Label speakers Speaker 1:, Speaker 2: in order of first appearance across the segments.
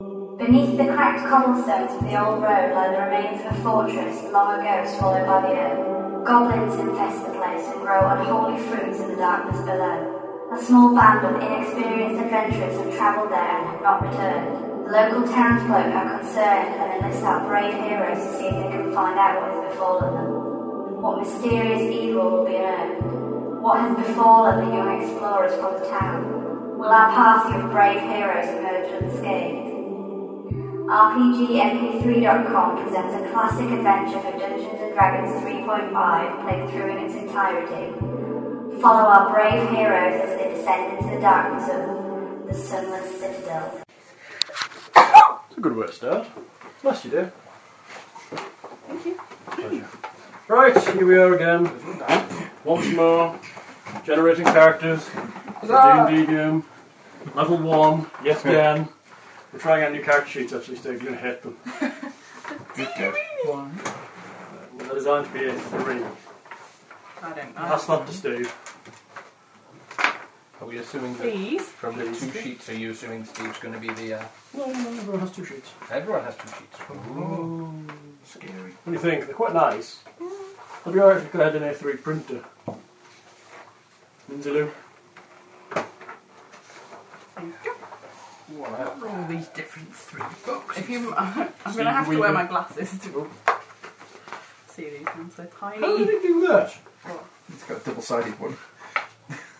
Speaker 1: Beneath the cracked cobblestones of the old road lay the remains of a fortress long ago swallowed by the earth. Goblins infest the place and grow unholy fruits in the darkness below. A small band of inexperienced adventurers have travelled there and have not returned. The local townsfolk are concerned and enlist our brave heroes to see if they can find out what has befallen them. What mysterious evil will be unearthed? What has befallen the young explorers from the town? Will our party of brave heroes emerge unscathed? RPGMP3.com presents a classic adventure for Dungeons and Dragons 3.5 played through in its entirety. Follow our brave heroes as they descend into the darkness of the Sunless Citadel.
Speaker 2: It's a good way to start. Bless you, dear. Thank you. Pleasure. Right, here we are again. Once more, generating characters. D and D game. Level one. Yes, again. We're trying out new character sheets actually, Steve. You're gonna hate them. They're designed to be a three.
Speaker 3: I don't know.
Speaker 2: That's not to Steve.
Speaker 4: Are we assuming that
Speaker 3: Please.
Speaker 4: from the two sheets, are you assuming Steve's going to be the. Uh,
Speaker 2: No, no, everyone has two sheets.
Speaker 4: everyone has two sheets. Scary.
Speaker 2: What do you think? They're quite nice. I'd be alright if you had an A3 printer. Lindsay Lou.
Speaker 4: What?
Speaker 3: All these different three
Speaker 4: books.
Speaker 3: If you, I'm
Speaker 2: So
Speaker 3: gonna
Speaker 2: you
Speaker 3: have to
Speaker 2: win
Speaker 3: wear
Speaker 2: them.
Speaker 3: my glasses to see these ones. They're tiny.
Speaker 2: How did they do that?
Speaker 4: It's got a double sided one.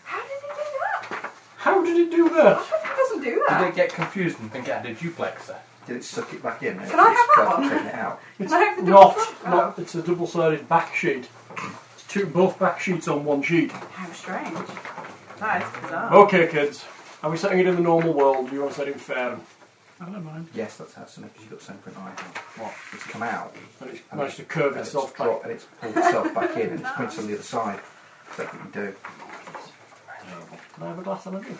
Speaker 3: How did he do that?
Speaker 2: How did it do that?
Speaker 3: He doesn't do
Speaker 4: Did
Speaker 3: that.
Speaker 4: it get confused and think it had a duplexer?
Speaker 5: Did it suck it back in?
Speaker 3: Can I have that one?
Speaker 5: Taking it out.
Speaker 3: Can I have the double
Speaker 2: not,
Speaker 3: front?
Speaker 2: not. It's a double-sided back sheet. It's two both back sheets on one sheet.
Speaker 3: How strange. That is bizarre.
Speaker 2: Okay, kids. Are we setting it in the normal world? Do you want to set it in fair?
Speaker 3: I don't mind.
Speaker 5: Yes, that's how some because you've got something I have.
Speaker 2: What?
Speaker 5: It's come out
Speaker 2: And it's managed to curve
Speaker 5: and it's,
Speaker 2: itself
Speaker 5: dropped,
Speaker 2: back.
Speaker 5: and it's pulled itself back in and it's printed on the other side. That's what you do.
Speaker 2: Can I have a glass and a drink?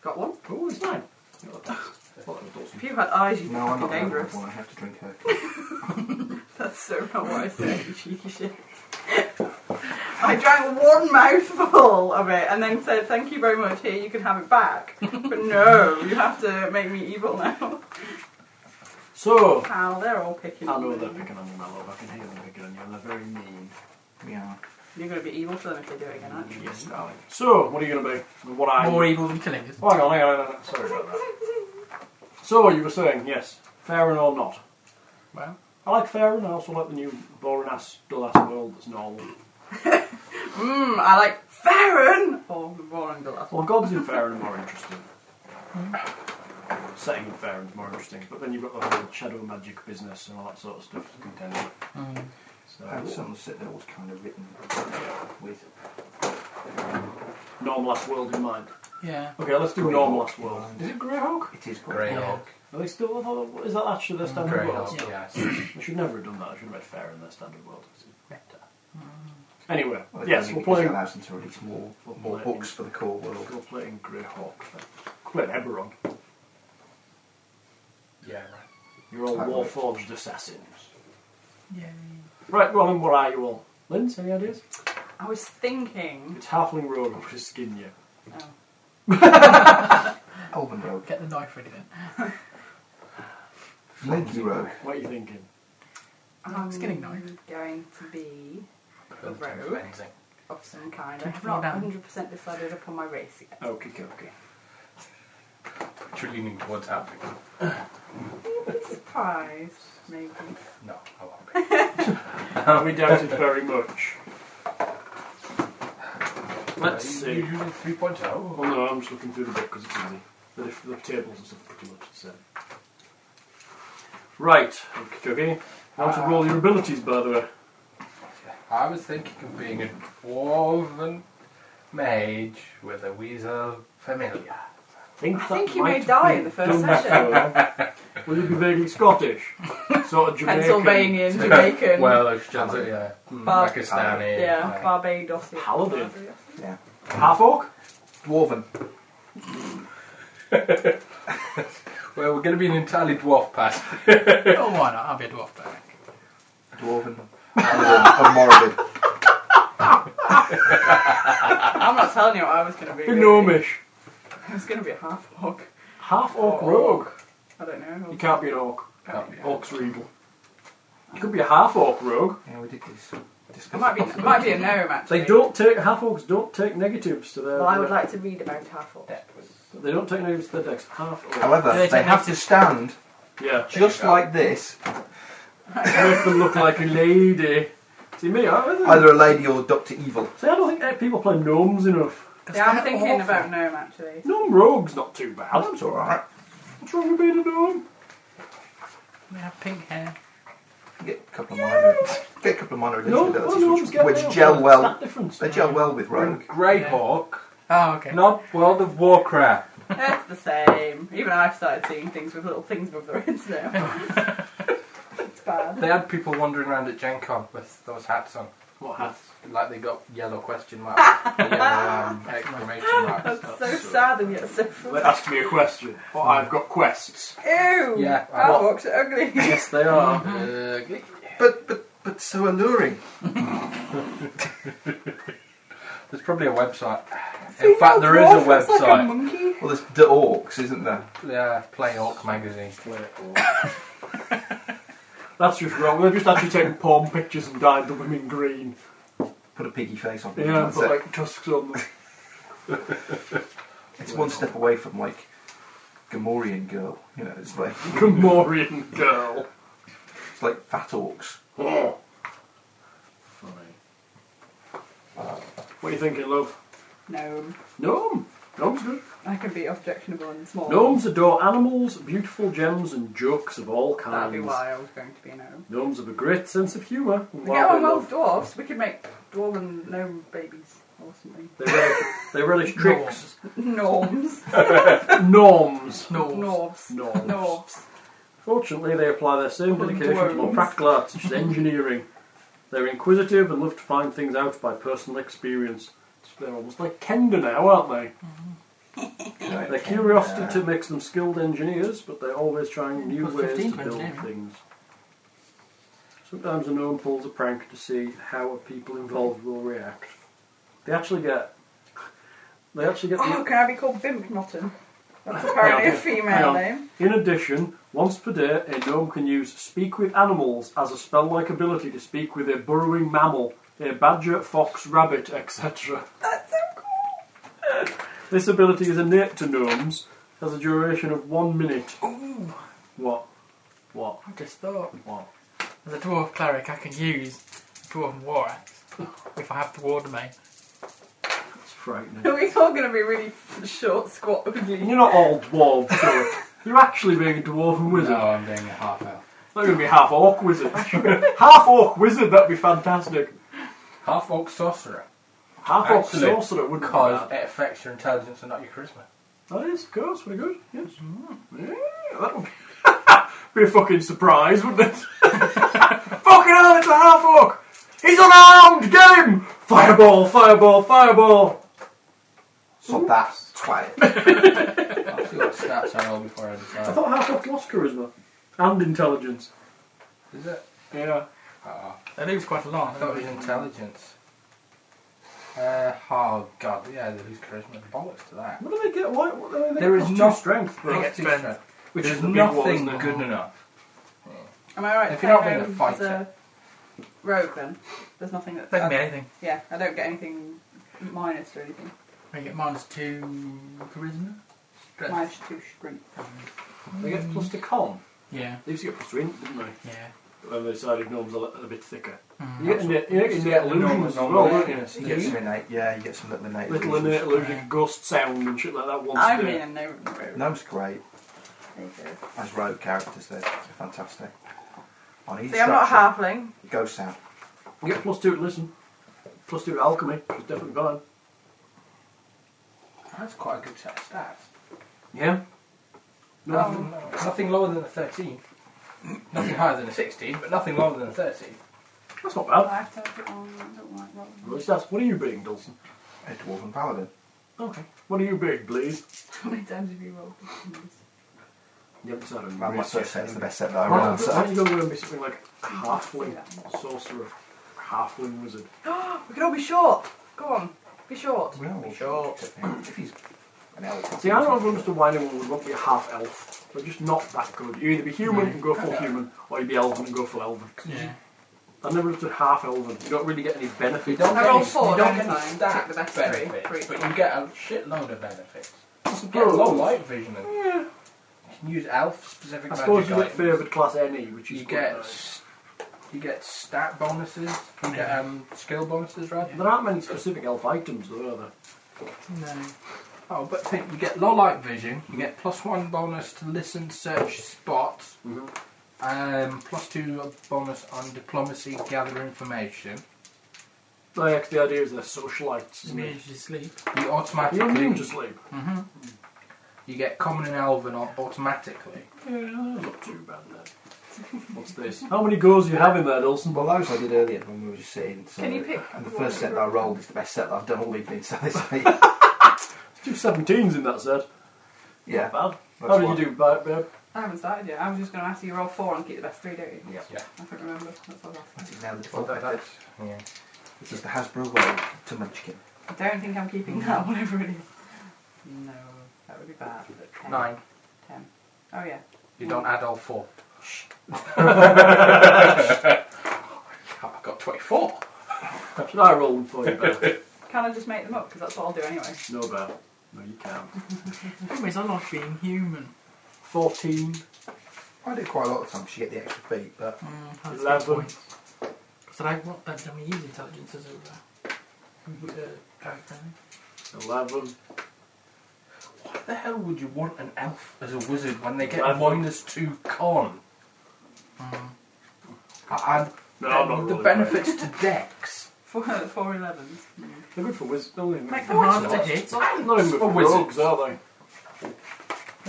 Speaker 3: Got one.
Speaker 2: Oh, it's mine. You've got a glass. I thought that was awesome.
Speaker 3: If you had eyes, you'd be
Speaker 5: No,
Speaker 3: fucking
Speaker 5: I'm not having
Speaker 3: dangerous.
Speaker 5: one. I have to drink her.
Speaker 3: That's so not what I said, you cheeky shit. I drank one mouthful of it and then said, thank you very much, here, you can have it back. But no, you have to make me evil now.
Speaker 2: So,
Speaker 3: Pal, they're all picking
Speaker 2: I
Speaker 3: on
Speaker 2: know
Speaker 3: me.
Speaker 2: they're picking on you, my love. I can hear them picking on you, and they're very mean.
Speaker 5: We are.
Speaker 3: You're going to be evil to them if they do it again, aren't you?
Speaker 2: Yes, darling. So, what are you going to be? What are
Speaker 4: More
Speaker 2: you?
Speaker 4: evil than killing us.
Speaker 2: Oh, hang on, hang on, hang on. Sorry about that. So, you were saying, yes, fair or not?
Speaker 4: Well,
Speaker 2: I like fair and I also like the new boring ass, dull ass world that's normal.
Speaker 3: Mmm, I like Farron! Or Roaring the last one.
Speaker 2: Well, gods in Faerun are more interesting. Setting in Faerun is more interesting, but then you've got the whole shadow magic business and all that sort of stuff to contend with.
Speaker 5: And
Speaker 2: So,
Speaker 5: some sit there was kind of written with
Speaker 2: normal ass world in mind.
Speaker 6: Yeah.
Speaker 2: Okay, let's do normal ass world.
Speaker 5: mind.
Speaker 2: Is it Greyhawk?
Speaker 5: It is
Speaker 4: Grey
Speaker 6: Yeah.
Speaker 4: Hawk.
Speaker 2: Are they still? oh, Is that actually their standard
Speaker 4: Grey
Speaker 2: world?
Speaker 4: Hawk,
Speaker 2: Yeah.
Speaker 4: yes.
Speaker 2: I should never have done that. I should have made Faerun their standard world. 'cause It's better. Mm. Anyway,
Speaker 5: Well, it's
Speaker 2: yes,
Speaker 5: only
Speaker 2: we're
Speaker 5: because It
Speaker 2: playing.
Speaker 5: allows them to release more, more
Speaker 2: Lightning.
Speaker 5: books for the core world.
Speaker 2: We're playing Greyhawk. then. We're playing Eberron.
Speaker 4: Yeah,
Speaker 2: You're all
Speaker 5: Totally.
Speaker 2: warforged assassins.
Speaker 6: Yeah.
Speaker 2: Right, well, then what are you all? Linz, any ideas?
Speaker 3: I was thinking.
Speaker 2: It's halfling rogue. I'm gonna skin you.
Speaker 3: Oh.
Speaker 5: Alban Road.
Speaker 6: Get the knife ready then.
Speaker 5: Lindsay Road.
Speaker 2: What are you thinking?
Speaker 3: I'm
Speaker 6: Oh, It's getting nice.
Speaker 3: going to be
Speaker 4: right.
Speaker 3: Right.
Speaker 4: Right. Anything.
Speaker 3: of some kind. I
Speaker 6: Don't
Speaker 3: have not
Speaker 6: fall down.
Speaker 3: 100% decided upon my race yet.
Speaker 2: Okay, okay.
Speaker 4: But you're leaning towards happening.
Speaker 3: Surprise, maybe.
Speaker 4: No, I won't be.
Speaker 2: we doubt it very much. Let's
Speaker 4: Are you
Speaker 2: see.
Speaker 4: using oh? 3.0?
Speaker 2: Well, Oh, no, I'm just looking through the book because it's easy. The, diff- the tables and stuff are pretty much the same. Right, okay, okay. I want to roll your abilities, by the way.
Speaker 4: I was thinking of being a dwarven mage with a weasel familiar.
Speaker 2: Think
Speaker 3: I
Speaker 2: that
Speaker 3: think you
Speaker 2: might
Speaker 3: may
Speaker 2: have
Speaker 3: die
Speaker 2: been
Speaker 3: in the
Speaker 2: done
Speaker 3: first session.
Speaker 2: before. Will you be vaguely Scottish? Sort of Jamaican.
Speaker 3: Pennsylvanian, Jamaican.
Speaker 4: Welsh,
Speaker 5: Hello.
Speaker 4: Tanzania, mm,
Speaker 3: Bar-
Speaker 4: Pakistani. uh,
Speaker 3: yeah,
Speaker 4: like-
Speaker 3: Barbados.
Speaker 2: Paladin.
Speaker 5: Yeah.
Speaker 2: Half orc?
Speaker 5: Dwarven.
Speaker 4: Well, we're going to be an entirely dwarf pass.
Speaker 6: oh, why not? I'll be a dwarf back.
Speaker 5: Dwarven. and Morbid.
Speaker 3: I'm not telling you what I was going to be. really.
Speaker 2: Gnomish.
Speaker 3: I was going to be a half hog.
Speaker 2: Half orc rogue.
Speaker 3: I don't know.
Speaker 2: You can't be an orc.
Speaker 3: Can't be.
Speaker 2: Orcs are evil. You could be a half orc rogue.
Speaker 5: Yeah, we did this. Discuss
Speaker 3: It might be, it might be a gnome actually.
Speaker 2: They don't take half orcs don't take negatives to their.
Speaker 3: Well, I would like to read about half orcs.
Speaker 4: That was
Speaker 2: They don't take negatives to their decks. Half orc.
Speaker 5: However,
Speaker 6: Do they
Speaker 5: they,
Speaker 6: take
Speaker 5: have to
Speaker 6: notice?
Speaker 5: stand
Speaker 2: Yeah.
Speaker 5: just like this.
Speaker 2: Make them look like a lady. See me, I
Speaker 5: Either a lady or Doctor Evil.
Speaker 2: See, I don't think eh, people play gnomes enough.
Speaker 3: Yeah, I'm thinking about gnome actually.
Speaker 2: Gnome rogue's not too bad.
Speaker 5: Adam's alright.
Speaker 2: What's wrong with being a gnome?
Speaker 6: They have pink hair.
Speaker 5: Get a couple of minor, get a couple of minor
Speaker 2: Gnome, well,
Speaker 5: abilities, which,
Speaker 2: gnomes get
Speaker 5: which
Speaker 2: nailed.
Speaker 5: gel
Speaker 2: What's
Speaker 5: well.
Speaker 2: That difference.
Speaker 5: They gel well with Rogue.
Speaker 4: Greyhawk,
Speaker 6: Oh, okay.
Speaker 4: not World of Warcraft.
Speaker 3: That's the same. Even I've started seeing things with little things above their heads now. it's bad.
Speaker 4: They had people wandering around at Gen Con with those hats on.
Speaker 2: What hats?
Speaker 4: Like they got yellow question marks, yellow um, exclamation marks.
Speaker 3: That's so sad and yet so funny.
Speaker 2: They asked me a question. Well, I've got quests.
Speaker 3: Ew!
Speaker 4: Yeah, I-
Speaker 3: That looks ugly.
Speaker 2: Yes, they are.
Speaker 4: Uh,
Speaker 5: But but but so alluring.
Speaker 4: There's probably a website. In fact, there is a
Speaker 3: Dwarf looks Like a
Speaker 4: website.
Speaker 3: monkey.
Speaker 5: Well, there's the orcs, isn't there?
Speaker 4: Yeah, Play Orc magazine.
Speaker 2: That's just wrong. They're just actually taking porn pictures and dyeing the women green.
Speaker 5: Put a piggy face on it.
Speaker 2: Yeah, and
Speaker 5: that's
Speaker 2: put
Speaker 5: it.
Speaker 2: like tusks on them.
Speaker 5: it's one step away from like Gamorrean girl. You know, it's like
Speaker 2: Gamorrean girl.
Speaker 5: it's like fat orcs.
Speaker 2: Oh. What are you thinking, love?
Speaker 3: Gnome.
Speaker 2: Gnome. Gnome's good.
Speaker 3: I can be objectionable and small.
Speaker 2: Gnomes adore animals, beautiful gems, and jokes of all
Speaker 3: That'd
Speaker 2: kinds.
Speaker 3: be why I was going to be a gnome.
Speaker 2: Gnomes have a great sense of humour. and
Speaker 3: We get
Speaker 2: wildly
Speaker 3: on well
Speaker 2: love-
Speaker 3: with dwarfs. We could make dwarven gnome babies or something.
Speaker 2: They relish, they relish tricks.
Speaker 3: Norms.
Speaker 2: Gnomes.
Speaker 6: No.
Speaker 3: Norms.
Speaker 2: Gnomes.
Speaker 3: Norms.
Speaker 2: Fortunately, they apply their same dedication to more
Speaker 3: Gnomes.
Speaker 2: practical arts such as engineering. They're inquisitive and love to find things out by personal experience. They're almost like Kenda now, aren't they? Their curiosity
Speaker 5: uh,
Speaker 2: to makes them skilled engineers, but they're always trying new
Speaker 6: Plus
Speaker 2: ways
Speaker 6: 15
Speaker 2: to
Speaker 6: for
Speaker 2: build
Speaker 6: engineering.
Speaker 2: things. Sometimes a gnome pulls a prank to see how people involved will react. They actually get. They actually get.
Speaker 3: Oh,
Speaker 2: The,
Speaker 3: can I be called Bimp Notten? That's apparently a
Speaker 2: Hang
Speaker 3: female
Speaker 2: on.
Speaker 3: name.
Speaker 2: in addition, once per day, a gnome can use speak with animals as a spell-like ability to speak with a burrowing mammal, a badger, fox, rabbit, etc.
Speaker 3: That's so cool.
Speaker 2: This ability is innate to gnomes, has a duration of one minute. What? What?
Speaker 6: I just thought,
Speaker 2: What?
Speaker 6: as a dwarf cleric, I can use dwarven war axe if I have the war domain.
Speaker 2: It's frightening.
Speaker 3: We're all going to be really short, squat, ugly.
Speaker 2: You're not all dwarves, so you're actually being a dwarven wizard.
Speaker 4: No, I'm doing a half elf.
Speaker 2: They're going to be half orc wizard. half orc wizard, that'd be fantastic.
Speaker 4: Half orc sorcerer.
Speaker 2: Half orc
Speaker 4: Actually,
Speaker 2: sorcerer would be
Speaker 4: Because
Speaker 2: bad.
Speaker 4: it affects your intelligence and not your charisma.
Speaker 2: That is, of course, very good. Yes. Mm-hmm. Yeah, that would be, be a fucking surprise, wouldn't it? fucking hell, it's a half orc! He's unarmed! Get him! Fireball, fireball, fireball!
Speaker 5: Stop that, twat.
Speaker 4: I'll see what stats I roll before I
Speaker 2: I
Speaker 4: decide.
Speaker 2: thought half orc lost charisma and intelligence.
Speaker 4: Is it?
Speaker 2: Yeah.
Speaker 4: Oh,
Speaker 6: They lose quite a
Speaker 4: I
Speaker 6: lot.
Speaker 4: thought it was intelligence. Uh, oh god, yeah, they lose charisma. Bollocks to that.
Speaker 2: What do they get? Why? What, they
Speaker 4: There is
Speaker 2: plus two
Speaker 4: no-
Speaker 2: strength, but-
Speaker 6: They get
Speaker 4: Plus two
Speaker 6: strength.
Speaker 4: strength.
Speaker 2: which
Speaker 4: There's
Speaker 2: is the big one,
Speaker 4: nothing
Speaker 2: isn't it?
Speaker 4: good enough.
Speaker 3: Am I right?
Speaker 4: If
Speaker 3: to
Speaker 4: you're not
Speaker 3: play
Speaker 4: being a
Speaker 3: gnome
Speaker 4: fighter.
Speaker 3: as a rogue, then there's nothing that.
Speaker 6: They can be anything.
Speaker 3: yeah, I don't get anything minus or anything.
Speaker 6: They get minus two charisma. Strength.
Speaker 3: Minus two strength.
Speaker 2: They get plus to con.
Speaker 6: Yeah,
Speaker 2: They used to get plus to int, didn't they?
Speaker 6: yeah.
Speaker 2: When they decided gnomes are a bit thicker.
Speaker 6: Mm.
Speaker 2: You get innate, you get innate illusion as well, don't you?
Speaker 5: You get some innate, yeah, you get some little innate.
Speaker 2: Little
Speaker 5: illusions.
Speaker 2: innate illusion, ghost sound and shit like that once
Speaker 3: I'm
Speaker 2: a
Speaker 3: being
Speaker 2: day.
Speaker 3: a gnome rogue.
Speaker 5: Gnome's great
Speaker 3: There you go.
Speaker 5: as rogue characters. They're fantastic. On each
Speaker 3: See, I'm not a
Speaker 5: structure,
Speaker 3: halfling.
Speaker 5: Go sound.
Speaker 2: You get plus two to listen. Plus two to alchemy, which is definitely fine.
Speaker 4: That's quite a good set of stats.
Speaker 2: Yeah.
Speaker 4: Nothing, nothing lower than a 13. Nothing higher than a 16, but nothing lower than a 13.
Speaker 2: That's not bad.
Speaker 3: I have to- oh, I don't like rolling.
Speaker 2: Well, it's- that's- what are you being, Dawson?
Speaker 5: A dwarven paladin.
Speaker 2: Okay. What are you being, please?
Speaker 3: How many times have you rolled? these?
Speaker 2: You haven't said
Speaker 5: Man, my
Speaker 2: it.
Speaker 5: first set's the best set that I
Speaker 2: Why
Speaker 5: ran.
Speaker 2: don't- why don't
Speaker 5: So.
Speaker 2: you go and be something like halfling sorcerer, halfling wizard?
Speaker 3: We can all be short. Go on, be short.
Speaker 5: Well,
Speaker 3: Be short.
Speaker 5: If he's an elf.
Speaker 2: See, I don't understand why anyone would want to be a half elf. but just not that good. You either be human and go full human, or you be elven and go full elven.
Speaker 6: Yeah.
Speaker 2: I never looked at half elven. You don't really get any
Speaker 4: You
Speaker 2: benefit.
Speaker 4: don't
Speaker 3: I
Speaker 4: get
Speaker 3: rolled
Speaker 4: any,
Speaker 3: four,
Speaker 4: you don't
Speaker 3: don't
Speaker 4: get
Speaker 3: I?
Speaker 4: any stat
Speaker 3: Took the best three.
Speaker 4: benefits,
Speaker 3: Three.
Speaker 4: but you get a shitload of benefits.
Speaker 2: I
Speaker 4: You get low
Speaker 2: suppose,
Speaker 4: light vision. And You can use elf specific
Speaker 2: I
Speaker 4: magic
Speaker 2: suppose you get
Speaker 4: items.
Speaker 2: favoured class any, which is
Speaker 4: You
Speaker 2: quite
Speaker 4: get
Speaker 2: nice.
Speaker 4: s- you get stat bonuses. You get
Speaker 6: Yeah.
Speaker 4: um, skill bonuses, right?
Speaker 2: There aren't many specific elf items, though, are there?
Speaker 6: No.
Speaker 4: Oh, but think you get low light vision. You get plus one bonus to listen, search, spot.
Speaker 2: Mhm.
Speaker 4: Um, plus two bonus on diplomacy, gather information.
Speaker 2: Like, the idea is they're socialites, isn't it?
Speaker 6: Managed to sleep.
Speaker 4: You
Speaker 2: You're
Speaker 4: automatically
Speaker 2: immune to sleep.
Speaker 4: Mhm. You get common and elven au- automatically.
Speaker 2: Yeah, Oh, not too bad then. What's this? How many goes do you have in there, Dawson?
Speaker 5: Well, those I did earlier when we were just sitting. So
Speaker 3: Can you pick
Speaker 5: And the
Speaker 3: one
Speaker 5: first set
Speaker 3: you
Speaker 5: that I rolled is the best set that I've done all evening, so this week.
Speaker 2: Two 17s in that set.
Speaker 5: Yeah.
Speaker 2: Bad.
Speaker 5: that's
Speaker 2: How did
Speaker 5: one.
Speaker 2: you do, ba- babe?
Speaker 3: I haven't started yet. I was just going to ask you, you roll four and keep the best three, don't you?
Speaker 5: Yeah.
Speaker 4: Yeah.
Speaker 3: I can't remember. That's what I was asking.
Speaker 5: Now the default method,
Speaker 4: that's yeah.
Speaker 5: which is the Hasbro way to Munchkin.
Speaker 3: I don't think I'm keeping that, whatever it is. No, that would be bad. Ten.
Speaker 4: nine.
Speaker 3: Ten. Oh, yeah.
Speaker 4: You don't add all four. I've got twenty-four.
Speaker 2: Should I roll them for you, Bear?
Speaker 3: Can I just make them up? Because that's what I'll do anyway.
Speaker 2: no, Bear. No, you can't.
Speaker 6: Problem is, I like being human.
Speaker 2: 14.
Speaker 5: I do quite a lot of times. You get the extra feet, but
Speaker 6: Mm, that's
Speaker 2: Eleven.
Speaker 6: a good point. So I want them to use intelligence as a uh, character.
Speaker 2: 11.
Speaker 4: What the hell would you want an elf as a wizard when they get
Speaker 2: Eleven.
Speaker 4: minus two con? Hmm. And
Speaker 2: No, I'm not
Speaker 4: the
Speaker 2: rolling,
Speaker 4: benefits to Dex.
Speaker 3: Four, four elevens.
Speaker 2: Bear. They're good for wizards, don't they?
Speaker 3: Make
Speaker 2: They're
Speaker 3: them hard
Speaker 6: not.
Speaker 3: to hit.
Speaker 2: not even good
Speaker 4: For
Speaker 2: for
Speaker 4: wizards.
Speaker 2: rogues, are they?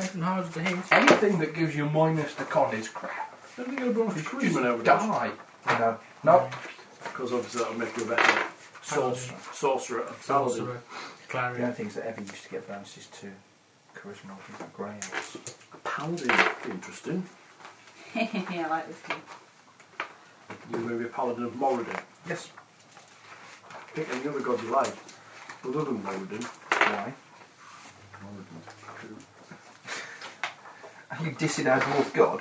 Speaker 6: Make them harder to hit.
Speaker 4: Anything that gives you minus the con is crap.
Speaker 2: Don't they get a bonus for
Speaker 4: Just
Speaker 2: crewman over
Speaker 4: die.
Speaker 5: you know,
Speaker 4: No,
Speaker 2: Because obviously that'll make you a better sorcerer. Sorcerer. Sorcerer.
Speaker 6: Sorcerer,
Speaker 5: the only
Speaker 6: Clarion.
Speaker 5: things that ever used to get bonuses to charisma or things like grey elves.
Speaker 2: Paladin. Interesting.
Speaker 3: yeah, I like this one.
Speaker 2: You're going to be a paladin of Moradin.
Speaker 5: Yes.
Speaker 2: Pick any other god you like. Other than Moradin.
Speaker 5: Why? Are you dissing our dwarf god?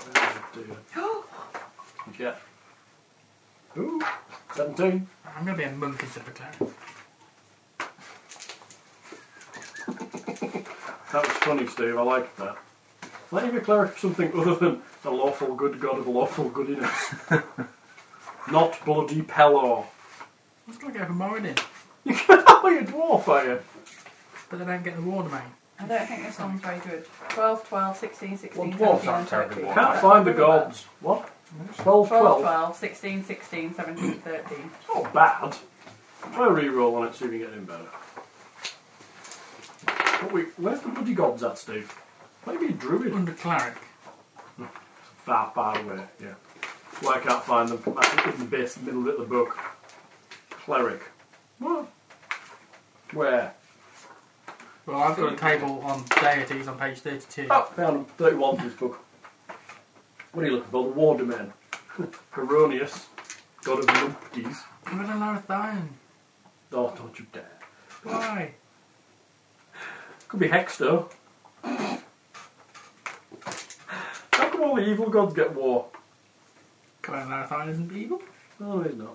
Speaker 2: Oh, dear. What'd you get? Ooh, 17.
Speaker 6: I'm going to be a monk instead of a cleric.
Speaker 2: That was funny, Steve. I liked that. Why don't you clarify something other than the lawful good god of lawful goodiness? Not bloody Pelor.
Speaker 6: I was going to go for Moradin,
Speaker 2: Are you a dwarf, are you?
Speaker 6: but then I don't get the water main.
Speaker 3: I don't think this one's very good. 12, 12, 16,
Speaker 4: Well,
Speaker 3: 16,
Speaker 4: dwarves
Speaker 3: 17,
Speaker 4: aren't terribly
Speaker 3: 13.
Speaker 4: wide.
Speaker 2: Can't find the gods. What? 12,
Speaker 3: 12,
Speaker 2: 12.
Speaker 3: 12, 16, 16, 17, 13.
Speaker 2: Not bad. Try a re-roll on it, see if you can get in better. But wait, where's the bloody gods at, Steve? Maybe a druid.
Speaker 6: Under cleric.
Speaker 2: Far, far away, yeah. Well, I can't find them. I think it's in the base, middle bit of the book. Cleric. What? Where?
Speaker 6: Well, I've got a table on deities on page 32.
Speaker 2: Oh, found him. 31 to this book. What are you looking for? The War Domain. Heronius, god of Lumpties.
Speaker 6: I'm going to Larathon.
Speaker 2: Oh, don't you dare.
Speaker 6: Why?
Speaker 2: Could be Hex, though. How come all the evil gods get war?
Speaker 6: Come on, Larathon isn't evil.
Speaker 2: No, he's not.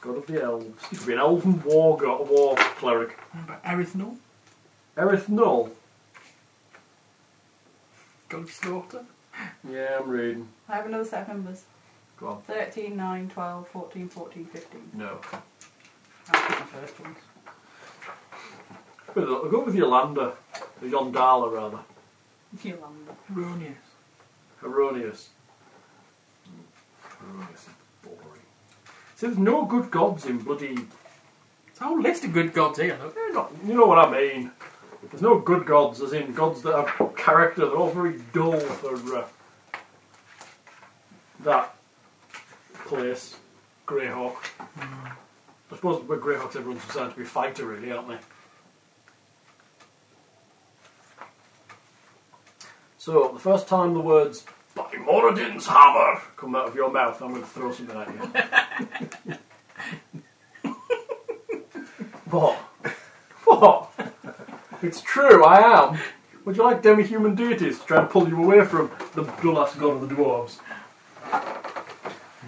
Speaker 2: God of the elves. He could be an elven war god, war cleric.
Speaker 6: What about Erythnol?
Speaker 2: Erith Null.
Speaker 6: God of Slaughter?
Speaker 2: Yeah, I'm reading.
Speaker 3: I have another set of numbers.
Speaker 2: Go on.
Speaker 3: 13, 9, 12, 14, 14, 15.
Speaker 2: No.
Speaker 3: I'll pick the first ones.
Speaker 2: Go with- Go with Yolanda. The Yondala, rather.
Speaker 3: Yolanda.
Speaker 6: Erroneous.
Speaker 2: Erroneous. Erroneous is boring. See, there's no good gods in bloody.
Speaker 6: It's a whole list of good gods here, look.
Speaker 2: They're not. You know what I mean. There's no good gods, as in gods that have character. They're all very dull for uh, that place, Greyhawk. Hmm. I suppose where Greyhawks, everyone's designed to be a fighter, really, aren't they? So, the first time the words "By Moradin's hammer" come out of your mouth, I'm going to throw something at you. what? What? It's true, I am. Would you like demi-human deities to try and pull you away from the dull-ass god of the dwarves?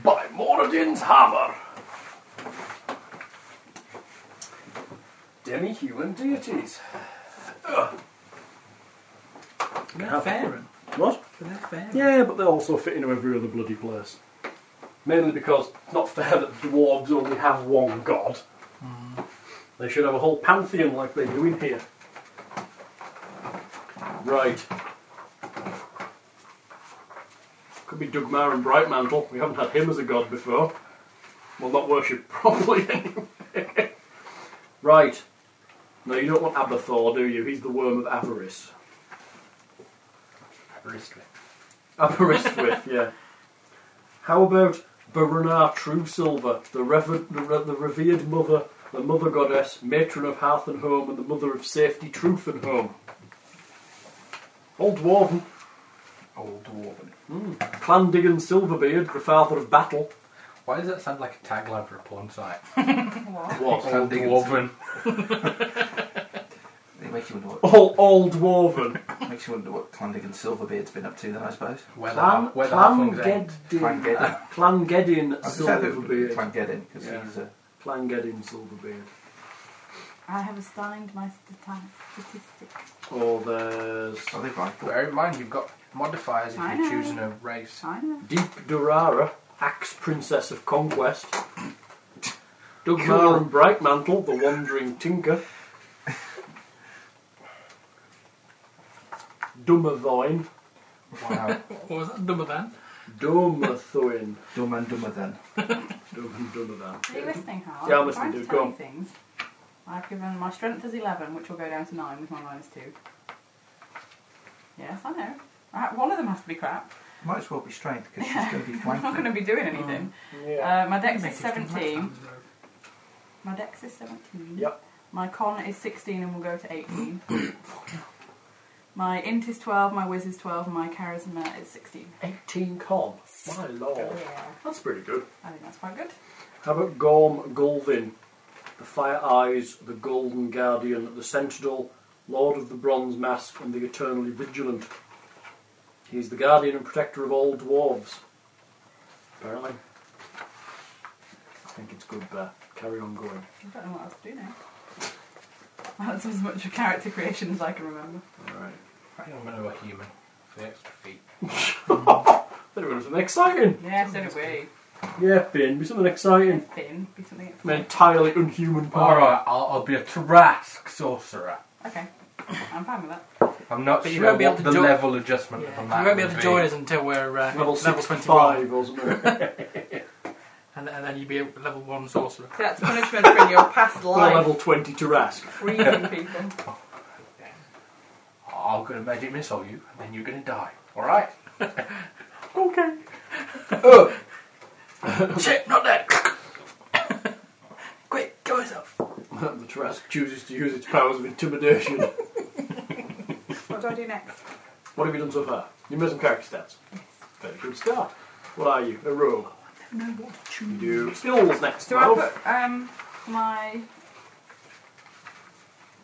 Speaker 2: By Moradin's hammer!
Speaker 4: Demi-human deities.
Speaker 6: They're
Speaker 2: How-
Speaker 6: Faerun.
Speaker 2: What?
Speaker 6: They're Faerun.
Speaker 2: Yeah, but they also fit into every other bloody place. Mainly because it's not fair that dwarves only have one god. They should have a whole pantheon like they do in here. Right. Could be Dugmar and Brightmantle. We haven't had him as a god before. Well, not worshipped properly anyway. right. No, you don't want Abathor, do you? He's the worm of avarice. Aberystwyth, yeah. How about Barunar True Silver, the, rever- the, re- the revered mother, the mother goddess, matron of hearth and home, and the mother of safety, truth and home? Old Dwarven,
Speaker 5: Old dwarven.
Speaker 2: Clandigan Hmm. Silverbeard, the father of battle,
Speaker 4: Why does that sound like a tagline for a porn site?
Speaker 2: was
Speaker 4: Old dwarven.
Speaker 5: It makes you wonder what
Speaker 2: all, all Dwarven.
Speaker 5: makes you wonder what Clandigan Silverbeard's been up to then, I suppose.
Speaker 4: Where the
Speaker 2: Clan,
Speaker 4: half- where the half things end.
Speaker 2: Clangeddon,
Speaker 5: Clangeddon.
Speaker 2: Clangeddon
Speaker 5: I said it would be
Speaker 2: Silverbeard,
Speaker 5: Clangeddon because
Speaker 2: Yeah.
Speaker 5: he's a
Speaker 2: Clangeddon Silverbeard,
Speaker 3: I have assigned my stati- statistics.
Speaker 2: or there's
Speaker 5: oh, they like the
Speaker 4: Bear in mind, you've got modifiers if
Speaker 3: I
Speaker 4: you're
Speaker 3: know.
Speaker 4: choosing a race.
Speaker 3: China.
Speaker 2: Deep Durara, Axe Princess of Conquest. Dugmar and Brightmantle, the Wandering Tinker. Dummerthine.
Speaker 5: wow
Speaker 6: What was that? Dumber than?
Speaker 2: Dummerthine.
Speaker 5: dumb and dumber then.
Speaker 2: Dum- Dummerthine.
Speaker 3: Are you listening, Hal?
Speaker 2: Yeah, I'm
Speaker 3: I'm
Speaker 2: listening,
Speaker 3: trying
Speaker 2: dude.
Speaker 3: To tell
Speaker 2: Go
Speaker 3: you
Speaker 2: on.
Speaker 3: things. I've given my strength as 11, which will go down to 9 with my minus 2. Yes, I know. Right, one of them has to be crap.
Speaker 5: Might as well be strength because she's going to be
Speaker 3: I'm not going
Speaker 5: flanking.
Speaker 3: to be doing anything.
Speaker 2: Mm. Yeah.
Speaker 3: Uh, my dex is
Speaker 6: Negative to my
Speaker 3: 17.
Speaker 6: times, though.
Speaker 3: My dex is 17.
Speaker 2: Yep.
Speaker 3: My con is 16 and will go to 18. my int is 12, my whiz is 12, and my charisma is 16.
Speaker 2: 18 con. My lord.
Speaker 3: Yeah.
Speaker 2: That's pretty good.
Speaker 3: I think that's quite good.
Speaker 2: How about Gorm Gulvin? The Fire Eyes, the Golden Guardian, the Sentinel, Lord of the Bronze Mask, and the Eternally Vigilant. He's the guardian and protector of all dwarves. Apparently. I think it's good there. Carry on going.
Speaker 3: I don't know what else to do now. That's as much of character creation as I can remember.
Speaker 2: Alright.
Speaker 4: I'm going to a human for the extra feet.
Speaker 2: Better run something exciting.
Speaker 3: Yeah, so do we.
Speaker 2: Yeah, Finn, be something exciting.
Speaker 3: Finn, be something
Speaker 2: An entirely unhuman power.
Speaker 4: Alright, I'll, I'll be a Trask sorcerer.
Speaker 3: Okay, I'm fine with that.
Speaker 4: I'm not
Speaker 6: But
Speaker 4: sure
Speaker 6: you won't be able
Speaker 4: what
Speaker 6: to
Speaker 4: the
Speaker 6: join-
Speaker 4: level adjustment
Speaker 3: Yeah.
Speaker 4: on
Speaker 3: You
Speaker 4: that
Speaker 6: You won't be able
Speaker 4: will
Speaker 6: to join us until we're uh,
Speaker 2: Level,
Speaker 6: level,
Speaker 2: 65
Speaker 6: 25.
Speaker 2: or something.
Speaker 6: And, and then you'd be a level 1 sorcerer.
Speaker 3: That's punishment for your past
Speaker 2: or
Speaker 3: life.
Speaker 2: level 20 to Rask.
Speaker 3: Freezing people.
Speaker 4: I'm going to magic missile you, and then you're going to die. Alright?
Speaker 2: Okay.
Speaker 6: Oh, Shit, not dead! Quick, kill yourself!
Speaker 2: the Trask chooses to use its powers of intimidation.
Speaker 3: What do I do next?
Speaker 2: What have you done so far? You made some character stats. Very good start. What are you? A roll.
Speaker 6: No, what to choose?
Speaker 2: You skills next.
Speaker 3: Do I
Speaker 2: Ralph.
Speaker 3: put um my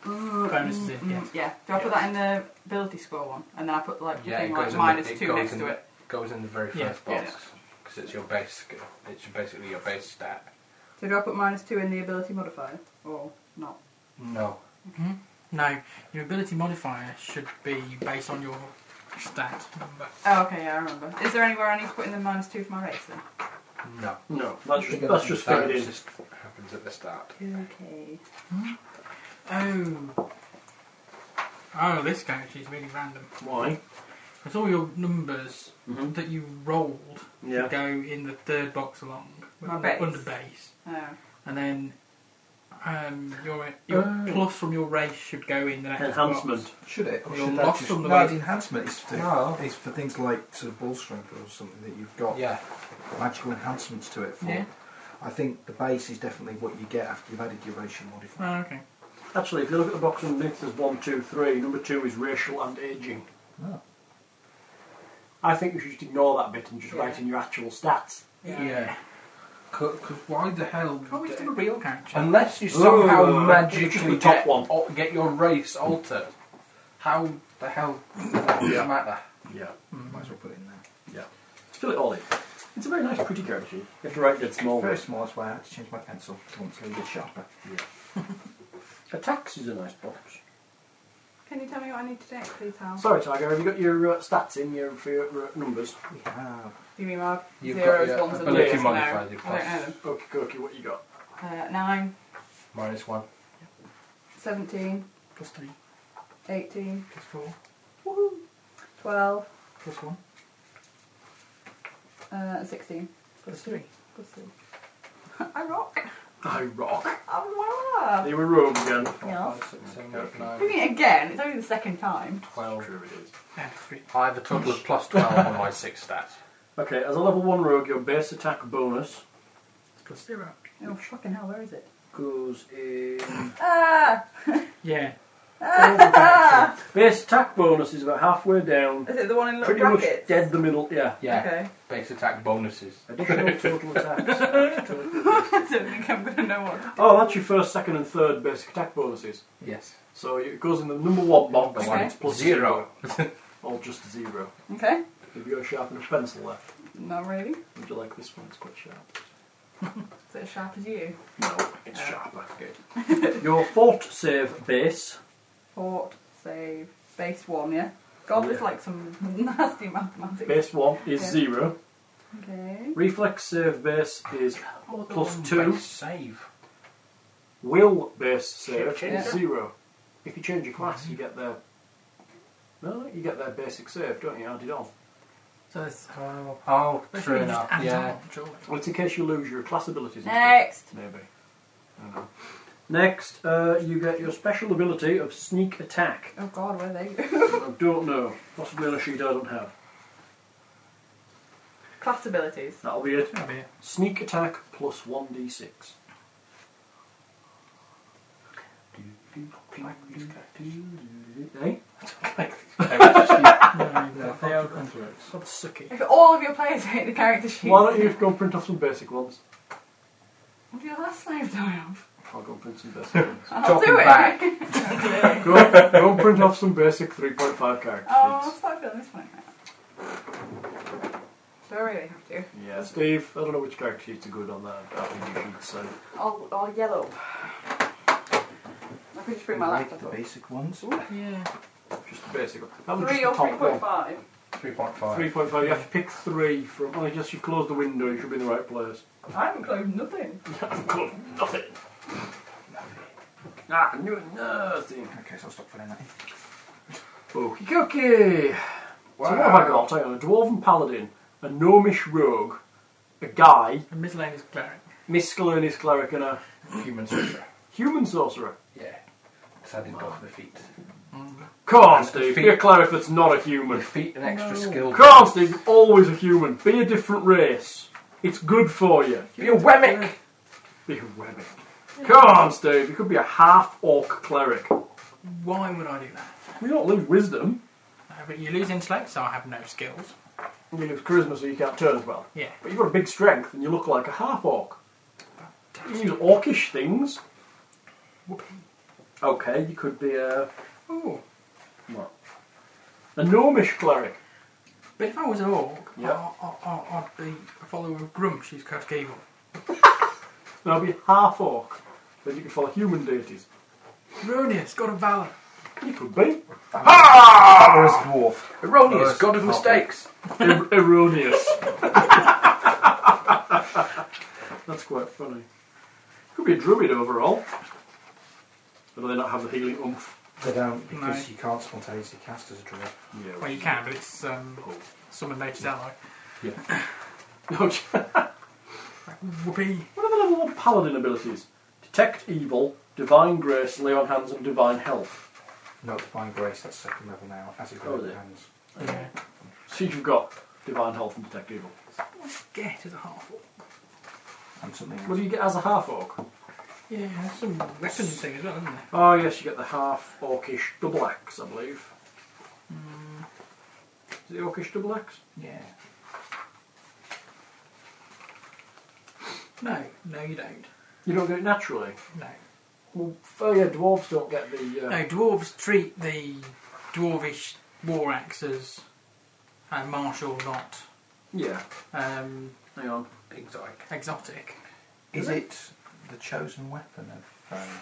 Speaker 3: mm,
Speaker 6: Bonuses, in, yes.
Speaker 3: yeah? Do I put that in the ability score one, and then I put like the thing like
Speaker 4: in the-
Speaker 3: minus
Speaker 4: it
Speaker 3: two
Speaker 4: goes
Speaker 3: next
Speaker 4: in,
Speaker 3: to it?
Speaker 4: goes in the very
Speaker 6: Yeah.
Speaker 4: first
Speaker 3: Yeah.
Speaker 4: box. Because it's your base skill. It's basically your base stat.
Speaker 3: So do I put minus two in the ability modifier or not?
Speaker 4: No.
Speaker 6: No, your ability modifier should be based on your stat number.
Speaker 3: Oh, okay, yeah, I remember. Is there anywhere I need to put in the minus two for my race then?
Speaker 4: No.
Speaker 2: No, that's just, that's just
Speaker 4: that
Speaker 2: fitted in.
Speaker 4: just happens at the start.
Speaker 3: Okay.
Speaker 6: Oh. Oh, this character is really random.
Speaker 2: Why?
Speaker 6: Because all your numbers
Speaker 4: Mm-hmm.
Speaker 2: Mhm.
Speaker 6: that you rolled
Speaker 2: Yeah.
Speaker 6: go in the third box along.
Speaker 3: My
Speaker 6: under,
Speaker 3: base.
Speaker 6: under base.
Speaker 3: Oh.
Speaker 6: And then um, your, your
Speaker 2: Oh.
Speaker 6: plus from your race should go in the next
Speaker 2: Enhancement.
Speaker 6: box.
Speaker 5: Should it? Or
Speaker 6: You're
Speaker 5: should that
Speaker 6: lost
Speaker 5: just,
Speaker 6: on the
Speaker 5: no,
Speaker 6: way.
Speaker 5: the enhancement is for,
Speaker 4: No.
Speaker 5: is for things like sort of ball strength or something that you've got
Speaker 4: Yeah.
Speaker 5: magical enhancements to it for.
Speaker 6: Yeah.
Speaker 5: I think the base is definitely what you get after you've added your racial modifier.
Speaker 6: Oh, okay.
Speaker 2: Actually, if you look at the box underneath, there's one, two, three. Number two is racial and aging.
Speaker 5: Oh.
Speaker 2: I think you should just ignore that bit and just
Speaker 3: Yeah.
Speaker 2: write in your actual stats.
Speaker 6: Yeah.
Speaker 3: Yeah.
Speaker 4: Because why the hell?
Speaker 6: Probably still a real character.
Speaker 4: Unless you somehow
Speaker 2: Ooh.
Speaker 4: magically
Speaker 2: The top
Speaker 4: get,
Speaker 2: one.
Speaker 4: al- get your race altered, how the hell does that matter?
Speaker 2: Yeah.
Speaker 5: Might as well put it in there.
Speaker 2: Fill it all in. It's a very nice, pretty character sheet. If the right gets small,
Speaker 5: Very small, that's why I had to change my pencil. I want to leave it sharper.
Speaker 2: attacks is a nice box.
Speaker 3: Can you tell me what I need to take, please, Hal?
Speaker 2: Sorry, Tiger, have you got your uh, stats in your for your uh, numbers?
Speaker 5: We have.
Speaker 3: You mean my
Speaker 4: You've got
Speaker 3: zeros,
Speaker 4: your
Speaker 3: ones, and
Speaker 4: ability
Speaker 3: zeros? No,
Speaker 4: modifier, your
Speaker 3: I don't know
Speaker 4: costs.
Speaker 3: them.
Speaker 2: Okay, okay, what you got?
Speaker 3: Uh, 9,
Speaker 4: Minus one.
Speaker 3: 17,
Speaker 6: Plus three,
Speaker 3: 18,
Speaker 6: plus four,
Speaker 3: 12,
Speaker 6: plus one,
Speaker 3: uh, 16.
Speaker 6: plus three.
Speaker 3: Plus three. I rock.
Speaker 2: I rock.
Speaker 3: I rock.
Speaker 2: Here we roam again.
Speaker 3: Yeah.
Speaker 4: Five, six, seven, eight, nine,
Speaker 3: I mean, again, it's only the second time.
Speaker 4: twelve.
Speaker 2: Sure it is.
Speaker 6: And three.
Speaker 4: I have a total of plus twelve on my six stats.
Speaker 2: Okay, as a level one rogue, your base attack bonus
Speaker 6: It's plus zero.
Speaker 3: Oh, fucking hell, where is it?
Speaker 2: goes in.
Speaker 3: Ah!
Speaker 6: Yeah.
Speaker 2: base attack bonus is about halfway down.
Speaker 3: Is it the one in little
Speaker 2: Pretty
Speaker 3: brackets?
Speaker 2: much dead the middle. Yeah.
Speaker 4: Yeah.
Speaker 3: Okay.
Speaker 4: Base attack bonuses.
Speaker 2: Additional total attacks.
Speaker 3: I don't think I'm going to know what.
Speaker 2: oh, that's your first, second, and third basic attack bonuses.
Speaker 4: Yes.
Speaker 2: So it goes in the number one box.
Speaker 4: Number
Speaker 2: and
Speaker 3: one.
Speaker 2: it's plus
Speaker 4: Zero.
Speaker 2: Or just zero.
Speaker 3: Okay.
Speaker 2: Have you got a sharp enough pencil left?
Speaker 3: Not really.
Speaker 2: Would you like this one? It's quite sharp.
Speaker 3: Is it as sharp as you?
Speaker 2: No, it's sharper. Good. your fort save base.
Speaker 3: Port, save, base one, yeah? God, there's
Speaker 2: Yeah.
Speaker 3: like some nasty mathematics.
Speaker 2: Base one is
Speaker 3: Yeah.
Speaker 2: zero.
Speaker 3: Okay.
Speaker 2: Reflex save base is plus two.
Speaker 4: Base save.
Speaker 2: Will base save
Speaker 4: Change
Speaker 2: is
Speaker 4: it.
Speaker 2: zero. If you change your class, you get their. No, you get their basic save, don't you? Added on.
Speaker 6: So it's.
Speaker 4: Oh, oh true enough. Yeah.
Speaker 2: Well, it's in case you lose your class abilities. and stuff.
Speaker 3: Next.
Speaker 2: Maybe. I don't know. Next, uh, you get your special ability of sneak attack.
Speaker 3: Oh god, where they
Speaker 2: I don't know. Possibly on a sheet I don't have.
Speaker 3: Class abilities.
Speaker 2: That'll be it.
Speaker 6: That'll be it.
Speaker 2: Sneak attack plus 1d6. Eh?
Speaker 6: No, they are
Speaker 5: Contracts.
Speaker 6: sort of sucky.
Speaker 3: If all of your players hate the character sheets,
Speaker 2: Why don't you go and print off some basic ones?
Speaker 3: what do your last name die off?
Speaker 2: I'll go and print some basic ones.
Speaker 3: I'll
Speaker 4: Talking
Speaker 3: do it. Oh,
Speaker 4: back.
Speaker 2: Go, go and print off some basic 3.5 character
Speaker 3: oh, I'll
Speaker 2: sheets.
Speaker 3: start feeling this one now. Do I really have to?
Speaker 2: Yeah, Steve, I don't know which character sheets are good on that RPG sheet, so.
Speaker 3: I'll, I'll yellow. I could just bring my
Speaker 5: like
Speaker 3: laptop
Speaker 5: the
Speaker 3: up.
Speaker 5: basic ones.
Speaker 6: Yeah.
Speaker 2: Just the basic one. That was
Speaker 3: Three
Speaker 2: just
Speaker 3: or
Speaker 2: the top one.
Speaker 3: 3.5.
Speaker 4: Three point five.
Speaker 2: 3.5, you have to pick three from. oh, Well, I guess you close the window, you should be in the right place.
Speaker 3: I haven't closed nothing.
Speaker 2: I've got nothing. Ah, knew nothing.
Speaker 5: Okay, so I'll stop filling that in.
Speaker 2: Okie dokie. So, what have I got? Hang on, a dwarven paladin, a gnomish rogue, a guy,
Speaker 6: A miscellaneous cleric.
Speaker 2: miscellaneous cleric, and a
Speaker 4: Human sorcerer.
Speaker 2: human sorcerer.
Speaker 4: Yeah. So I didn't go for the feet.
Speaker 2: Come on,
Speaker 4: And
Speaker 2: Steve,
Speaker 4: defeat-
Speaker 2: be a cleric that's not a human.
Speaker 4: Feet an extra skill.
Speaker 2: Come on, Steve, you're always a human. Be a different race. It's good for you.
Speaker 4: Be a Wemmick.
Speaker 2: Be a webbing. Come on, Steve, you could be a half orc cleric.
Speaker 6: Why would I do that?
Speaker 2: We don't lose wisdom.
Speaker 6: Uh, but you lose intellect, so I have no skills.
Speaker 2: You lose charisma, so you can't turn as well.
Speaker 6: Yeah.
Speaker 2: But you've got a big strength, and you look like a half orc. You can use orcish things. Okay, you could be a
Speaker 6: Ooh.
Speaker 2: what? A gnomish cleric.
Speaker 6: But if I was an orc,
Speaker 2: Yeah.
Speaker 6: I, I, I, I'd be a follower of Grumsh, who's cursed evil.
Speaker 2: Now be half orc. Then you can follow human deities.
Speaker 6: Erroneous, god of valor.
Speaker 2: You could be
Speaker 5: Or as dwarf.
Speaker 4: Erroneous.
Speaker 5: First
Speaker 4: God of
Speaker 5: half.
Speaker 4: mistakes.
Speaker 2: er- erroneous. That's quite funny. Could be a druid overall. But they not have the healing oomph.
Speaker 5: They don't, because
Speaker 6: No.
Speaker 5: you can't spontaneously cast as a druid.
Speaker 2: Yeah.
Speaker 6: Well, you can, but it's um, summon nature's ally.
Speaker 2: what are
Speaker 6: Whoopee.
Speaker 2: the level one paladin abilities? Detect evil, divine grace, lay on hands, and divine health.
Speaker 5: No, Divine Grace, that's second level now, as it
Speaker 2: Oh,
Speaker 5: goes
Speaker 2: is it?
Speaker 5: hands.
Speaker 6: Yeah.
Speaker 2: So you've got divine health and detect evil.
Speaker 6: Get as a half orc.
Speaker 5: And something
Speaker 2: What
Speaker 5: else.
Speaker 2: do you get as a half orc?
Speaker 6: Yeah, that's some weapon thing as well, isn't there?
Speaker 2: Oh yes, you get the half orcish double axe, I believe. Is it orcish double axe?
Speaker 5: Yeah.
Speaker 6: No, no, you don't.
Speaker 2: You don't get it naturally.
Speaker 6: No.
Speaker 2: Well, oh yeah, dwarves don't get the. Uh,
Speaker 6: No, dwarves treat the dwarvish war axes and martial, not
Speaker 2: Yeah,
Speaker 6: um,
Speaker 2: hang on.
Speaker 4: Exotic.
Speaker 6: exotic.
Speaker 5: Is it the chosen weapon of um,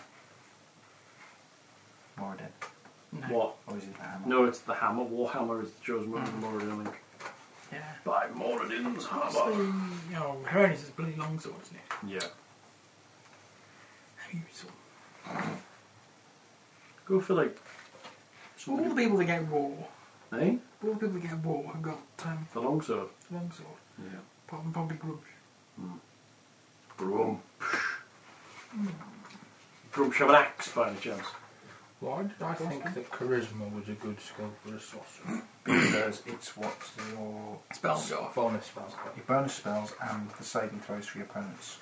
Speaker 5: Moradin?
Speaker 6: No.
Speaker 2: What?
Speaker 5: Or is it the hammer?
Speaker 2: No, it's the hammer. Warhammer is the chosen weapon of Moradin, I
Speaker 6: Mm.
Speaker 2: think.
Speaker 6: Yeah.
Speaker 2: By Moradin's
Speaker 6: What's the,
Speaker 2: hammer.
Speaker 6: oh, Heronis is bloody longsword, isn't it?
Speaker 2: Yeah.
Speaker 6: How useful.
Speaker 2: Go for like.
Speaker 6: All the people that get war,
Speaker 2: Eh?
Speaker 6: all the people that get war have got um,
Speaker 2: The longsword.
Speaker 6: longsword.
Speaker 2: Yeah.
Speaker 6: Apart from probably Grudge.
Speaker 2: Brum. Grumsh have an axe Mm. by any chance.
Speaker 4: Why did I
Speaker 6: Awesome.
Speaker 4: think that charisma was a good skill for a sorcerer?
Speaker 5: Because it's what your,
Speaker 6: Spell jar.
Speaker 4: Bonus spells.
Speaker 5: your bonus spells and the saving throws for your opponents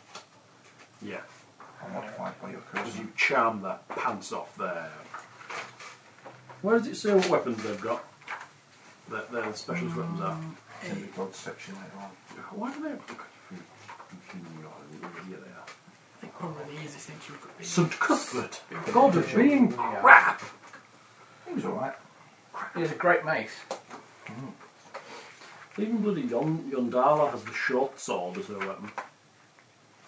Speaker 2: Yeah.
Speaker 5: are modified by your
Speaker 2: As
Speaker 5: charisma.
Speaker 2: you charm the pants off there. Where does it say what weapons they've got? Their, their specialist weapons are.
Speaker 5: It's in the blood section later on.
Speaker 2: Why do they have. Yeah, they are.
Speaker 6: I think probably the easiest thing she could be.
Speaker 2: St. Cuthbert! God of being crap!
Speaker 5: It was alright.
Speaker 4: He has a great mace.
Speaker 2: Even bloody Yon- Yondala has the short sword as her weapon.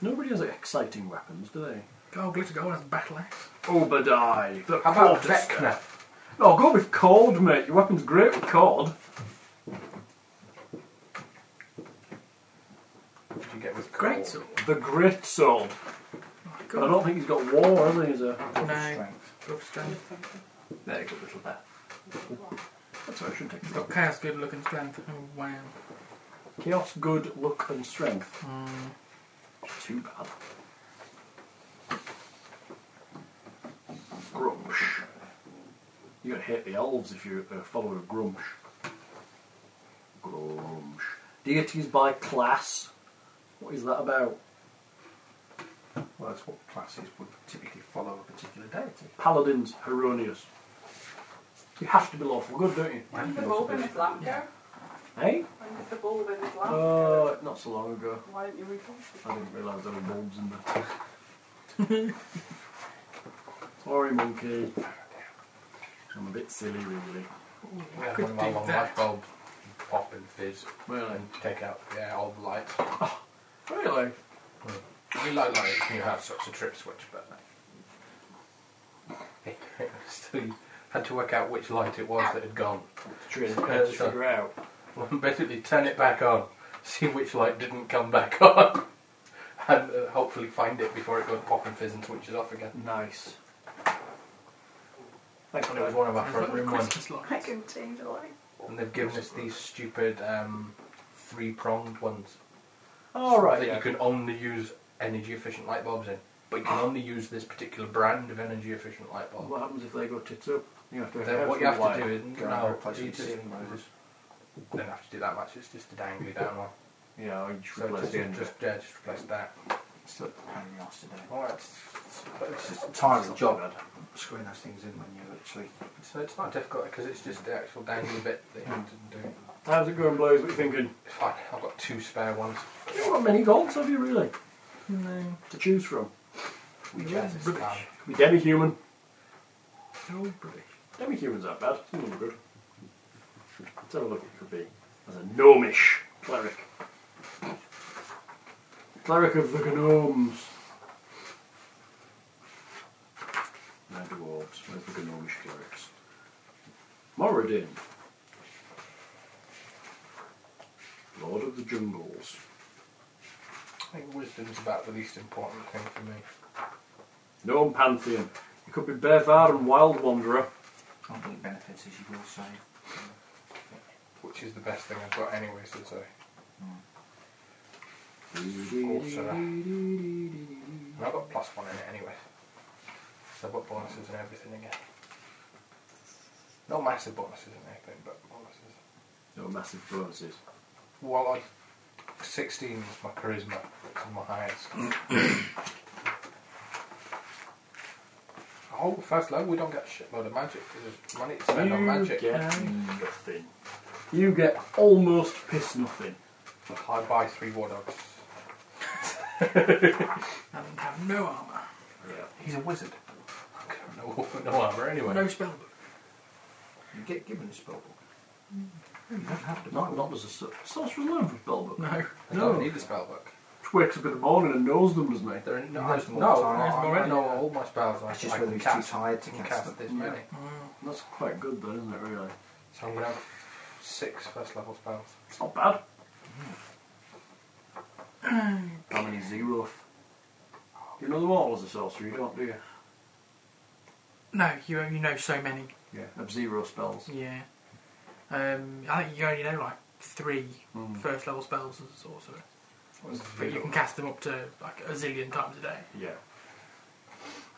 Speaker 2: Nobody has like, exciting weapons, do they?
Speaker 6: Gold glitter gold has a battle axe.
Speaker 2: Oh, Obadiah, the
Speaker 4: How about
Speaker 2: quarterstaff.
Speaker 4: Vecna?
Speaker 2: Oh, go with cord, mate. Your weapon's great with cord.
Speaker 4: What did you get with
Speaker 6: Great
Speaker 4: Cole?
Speaker 6: sword.
Speaker 2: The great sword.
Speaker 6: Oh, my
Speaker 2: But I
Speaker 6: God.
Speaker 2: don't think he's got war, has he? Is a...
Speaker 5: Double
Speaker 6: No.
Speaker 5: strength.
Speaker 6: Good strength.
Speaker 2: There, good little there. That's why I should take
Speaker 6: It's
Speaker 2: it.
Speaker 6: got chaos, good look, and strength. Oh, wow.
Speaker 2: Chaos, good, luck, and strength.
Speaker 6: Mm.
Speaker 2: Too bad. Grumsh. You're gonna hate the elves if you're a follower of Grumsh. Grumsh. Deities by class. What is that about?
Speaker 5: Well, that's what classes would typically follow a particular deity.
Speaker 2: Paladins, Heronius. You have to be lawful good, don't you?
Speaker 3: When did the bulb in his lamp go?
Speaker 2: Hey?
Speaker 3: When did the bulb in his lamp go?
Speaker 2: Uh, not so long ago.
Speaker 3: Why didn't you replace
Speaker 2: I didn't realise there were bulbs in there. Sorry, monkey. I'm a bit silly, really.
Speaker 4: We had
Speaker 6: Could
Speaker 4: one of my
Speaker 6: do
Speaker 4: long
Speaker 6: that.
Speaker 4: light bulbs pop and fizz
Speaker 2: Really?
Speaker 4: and take out yeah, all the lights.
Speaker 2: Really?
Speaker 4: We like lights when you have such a trip switch, but still you had to work out which light it was that had gone.
Speaker 2: Training
Speaker 4: Uh,
Speaker 2: parents to
Speaker 4: so-
Speaker 2: figure out.
Speaker 4: Basically, turn it back on, see which light didn't come back on, and uh, hopefully find it before it goes pop and fizz and switches off again.
Speaker 2: Nice. Thanks,
Speaker 4: And it was
Speaker 2: Dad.
Speaker 4: one of our
Speaker 6: It's
Speaker 4: front
Speaker 6: like
Speaker 4: room ones.
Speaker 6: Christmas
Speaker 3: I
Speaker 6: lights.
Speaker 3: can change the light.
Speaker 4: And they've given us these stupid um, three pronged ones
Speaker 2: All right.
Speaker 4: that
Speaker 2: Yeah.
Speaker 4: you can only use energy efficient light bulbs in. But you can only use this particular brand of energy efficient light bulb.
Speaker 2: What happens if they go tits up? You have to.
Speaker 4: Then what you have to do is
Speaker 5: Go and
Speaker 4: no,
Speaker 5: replace it
Speaker 4: you
Speaker 5: with
Speaker 4: just
Speaker 5: ceiling roses.
Speaker 4: don't have to do that much. It's just a dangly down one.
Speaker 2: Yeah, I just
Speaker 4: So
Speaker 2: replaced
Speaker 4: just,
Speaker 2: the end.
Speaker 4: just, yeah, just replace that.
Speaker 5: Still a pain in the arse today.
Speaker 4: All right. It's, it's
Speaker 5: It's
Speaker 4: just,
Speaker 5: a tiring job screwing those things in when you're actually
Speaker 4: so it's not difficult because it's just the actual dangly bit that you have to do.
Speaker 2: How's it going, Blaze? What you thinking?
Speaker 4: It's fine. I've got two spare ones.
Speaker 2: You've got many golds, have you really?
Speaker 6: No.
Speaker 2: To choose from.
Speaker 4: We
Speaker 6: They're all
Speaker 4: just
Speaker 6: British.
Speaker 4: done.
Speaker 2: Be demi-human.
Speaker 6: They're all British.
Speaker 2: Demi-humans aren't bad. It's not good. Let's have a look. It could be as a gnomish cleric. Cleric of the gnomes. Now dwarves. Where's the gnomish clerics? Moradin. Lord of the jungles.
Speaker 4: I think wisdom's about the least important thing for me.
Speaker 2: Gnome pantheon. It could be Bevar and Wild Wanderer.
Speaker 5: unbelievable benefits, as you will say.
Speaker 4: Which is the best thing I've got anyway, so it's a sorcerer. And I've got plus one in it anyway. So I've got bonuses and everything again. Not massive bonuses and anything, but bonuses.
Speaker 2: No massive bonuses.
Speaker 4: Well, I, 16 is my charisma, which is my highest. oh, first level, we don't get a shitload of magic. There's money to spend on
Speaker 2: You
Speaker 4: magic.
Speaker 2: get nothing. You get almost piss nothing.
Speaker 4: I buy three war dogs.
Speaker 6: and have no armour.
Speaker 5: He's a wizard.
Speaker 4: No, no armour anyway.
Speaker 6: No spellbook.
Speaker 5: You get given a spellbook. You don't have to.
Speaker 2: Not,
Speaker 5: buy
Speaker 2: not
Speaker 5: one.
Speaker 2: as a sor- sorcerer's learn from spellbook.
Speaker 6: No.
Speaker 4: I don't need a spellbook.
Speaker 2: Just wakes up in the morning and knows them, doesn't he?
Speaker 4: There are no,
Speaker 5: You
Speaker 4: I-
Speaker 5: have more
Speaker 4: no,
Speaker 5: time.
Speaker 4: I-
Speaker 5: You have
Speaker 6: more
Speaker 4: I know
Speaker 6: energy.
Speaker 4: all my spells. I,
Speaker 5: It's just
Speaker 4: I
Speaker 5: whether
Speaker 4: can
Speaker 5: he's
Speaker 4: cast,
Speaker 5: too tired to
Speaker 4: I can
Speaker 5: cast
Speaker 4: cast
Speaker 5: them.
Speaker 4: this
Speaker 2: Yeah.
Speaker 4: many.
Speaker 2: That's quite good, though, isn't it? Really,
Speaker 4: So I'm going to have six first level spells.
Speaker 2: it's not bad. How many zero? You know them all as a sorcerer. You don't, do you?
Speaker 6: No, you only know so many.
Speaker 2: Yeah, of zero spells.
Speaker 6: Yeah. Um, I think you only know like three first level spells as a sorcerer. But you can cast them up to like a zillion times a day.
Speaker 2: Yeah.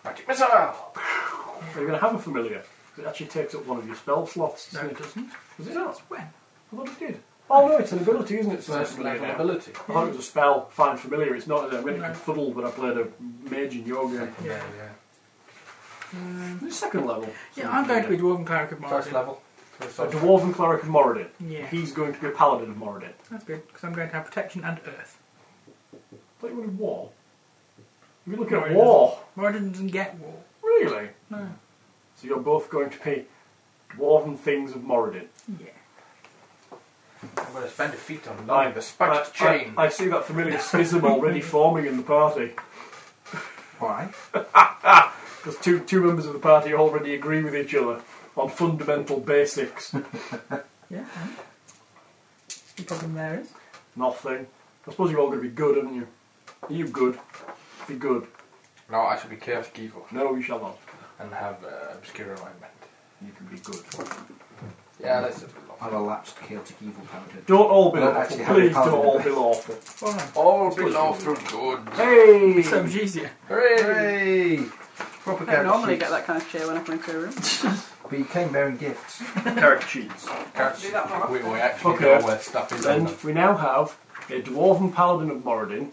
Speaker 4: Magic missile!
Speaker 2: Are you going to have a familiar? 'Cause It actually takes up one of your spell slots.
Speaker 6: No,
Speaker 2: doesn't
Speaker 6: it doesn't.
Speaker 2: Does it not?
Speaker 6: When?
Speaker 2: I thought it did. Oh no, it's an ability, isn't it?
Speaker 4: First
Speaker 2: Familiar
Speaker 4: level
Speaker 2: now.
Speaker 4: ability.
Speaker 2: I thought it was a spell. Find familiar. It's not. I'm getting
Speaker 6: No.
Speaker 2: confuddled when I played a mage in your game.
Speaker 4: Yeah,
Speaker 6: Um,
Speaker 2: It's second level.
Speaker 6: yeah, I'm going to be Dwarven Cleric of
Speaker 4: yeah.
Speaker 6: Mine.
Speaker 4: First level. First
Speaker 2: a
Speaker 4: level.
Speaker 2: dwarven cleric of Moradin.
Speaker 6: Yeah.
Speaker 2: He's going to be a paladin of Moradin.
Speaker 6: That's good, because I'm going to have protection and earth.
Speaker 2: I thought you wanted war. You're looking at
Speaker 6: Moradin
Speaker 2: war.
Speaker 6: Moradin doesn't get war.
Speaker 2: Really?
Speaker 6: No.
Speaker 2: So you're both going to be dwarven things of Moradin.
Speaker 6: Yeah.
Speaker 4: I'm going to spend a feat on learning the
Speaker 2: I,
Speaker 4: spiked chain.
Speaker 2: I, I see that familiar schism already forming in the party.
Speaker 5: Why?
Speaker 2: Because two, two members of the party already agree with each other on fundamental basics.
Speaker 6: Yeah. and? The problem there is?
Speaker 2: Nothing. I suppose you're all going to be good, haven't you? Are you good? Be good.
Speaker 4: no, I shall be chaotic evil
Speaker 2: No, you shall not.
Speaker 4: and have uh, obscure alignment.
Speaker 5: You can be good.
Speaker 4: Yeah, that's a bit long.
Speaker 5: I'm a lapsed chaotic evil paladin.
Speaker 2: Don't all be
Speaker 5: Well,
Speaker 2: lawful.
Speaker 5: actually, Harry
Speaker 2: Please don't
Speaker 5: Potter
Speaker 2: all
Speaker 5: did
Speaker 2: be lawful.
Speaker 6: Why?
Speaker 4: All below through good.
Speaker 2: Hey!
Speaker 6: So much easier.
Speaker 4: Hooray!
Speaker 5: Hooray! Proper
Speaker 3: I don't normally
Speaker 5: character
Speaker 3: get that kind of cheer when I come into a room.
Speaker 5: sheets. But you came bearing gifts.
Speaker 2: Character sheets.
Speaker 4: Can't
Speaker 3: Do that more
Speaker 4: we,
Speaker 3: often.
Speaker 4: we actually
Speaker 2: Okay.
Speaker 4: know where stuff is.
Speaker 2: Then we now have a dwarven paladin of Moradin,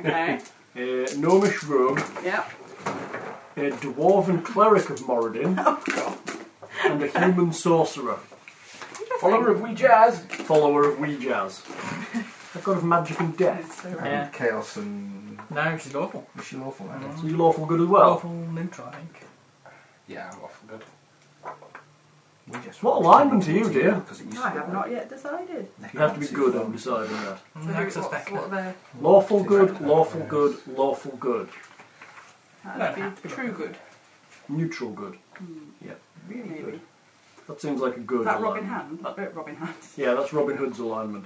Speaker 3: Okay.
Speaker 2: a gnomish rogue,
Speaker 3: yeah.
Speaker 2: a dwarven cleric of Moradin,
Speaker 3: Oh god.
Speaker 2: and a human sorcerer,
Speaker 4: Follower of wee jazz.
Speaker 2: follower of wee jazz. A god of magic and death.
Speaker 3: It's so
Speaker 5: And
Speaker 3: weird.
Speaker 6: Yeah.
Speaker 5: chaos and.
Speaker 6: No, she's lawful.
Speaker 5: Is she lawful? I
Speaker 2: So you lawful good as well.
Speaker 6: Lawful neutral, I think.
Speaker 4: Yeah, I'm off good.
Speaker 5: We just
Speaker 2: What alignment are you, dear?
Speaker 5: Because it used
Speaker 3: No,
Speaker 5: to
Speaker 3: I have not yet decided.
Speaker 2: You have to be good, I'm deciding that.
Speaker 3: So
Speaker 6: Mm,
Speaker 3: who-
Speaker 6: I suspect
Speaker 3: what's, what are
Speaker 6: that.
Speaker 3: the,
Speaker 2: Lawful good, lawful good, lawful good.
Speaker 3: that'd
Speaker 6: No, have to
Speaker 3: be
Speaker 6: be
Speaker 3: true good.
Speaker 2: Neutral good. Yeah.
Speaker 3: Really good.
Speaker 2: That seems like a good
Speaker 3: Is that Robin
Speaker 2: alignment.
Speaker 3: Hand? That bit Robin Hand.
Speaker 2: Yeah, that's Robin Hood's alignment.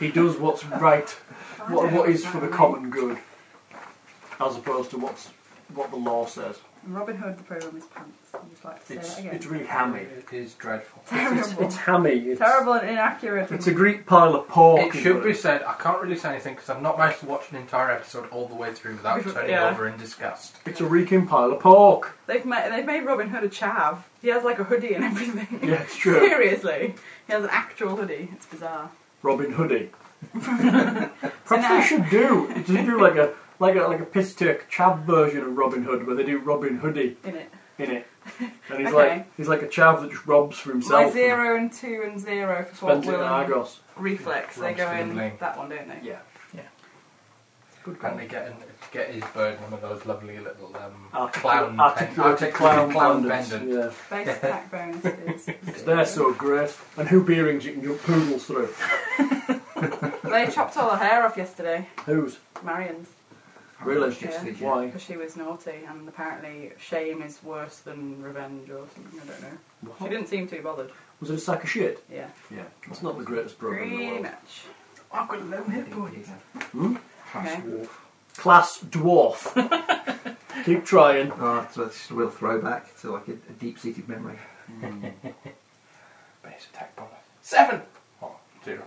Speaker 2: he does what's right, what, what is for the common good, as opposed to what's what the law says.
Speaker 3: Robin Hood, the program is pants. I'd just like to say
Speaker 2: It's
Speaker 3: that again.
Speaker 2: it's really hammy.
Speaker 4: It is dreadful.
Speaker 2: It's,
Speaker 3: terrible.
Speaker 2: it's hammy. It's,
Speaker 3: terrible and inaccurate.
Speaker 2: It's a Greek pile of pork.
Speaker 4: It should be
Speaker 2: isn't
Speaker 4: said, I can't really say anything because I've not managed to watch an entire episode all the way through without turning
Speaker 3: Yeah.
Speaker 4: over in disgust.
Speaker 2: It's a reeking pile of pork.
Speaker 3: They've made, they've made Robin Hood a chav. He has like a hoodie and everything.
Speaker 2: Yeah, it's true.
Speaker 3: Seriously. He has an actual hoodie. It's bizarre.
Speaker 2: Robin Hoodie.
Speaker 3: So now-
Speaker 2: Perhaps they should do. Just do like a like a like a piss take chav version of Robin Hood, where they do Robin Hoodie
Speaker 3: in it.
Speaker 2: in it, and he's
Speaker 3: Okay.
Speaker 2: like he's like a chav that just robs for
Speaker 3: My
Speaker 2: himself. and
Speaker 3: zero and two and zero for Fort
Speaker 2: Spends it in
Speaker 3: Will and
Speaker 2: Argos.
Speaker 3: Reflex. They
Speaker 4: Rob's
Speaker 3: go
Speaker 4: for the
Speaker 3: in
Speaker 4: bling.
Speaker 3: that one, don't they?
Speaker 2: Yeah.
Speaker 6: Good
Speaker 4: And
Speaker 6: call.
Speaker 4: they get in, get his bird one of those lovely little um,
Speaker 2: Artic-
Speaker 4: clown,
Speaker 2: articulated
Speaker 4: pen- articulated
Speaker 2: clown,
Speaker 4: clown
Speaker 2: bandits,
Speaker 4: pendant.
Speaker 2: Yeah.
Speaker 3: Base attack bonus is.
Speaker 2: They're so great. And hoop earrings you can jump poodles through.
Speaker 3: they chopped all her hair off yesterday.
Speaker 2: Who's?
Speaker 3: Marion's.
Speaker 4: Oh,
Speaker 2: Really?
Speaker 3: Yeah.
Speaker 2: Why?
Speaker 3: Because she was naughty, and apparently shame is worse than revenge or something. I don't know. She didn't seem too bothered.
Speaker 2: Was it a sack of shit?
Speaker 3: Yeah.
Speaker 2: Yeah. That's not the greatest program in the
Speaker 3: Pretty
Speaker 2: world.
Speaker 3: much.
Speaker 6: I've got 11 hit points.
Speaker 2: Ah,
Speaker 5: Class
Speaker 3: Okay.
Speaker 5: dwarf.
Speaker 2: Class dwarf. Keep trying.
Speaker 5: Oh, so that's just a real throwback to like a, a deep seated memory.
Speaker 4: Base attack bonus. Seven! Oh, zero.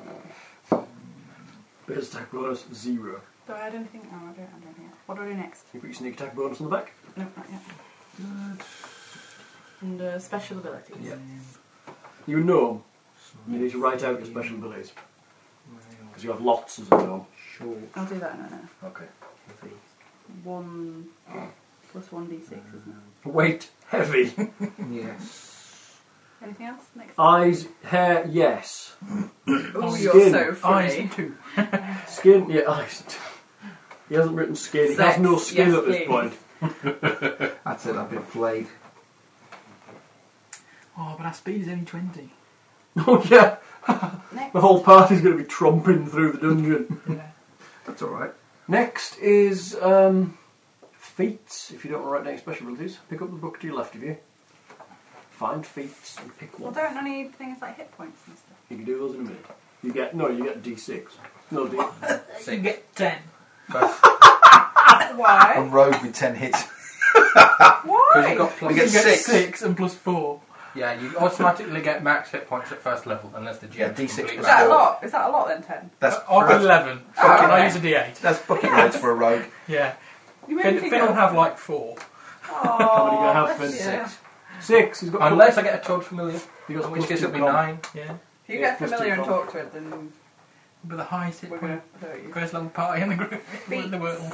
Speaker 2: Base attack bonus zero.
Speaker 3: Do I add anything? No, I don't add anything. else. What do I do next?
Speaker 2: You put your sneak attack bonus on the back.
Speaker 3: No, not yet. And uh, special abilities.
Speaker 5: Yeah.
Speaker 2: You know you need to write out your special abilities. Because you have lots as a gnome.
Speaker 5: Short
Speaker 3: I'll do that in a minute.
Speaker 2: Okay.
Speaker 5: heavy.
Speaker 3: One plus one d6, isn't it?
Speaker 2: Weight heavy.
Speaker 5: Yes.
Speaker 3: Anything else? Next.
Speaker 2: Eyes, hair, yes.
Speaker 3: Oh,
Speaker 2: skin.
Speaker 3: you're so funny.
Speaker 6: Eyes 2.
Speaker 2: Skin, yeah, eyes. He hasn't written skin. he
Speaker 3: Sex,
Speaker 2: has no skin
Speaker 3: yes,
Speaker 2: at this
Speaker 3: please.
Speaker 2: point.
Speaker 7: That's it, I've been flayed.
Speaker 6: Oh, but our speed is only 20.
Speaker 2: Oh yeah,
Speaker 3: Next.
Speaker 2: the whole party's going to be tromping through the dungeon.
Speaker 7: That's alright.
Speaker 2: Next is um, feats. If you don't write down special abilities, pick up the book to your left of you. Find feats and pick
Speaker 3: Well,
Speaker 2: one.
Speaker 3: don't I need things like hit points and stuff?
Speaker 2: You can do those in a minute. You get no, you get D six. No D.
Speaker 3: Uh,
Speaker 6: You get 10.
Speaker 3: Why?
Speaker 5: I'm rogue with 10 hits.
Speaker 4: Because
Speaker 3: Why?
Speaker 4: you've got plus.
Speaker 5: You get
Speaker 4: You get
Speaker 5: six.
Speaker 6: and plus 4.
Speaker 4: Yeah, you automatically get max hit points at first level unless the GM
Speaker 5: Yeah, D6
Speaker 4: completely-
Speaker 3: Is
Speaker 5: back.
Speaker 3: that a lot? Is that a lot then, Ah, 10?
Speaker 2: Uh,
Speaker 5: That's,
Speaker 6: I've got
Speaker 5: that's,
Speaker 6: 11. and I use a D8.
Speaker 5: that's bucket loads for a rogue.
Speaker 6: Yeah.
Speaker 3: You
Speaker 6: Finn,
Speaker 3: made me
Speaker 6: Finn will
Speaker 3: go,
Speaker 6: have like 4.
Speaker 2: How many do you
Speaker 3: oh,
Speaker 2: have? Finn?
Speaker 3: bless you.
Speaker 2: Six. Six. He's got.
Speaker 4: Unless I get a Toad Familiar,
Speaker 2: He's
Speaker 4: in
Speaker 2: got
Speaker 4: which
Speaker 2: plus
Speaker 4: case
Speaker 2: two
Speaker 4: it'll be
Speaker 2: con.
Speaker 4: nine.
Speaker 6: Yeah.
Speaker 3: If you
Speaker 2: Yeah,
Speaker 3: get
Speaker 2: plus two
Speaker 3: familiar and
Speaker 2: con.
Speaker 3: talk to it, then
Speaker 6: But the highest hit
Speaker 3: we're
Speaker 6: point.
Speaker 3: going to hurt you.
Speaker 6: First level party in the group. in the
Speaker 3: Feats.
Speaker 6: world.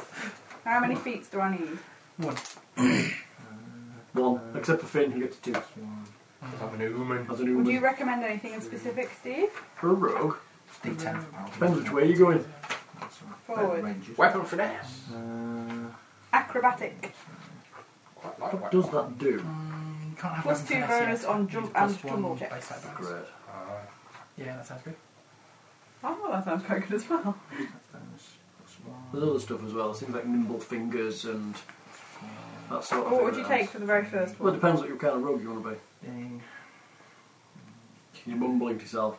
Speaker 3: How many feats do I need?
Speaker 6: One.
Speaker 2: One, except for Finn, he gets two.
Speaker 4: I'm an human.
Speaker 2: As an human.
Speaker 3: Would you recommend anything in specific, Steve?
Speaker 2: For a rogue,
Speaker 5: D10 for power.
Speaker 2: depends which way you're going.
Speaker 3: Forward.
Speaker 7: Rangers.
Speaker 4: Weapon finesse.
Speaker 7: Uh,
Speaker 3: Acrobatic.
Speaker 4: Quite like
Speaker 2: What
Speaker 4: weapon.
Speaker 2: does that do?
Speaker 6: Mm, you can't have
Speaker 3: Plus
Speaker 6: one
Speaker 3: two
Speaker 6: finesse
Speaker 3: bonus
Speaker 6: yet.
Speaker 3: on
Speaker 6: You
Speaker 3: jump
Speaker 6: need plus
Speaker 3: and
Speaker 6: one
Speaker 3: tumble checks.
Speaker 6: base attack bonus.
Speaker 7: great.
Speaker 4: Ah,
Speaker 6: Yeah, that sounds good.
Speaker 3: Oh, that sounds quite good as well.
Speaker 2: There's other stuff as well, things like nimble fingers and that sort of
Speaker 3: What
Speaker 2: thing
Speaker 3: would you
Speaker 2: that
Speaker 3: take
Speaker 2: adds-
Speaker 3: for the very first
Speaker 2: Well, it
Speaker 3: one?
Speaker 2: depends what your kind of rogue you want to be. You're mumbling to yourself.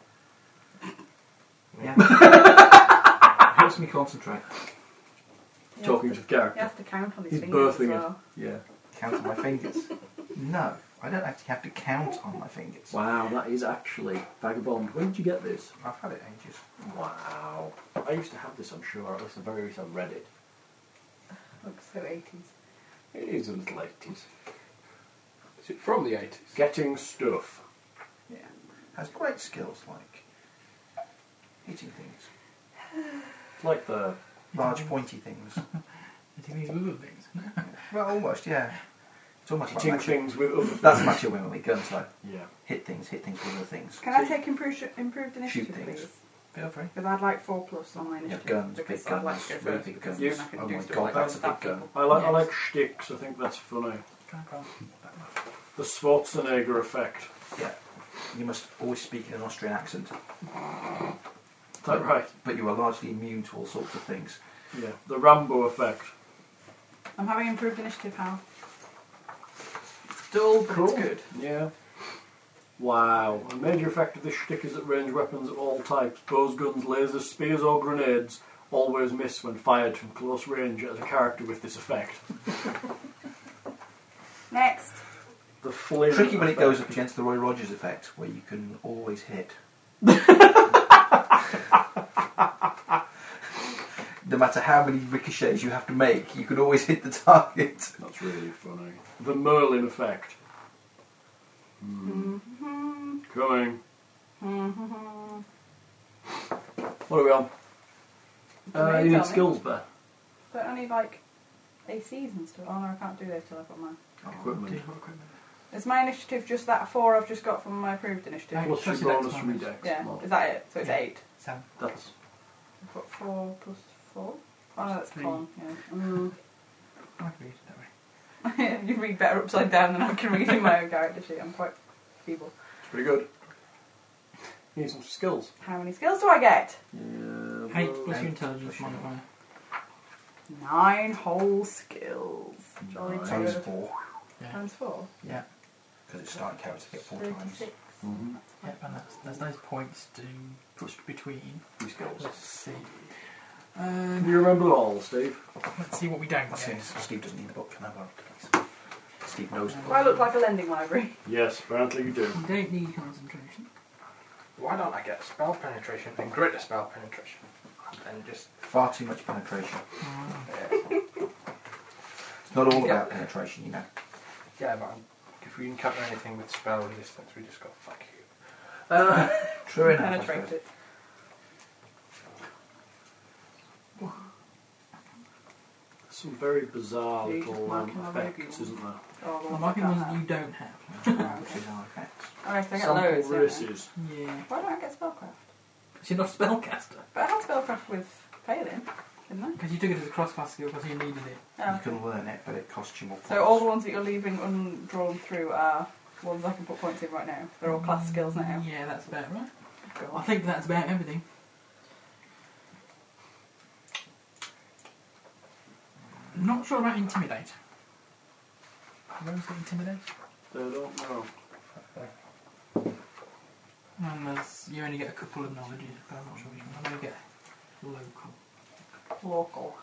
Speaker 7: helps me concentrate.
Speaker 3: He has
Speaker 2: Talking
Speaker 3: to-
Speaker 2: to the character.
Speaker 3: He has to count on his
Speaker 2: He's
Speaker 3: fingers as
Speaker 2: birthing it.
Speaker 3: well.
Speaker 2: Yeah.
Speaker 5: Count on my fingers. No, I don't actually have to count on my fingers.
Speaker 2: Wow, that is actually vagabond. Where did you get this?
Speaker 4: I've had it ages.
Speaker 2: Wow. I used to have this, I'm sure. At least the very least I read it.
Speaker 3: Looks so 80s.
Speaker 2: It is a little 80s.
Speaker 4: Is it from the 80s?
Speaker 2: Getting stuff.
Speaker 5: Yeah. Has great skills like hitting things,
Speaker 2: Like the
Speaker 5: large pointy things.
Speaker 6: Hitting these with other things.
Speaker 5: well, almost, yeah. It's almost like
Speaker 2: hitting
Speaker 5: magic.
Speaker 2: things with other
Speaker 5: That's Macho Women with guns, though.
Speaker 2: Yeah.
Speaker 5: Hit things, hit things with other things.
Speaker 3: Can I take improved, improved initiative,
Speaker 5: things.
Speaker 3: please?
Speaker 5: Feel free.
Speaker 3: Because I'd like four plus on my
Speaker 5: Yeah,
Speaker 3: initiative.
Speaker 5: guns, big
Speaker 3: because
Speaker 5: guns,
Speaker 3: I'd like to go
Speaker 5: really
Speaker 3: first.
Speaker 5: big
Speaker 3: because
Speaker 5: guns.
Speaker 3: then I can
Speaker 5: Oh
Speaker 3: do
Speaker 5: my
Speaker 3: stuff
Speaker 5: God,
Speaker 3: like that
Speaker 5: that's a
Speaker 3: without
Speaker 5: big gun.
Speaker 3: people.
Speaker 2: I like, I
Speaker 6: Yes.
Speaker 2: like shticks, I think that's funny.
Speaker 6: Can I grab that one?
Speaker 2: The Schwarzenegger effect.
Speaker 5: Yeah. You must always speak in an Austrian accent,
Speaker 2: Is that right?
Speaker 5: but you are largely immune to all sorts of things.
Speaker 2: Yeah. The Rambo effect.
Speaker 3: I'm having improved initiative, Hal. It's dull, but it's
Speaker 2: Cool.
Speaker 3: good.
Speaker 2: Yeah. Wow. A major effect of this shtick is that range weapons of all types, bows, guns, lasers, spears, or grenades, always miss when fired from close range at a character with this effect.
Speaker 3: Next.
Speaker 2: The flare.
Speaker 5: Tricky when it
Speaker 2: effect.
Speaker 5: goes up against the Roy Rogers effect, where you can always hit. no matter how many ricochets you have to make, you can always hit the target.
Speaker 2: That's really funny. The Merlin effect.
Speaker 3: Hmm.
Speaker 2: Coming.
Speaker 5: Uh,
Speaker 3: Mm-hmm.
Speaker 2: What are we on?
Speaker 3: Can
Speaker 2: Uh,
Speaker 3: you
Speaker 2: you
Speaker 3: tell
Speaker 2: need
Speaker 3: me?
Speaker 2: skills there.
Speaker 3: But I need like ACs and stuff. Oh no, I can't do those till I've got mine.
Speaker 2: Oh. Equipment.
Speaker 3: Is my initiative just that four I've just got from my approved initiative?
Speaker 6: Right.
Speaker 2: Plus
Speaker 6: Plus
Speaker 2: your
Speaker 6: your
Speaker 2: bonus
Speaker 6: dex
Speaker 2: from your
Speaker 6: bonus.
Speaker 2: dex.
Speaker 3: Yeah,
Speaker 2: mod.
Speaker 3: is that it? So it's
Speaker 6: Yeah.
Speaker 3: eight.
Speaker 6: Seven.
Speaker 2: That's
Speaker 3: I've got four plus four. Oh no, that's
Speaker 6: Three.
Speaker 3: con. Yeah.
Speaker 6: I can read it, don't worry.
Speaker 3: Mm. you read better upside down than I can read in my own character sheet. I'm quite feeble.
Speaker 2: pretty good. You need some skills.
Speaker 3: How many skills do I get?
Speaker 2: Yeah.
Speaker 6: Eight
Speaker 2: well-
Speaker 6: plus your intelligence modifier.
Speaker 3: Nine whole skills. Jolly
Speaker 2: Nice.
Speaker 5: Times
Speaker 3: good.
Speaker 5: four,
Speaker 3: Times four.
Speaker 5: yeah. Because it's starting character get four times.
Speaker 3: Thirty-six.
Speaker 2: Mhm.
Speaker 6: Yep, and that's, there's those points to push between.
Speaker 2: These skills.
Speaker 6: Let's see.
Speaker 2: Do
Speaker 6: Um,
Speaker 2: you remember all, Steve?
Speaker 6: let's see what we don't
Speaker 5: That's it.
Speaker 6: get.
Speaker 5: Steve doesn't need the book, can I have one, please? Steve knows the
Speaker 3: Do I look
Speaker 5: book.
Speaker 3: like a lending library?
Speaker 2: Yes, apparently you do.
Speaker 6: You don't need concentration.
Speaker 4: Why don't I get spell penetration and greater spell penetration? And just.
Speaker 3: Mm.
Speaker 5: Far too much penetration.
Speaker 4: Yeah,
Speaker 5: It's not all
Speaker 4: Yeah.
Speaker 5: about penetration, you know.
Speaker 4: yeah but I'm- if we encounter anything with spell resistance, we just go, fuck you.
Speaker 5: True enough. I
Speaker 3: Penetrate
Speaker 5: suppose.
Speaker 3: it.
Speaker 2: Some very bizarre
Speaker 3: You're just
Speaker 2: little um,
Speaker 3: marking my
Speaker 2: effects,
Speaker 3: regular.
Speaker 2: isn't there?
Speaker 3: Oh, well,
Speaker 6: Well, marking the
Speaker 3: I
Speaker 6: ones
Speaker 3: can't
Speaker 6: that
Speaker 3: have.
Speaker 6: you don't have.
Speaker 3: All right, so I get
Speaker 2: Sample
Speaker 3: loads. don't I?
Speaker 2: races.
Speaker 6: Yeah.
Speaker 3: Why don't I get spellcraft?
Speaker 6: Because you're not a spellcaster.
Speaker 3: But I had spellcraft with Palin. in there.
Speaker 6: Because you took it as a cross class skill because you needed it.
Speaker 3: Oh,
Speaker 5: You
Speaker 3: okay.
Speaker 5: can learn it, but it costs you more points.
Speaker 3: So all the ones that you're leaving undrawn through are ones I can put points in right now. They're all class skills now.
Speaker 6: Yeah, that's about right.
Speaker 3: Go
Speaker 6: I
Speaker 3: on.
Speaker 6: think that's about everything. Not sure about intimidate. Where's the intimidate?
Speaker 2: They don't know.
Speaker 6: And there's, you only get a couple of knowledges, but I'm not sure which one. I'm going to get local.
Speaker 3: Local.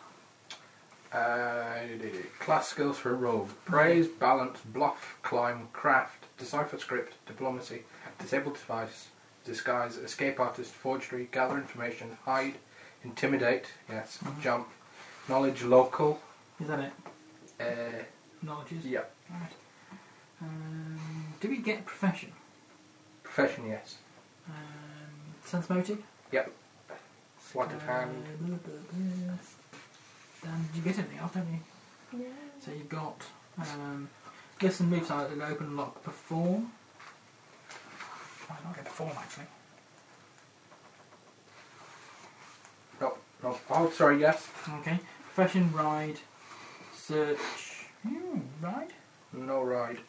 Speaker 4: Uh, class skills for rogue. Praise, balance, bluff, climb, craft, decipher script, diplomacy, disable device, disguise, escape artist, forgery, gather information, hide, intimidate, yes,
Speaker 6: Mm-hmm.
Speaker 4: jump, knowledge local,
Speaker 6: Is that it?
Speaker 4: uh,
Speaker 6: Knowledges?
Speaker 4: yeah,
Speaker 6: Alright. Um, do we get profession?
Speaker 4: profession, yes,
Speaker 6: Um, sense motive?
Speaker 4: sleight of hand,
Speaker 6: Uh, blah, blah, blah. Dan, you get anything else, don't you? So you've got um, guess and moves are an open lock perform. Might not get perform actually.
Speaker 4: no, no, oh, sorry, yes,
Speaker 6: Okay. Profession ride, search. Hmm, ride.
Speaker 4: no ride,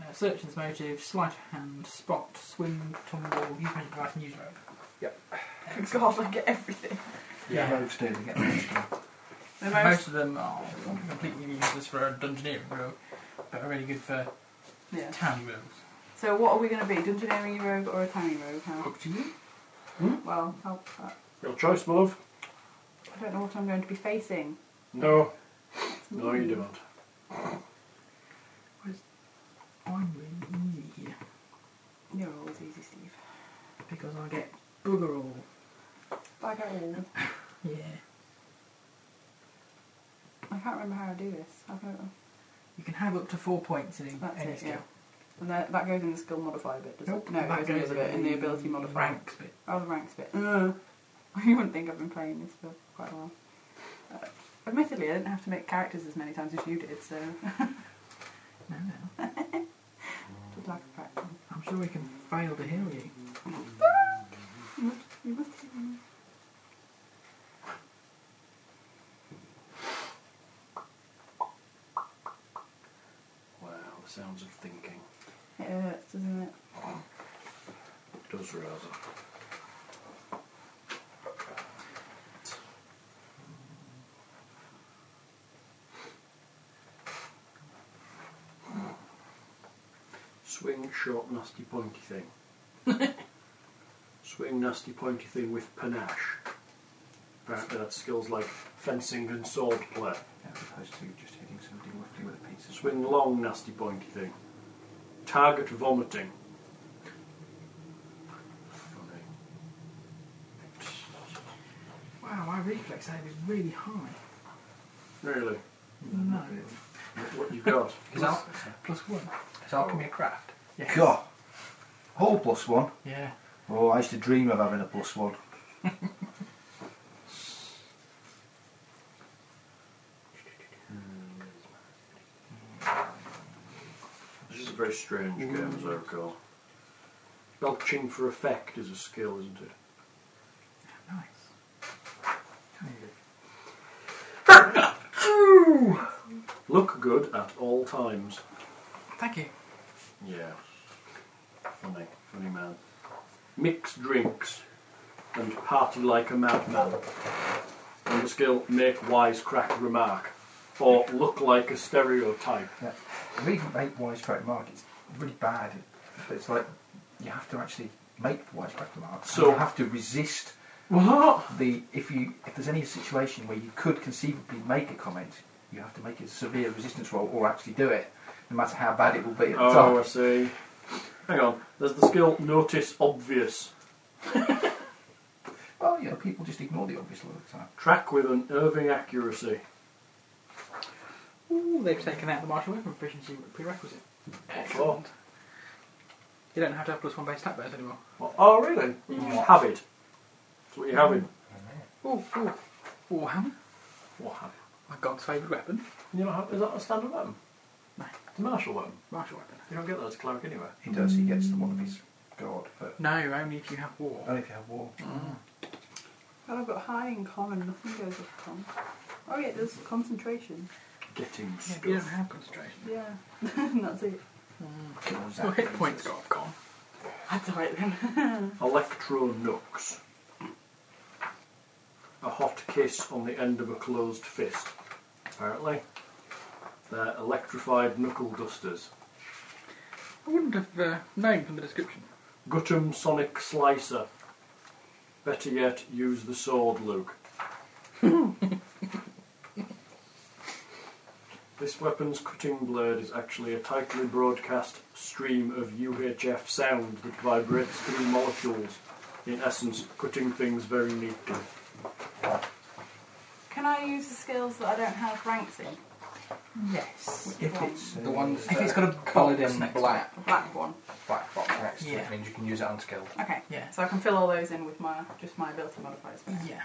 Speaker 6: Uh, search and motive, sleight of hand, spot, swim, tumble, use magic device, and use rope.
Speaker 3: God, I get everything.
Speaker 4: yeah,
Speaker 5: Rogues do, they get rogues do.
Speaker 3: The most,
Speaker 6: Most of them are completely useless for a dungeoneering rogue, but are really good for
Speaker 3: yeah.
Speaker 6: town rogues.
Speaker 3: So what are we going to be? Dungeoneering rogue or a tiny rogue? How?
Speaker 6: Up to you.
Speaker 3: Well, how, uh,
Speaker 2: Your choice, my love?
Speaker 3: I don't know what I'm going to be facing.
Speaker 2: No. No, you don't.
Speaker 6: I'm really easy here
Speaker 3: You're always easy, Steve.
Speaker 6: because I get bugger all.
Speaker 3: Like I all.
Speaker 6: Yeah.
Speaker 3: I can't remember how I do this. I don't,
Speaker 6: You can have up to four points in
Speaker 3: that's
Speaker 6: any
Speaker 3: it,
Speaker 6: skill.
Speaker 3: yeah. And that, that goes in the skill modifier bit, does
Speaker 6: Nope,
Speaker 3: it? No,
Speaker 6: that
Speaker 3: it goes in the
Speaker 6: goes
Speaker 3: other bit, in the ability modifier.
Speaker 6: Ranks bit.
Speaker 3: Oh, the ranks bit. Ugh. You wouldn't think I've been playing this for quite a while. Uh, admittedly, I didn't have to make characters as many times as you did, so
Speaker 6: No, no.
Speaker 3: just lack of practice.
Speaker 6: I'm sure we can fail to heal you.
Speaker 3: You must, you must heal me.
Speaker 2: Wow, the sounds of thinking.
Speaker 3: It hurts, doesn't it?
Speaker 2: It does rather. Swing short, nasty, pointy thing. Swing nasty, pointy thing with panache. Apparently, that's skills like fencing and sword play.
Speaker 5: As opposed to just hitting somebody roughly with a piece of
Speaker 2: Swing long, nasty, pointy thing. Target vomiting. Funny.
Speaker 6: Wow, my reflex save is really high.
Speaker 2: Really?
Speaker 3: Mm.
Speaker 6: No.
Speaker 2: What- What you got?
Speaker 4: is al-
Speaker 6: Plus one.
Speaker 4: is alchemy a craft?
Speaker 6: Yeah.
Speaker 8: God. Whole plus one.
Speaker 6: Yeah.
Speaker 8: Oh, I used to dream of having a plus one.
Speaker 2: This is a very strange game, as I recall. Belching for effect is a skill, isn't it?
Speaker 6: Nice.
Speaker 2: Look good at all times.
Speaker 6: Thank you.
Speaker 2: Yeah. Funny, funny man. Mix drinks and party like a madman. And the skill make wise crack remark or look like a stereotype.
Speaker 5: The reason make wisecrack mark it's really bad. But it's like you have to actually make wisecrack mark.
Speaker 2: So-
Speaker 5: So you have to resist
Speaker 2: What?
Speaker 5: the if you if there's any situation where you could conceivably make a comment, you have to make a severe resistance roll or actually do it, no matter how bad it will be at the
Speaker 2: Oh, I
Speaker 5: time.
Speaker 2: see. Hang on. There's the skill notice obvious.
Speaker 5: Well, you know, people just ignore the obvious a lot of the time.
Speaker 2: Track with unnerving accuracy.
Speaker 6: Ooh, they've taken out the martial weapon proficiency prerequisite.
Speaker 2: Excellent.
Speaker 6: You don't have to have plus one base stat bonus anymore.
Speaker 2: Oh, really? You just have it. That's what you have in.
Speaker 6: Ooh, ooh. Ooh, hammer.
Speaker 2: What have
Speaker 6: My god's favourite weapon.
Speaker 2: it? You not have, is that a standard weapon?
Speaker 6: No.
Speaker 2: It's a martial weapon.
Speaker 6: Martial weapon.
Speaker 2: You don't get that as a cleric anyway.
Speaker 8: He does, he gets the one of his god, but
Speaker 6: No, only if you have war.
Speaker 8: only if you have war.
Speaker 3: Well, I've got high in common, nothing goes with con. Oh yeah, there's concentration.
Speaker 8: Getting
Speaker 6: Yeah, you don't
Speaker 8: stuff.
Speaker 6: have concentration.
Speaker 3: Yeah, that's it.
Speaker 8: goes
Speaker 6: Your
Speaker 8: out
Speaker 6: hit
Speaker 8: there.
Speaker 6: points go off, con.
Speaker 3: That's alright then.
Speaker 2: Electronux. A hot kiss on the end of a closed fist. Apparently, they're electrified knuckle dusters.
Speaker 6: I wouldn't have uh, known from the description.
Speaker 2: Guttum Sonic Slicer. Better yet, use the sword, Luke. this weapon's cutting blade is actually a tightly broadcast stream of UHF sound that vibrates through molecules, in essence, cutting things very neatly.
Speaker 3: Can I use the skills that I don't have ranks in?
Speaker 6: Yes.
Speaker 5: If it's, uh,
Speaker 4: The ones
Speaker 6: If
Speaker 4: that
Speaker 6: it's got a
Speaker 4: are coloured
Speaker 6: box
Speaker 4: in
Speaker 6: next
Speaker 4: black,
Speaker 3: The black one.
Speaker 4: black box next to
Speaker 6: Yeah.
Speaker 4: it means you can use it unskilled.
Speaker 3: Okay.
Speaker 6: Yeah.
Speaker 3: So I can fill all those in with my just my ability modifiers. for now.
Speaker 6: Yeah.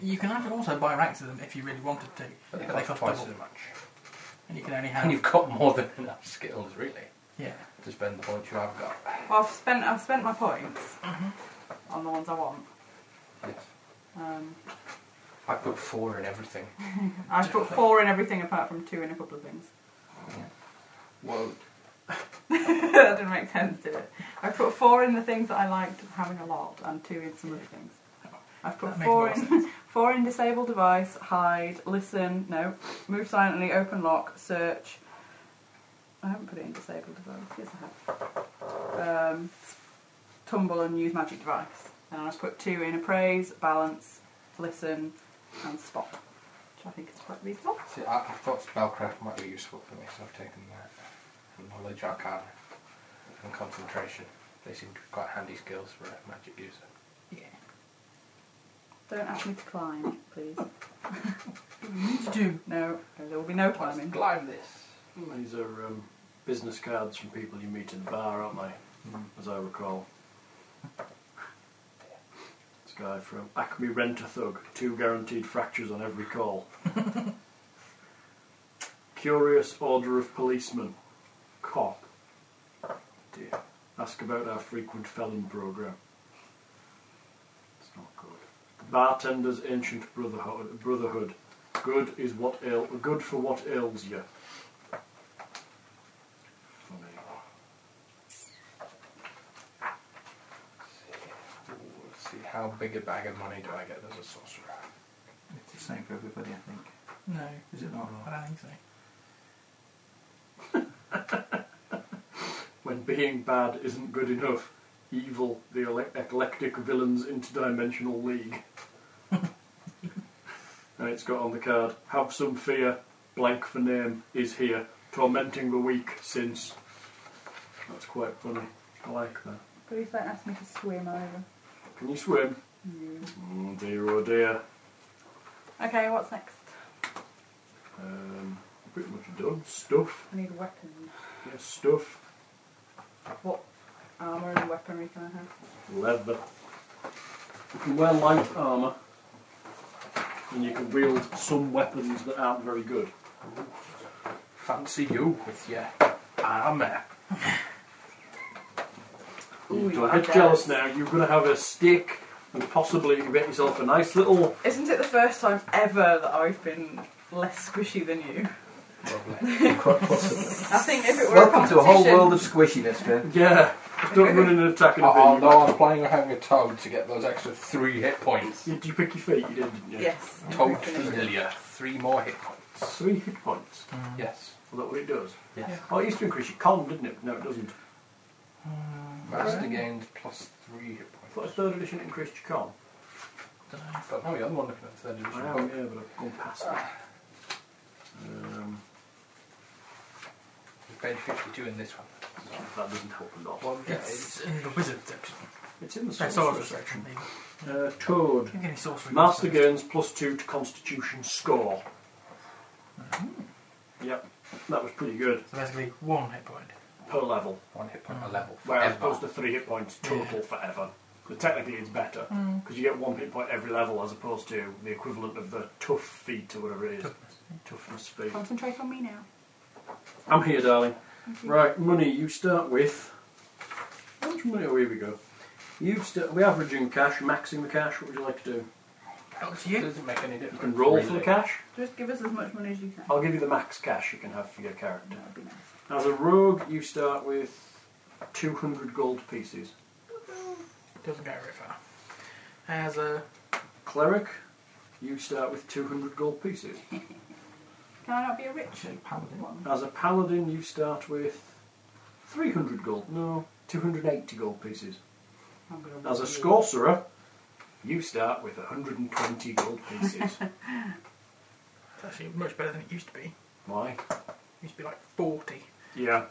Speaker 6: You can actually also buy ranks of them if you really wanted to,
Speaker 4: But
Speaker 6: but
Speaker 4: it
Speaker 6: they
Speaker 4: costs
Speaker 6: cost
Speaker 4: twice
Speaker 6: double,
Speaker 4: as much.
Speaker 6: and you can only
Speaker 4: And
Speaker 6: have
Speaker 4: you've got more than enough skills, really,
Speaker 6: yeah.
Speaker 4: to spend the points you have got.
Speaker 3: Well, I've spent I've spent my points
Speaker 5: Mm-hmm.
Speaker 3: on the ones I want.
Speaker 4: Yes.
Speaker 3: Um,
Speaker 4: I put four in everything.
Speaker 3: I put four in everything apart from two in a couple of things.
Speaker 4: Well,
Speaker 3: that didn't make sense, did it? I put four in the things that I liked having a lot, and two in some other things. I've put
Speaker 6: That makes
Speaker 3: four
Speaker 6: more
Speaker 3: in four in disable device, hide, listen, no, move silently, open lock, search. I haven't put it in disable device. Yes, I have. Um, tumble and use magic device, and I've put two in appraise, balance, listen, and spot, which I think is quite reasonable.
Speaker 4: see, I, I thought spellcraft might be useful for me, so I've taken that. And knowledge arcana and concentration. They seem to be quite handy skills for a magic user.
Speaker 6: Yeah.
Speaker 3: Don't ask me to climb, please.
Speaker 6: You need to do
Speaker 3: No, there will be no
Speaker 4: Let's
Speaker 3: climbing.
Speaker 4: climb this.
Speaker 2: These are um, business cards from people you meet in the bar, aren't they? As I recall. This guy from Acme Rent a Thug, two guaranteed fractures on every call. Curious order of policemen. Cop. Dear. Ask about our frequent felon program. It's not good. Bartender's ancient brotherhood. Brotherhood. Good is what ail. Good for what ails you.
Speaker 4: Ooh, Let's see, how big a bag of money do I get as a sorcerer?
Speaker 5: it's the same for everybody, I think.
Speaker 6: no.
Speaker 5: Is it not?
Speaker 6: I don't think so.
Speaker 2: When being bad isn't good enough, evil, the ele- eclectic villains interdimensional league. and it's got on the card have some fear, blank for name, is here, tormenting the weak since. That's quite funny. I like that.
Speaker 3: Please don't ask me to swim over.
Speaker 2: Can you swim? Oh dear, oh dear.
Speaker 3: Okay, what's next?
Speaker 2: Um, pretty much done. Stuff.
Speaker 3: I need a weapon.
Speaker 2: Yes, stuff.
Speaker 3: What armour and weaponry can I have?
Speaker 2: leather. You can wear light armour, and you can wield some weapons that aren't very good.
Speaker 4: Fancy you with your armour.
Speaker 3: Ooh,
Speaker 2: Don't
Speaker 3: I'm
Speaker 2: get jealous
Speaker 3: jealous.
Speaker 2: now. You're going to have a stick, and possibly you can get yourself a nice little.
Speaker 3: Isn't it the first time ever that I've been less squishy than you?
Speaker 4: Lovely.
Speaker 5: Quite possibly.
Speaker 3: I think if it were a
Speaker 5: Welcome to
Speaker 3: competition,
Speaker 5: a whole world of squishiness, Phil.
Speaker 2: Yeah, just don't run in and attack anything.
Speaker 4: Although I'm planning on having a toad to get those extra three hit points.
Speaker 2: you, did you pick your feet? You did, didn't you?
Speaker 3: yes,
Speaker 4: Toad
Speaker 3: definitely.
Speaker 4: failure. Three more hit points.
Speaker 2: Three hit points.
Speaker 4: Yes.
Speaker 2: Is that what it does?
Speaker 4: Yes.
Speaker 2: Oh, it used to increase your con, didn't it? No, it doesn't.
Speaker 4: Master gains plus three hit
Speaker 2: I thought
Speaker 4: points.
Speaker 2: third edition increased your con.
Speaker 4: But no, you're the one looking at third edition.
Speaker 2: I am, yeah, but I've gone past that. Um,
Speaker 4: Page 52 in this one.
Speaker 2: that doesn't help a lot.
Speaker 4: What we get is
Speaker 6: It's in the wizard section.
Speaker 2: It's in the
Speaker 6: No, sorcerer section. You
Speaker 2: Uh, Toad.
Speaker 6: can get any sorcery.
Speaker 2: Master
Speaker 6: weapons.
Speaker 2: gains plus two to Constitution score. Yep, that was pretty good
Speaker 6: So basically, one hit point.
Speaker 2: per level.
Speaker 4: one hit point a level.
Speaker 2: Whereas
Speaker 4: forever.
Speaker 2: opposed to three hit points total
Speaker 6: Yeah.
Speaker 2: forever. But technically, it's better because you get one hit point every level as opposed to the equivalent of the tough feat or whatever it is. Toughness feat.
Speaker 3: Concentrate on me now.
Speaker 2: I'm here, darling. Right, money. You start with. How much money? Oh, here we go. You start. We average in cash, maxing the cash. What would you like to do?
Speaker 6: Up to you.
Speaker 4: doesn't make any difference.
Speaker 2: You can roll for
Speaker 4: really.
Speaker 2: the cash.
Speaker 3: Just give us as much money as you can.
Speaker 2: I'll give you the max cash you can have for your character.
Speaker 3: That'd be nice.
Speaker 2: As a rogue, you start with 200 gold pieces.
Speaker 6: Doesn't go very far. As a
Speaker 2: Cleric, you start with 200 gold pieces.
Speaker 3: Can I not be a rich
Speaker 5: Actually, paladin.
Speaker 3: one?
Speaker 2: As a paladin, you start with 300 gold. No, 280 gold pieces.
Speaker 3: I'm gonna
Speaker 2: As a
Speaker 3: roll.
Speaker 2: sorcerer, you start with 120 gold pieces.
Speaker 6: It's actually much better than it used to be. It
Speaker 2: Why?
Speaker 6: used to be like 40.
Speaker 2: Yeah,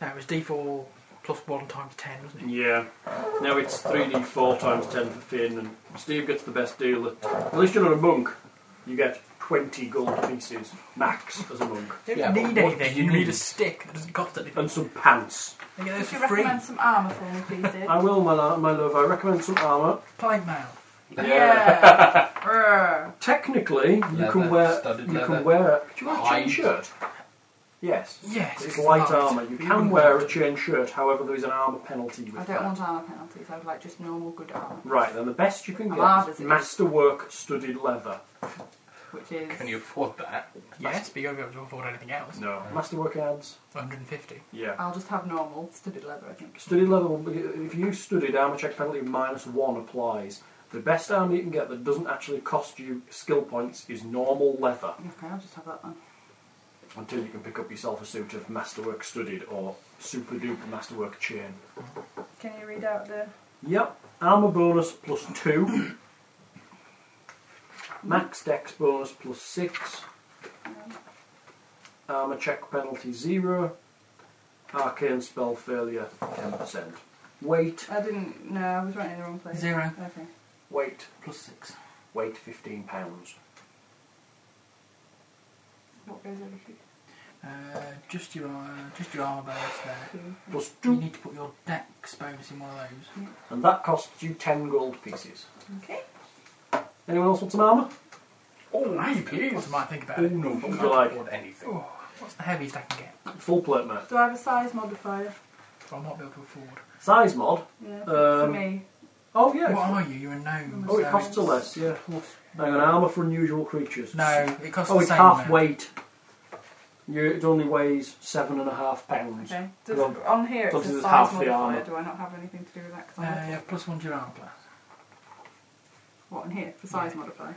Speaker 6: Now it was d4 plus 1 times 10, wasn't it?
Speaker 2: yeah. Now it's 3d4 times 10 for Finn, and Steve gets the best deal. At least you're not a monk. You get 20 gold pieces max as a monk.
Speaker 6: You
Speaker 4: Yeah,
Speaker 6: don't
Speaker 4: but
Speaker 6: need
Speaker 4: what
Speaker 6: anything.
Speaker 4: do you
Speaker 6: You, need
Speaker 4: need?
Speaker 6: a stick that doesn't cost anything.
Speaker 2: And some pants.
Speaker 6: You get those
Speaker 3: Would you
Speaker 6: for free.
Speaker 3: recommend some armour for me, please, dear?
Speaker 2: I will, my, lo- my love. I recommend some armour.
Speaker 6: Plate mail.
Speaker 3: yeah. Urgh.
Speaker 2: Technically, you can
Speaker 4: Leather,
Speaker 2: wear.
Speaker 4: studded
Speaker 2: You
Speaker 4: leather.
Speaker 2: can wear. Do you wear a chain
Speaker 4: Hide.
Speaker 2: shirt? Yes.
Speaker 6: Yes.
Speaker 2: It's light
Speaker 6: right.
Speaker 2: armour. You can
Speaker 4: Mm.
Speaker 6: wouldn't
Speaker 2: wear
Speaker 6: want
Speaker 2: a
Speaker 6: it.
Speaker 2: chain shirt, however, there is an armour penalty with
Speaker 3: I
Speaker 2: that.
Speaker 3: don't want armour penalties. I would like just normal good armour,
Speaker 2: Right, then the best you can
Speaker 3: I'm
Speaker 2: get
Speaker 3: hard
Speaker 2: is
Speaker 3: as it is.
Speaker 2: masterwork studded leather.
Speaker 3: which is.
Speaker 4: Can you afford that?
Speaker 6: Yes, but you won't be able to afford anything else.
Speaker 2: No. Masterwork adds?
Speaker 6: 150.
Speaker 2: Yeah.
Speaker 3: I'll just have normal studded leather, I think.
Speaker 2: Studied leather, will be- if you studied, armour check penalty of minus one applies. The best armour you can get that doesn't actually cost you skill points is normal leather
Speaker 3: Okay, I'll just have that one.
Speaker 2: until you can pick up yourself a suit of masterwork studied or super duper masterwork chain.
Speaker 3: Can you read out the
Speaker 2: Yep. Armour bonus plus two. Max dex bonus plus six. Armour check penalty zero. Arcane spell failure ten percent. Weight,
Speaker 3: I didn't. No, I was writing in the wrong place.
Speaker 6: Zero.
Speaker 3: Okay.
Speaker 2: weight,
Speaker 6: Plus 6.
Speaker 2: weight fifteen pounds.
Speaker 3: What goes over two?
Speaker 6: Uh, just your uh, just your armor bonus there.
Speaker 3: Two.
Speaker 2: Plus
Speaker 6: You
Speaker 2: two,
Speaker 6: need to put your dex bonus in one of those.
Speaker 2: and that costs you ten gold pieces.
Speaker 3: Okay.
Speaker 2: Anyone else want some armour?
Speaker 4: Oh, hey,
Speaker 6: What
Speaker 4: please.
Speaker 6: I might think about
Speaker 2: Oh,
Speaker 6: it.
Speaker 4: No,
Speaker 2: Would
Speaker 4: I
Speaker 2: you
Speaker 4: don't
Speaker 2: like?
Speaker 4: want anything.
Speaker 6: Oh, what's the heaviest I can get?
Speaker 2: Full plate mate.
Speaker 3: Do I have a size modifier?
Speaker 6: Well, I might be able to afford.
Speaker 2: Size mod.
Speaker 3: Yeah. for
Speaker 2: Um,
Speaker 3: me.
Speaker 2: Oh yeah.
Speaker 6: What are you? You're a gnome.
Speaker 2: Oh, it
Speaker 6: so-
Speaker 2: costs a less. Yeah.
Speaker 6: Plus-
Speaker 2: Hang on, armour for unusual creatures.
Speaker 6: No, it costs
Speaker 2: Oh,
Speaker 6: the
Speaker 2: it's
Speaker 6: same.
Speaker 2: half
Speaker 6: amount.
Speaker 2: weight. You, it only weighs seven and a half pounds.
Speaker 3: Okay. Does,
Speaker 2: Well,
Speaker 3: on here it
Speaker 2: does
Speaker 3: says
Speaker 2: it
Speaker 3: size
Speaker 2: half the
Speaker 3: modifier.
Speaker 2: armour?
Speaker 3: Do I not have anything to do with that? Cause
Speaker 6: Uh,
Speaker 3: I have
Speaker 6: yeah, plus one to your armor class.
Speaker 3: What on here? For size modifier.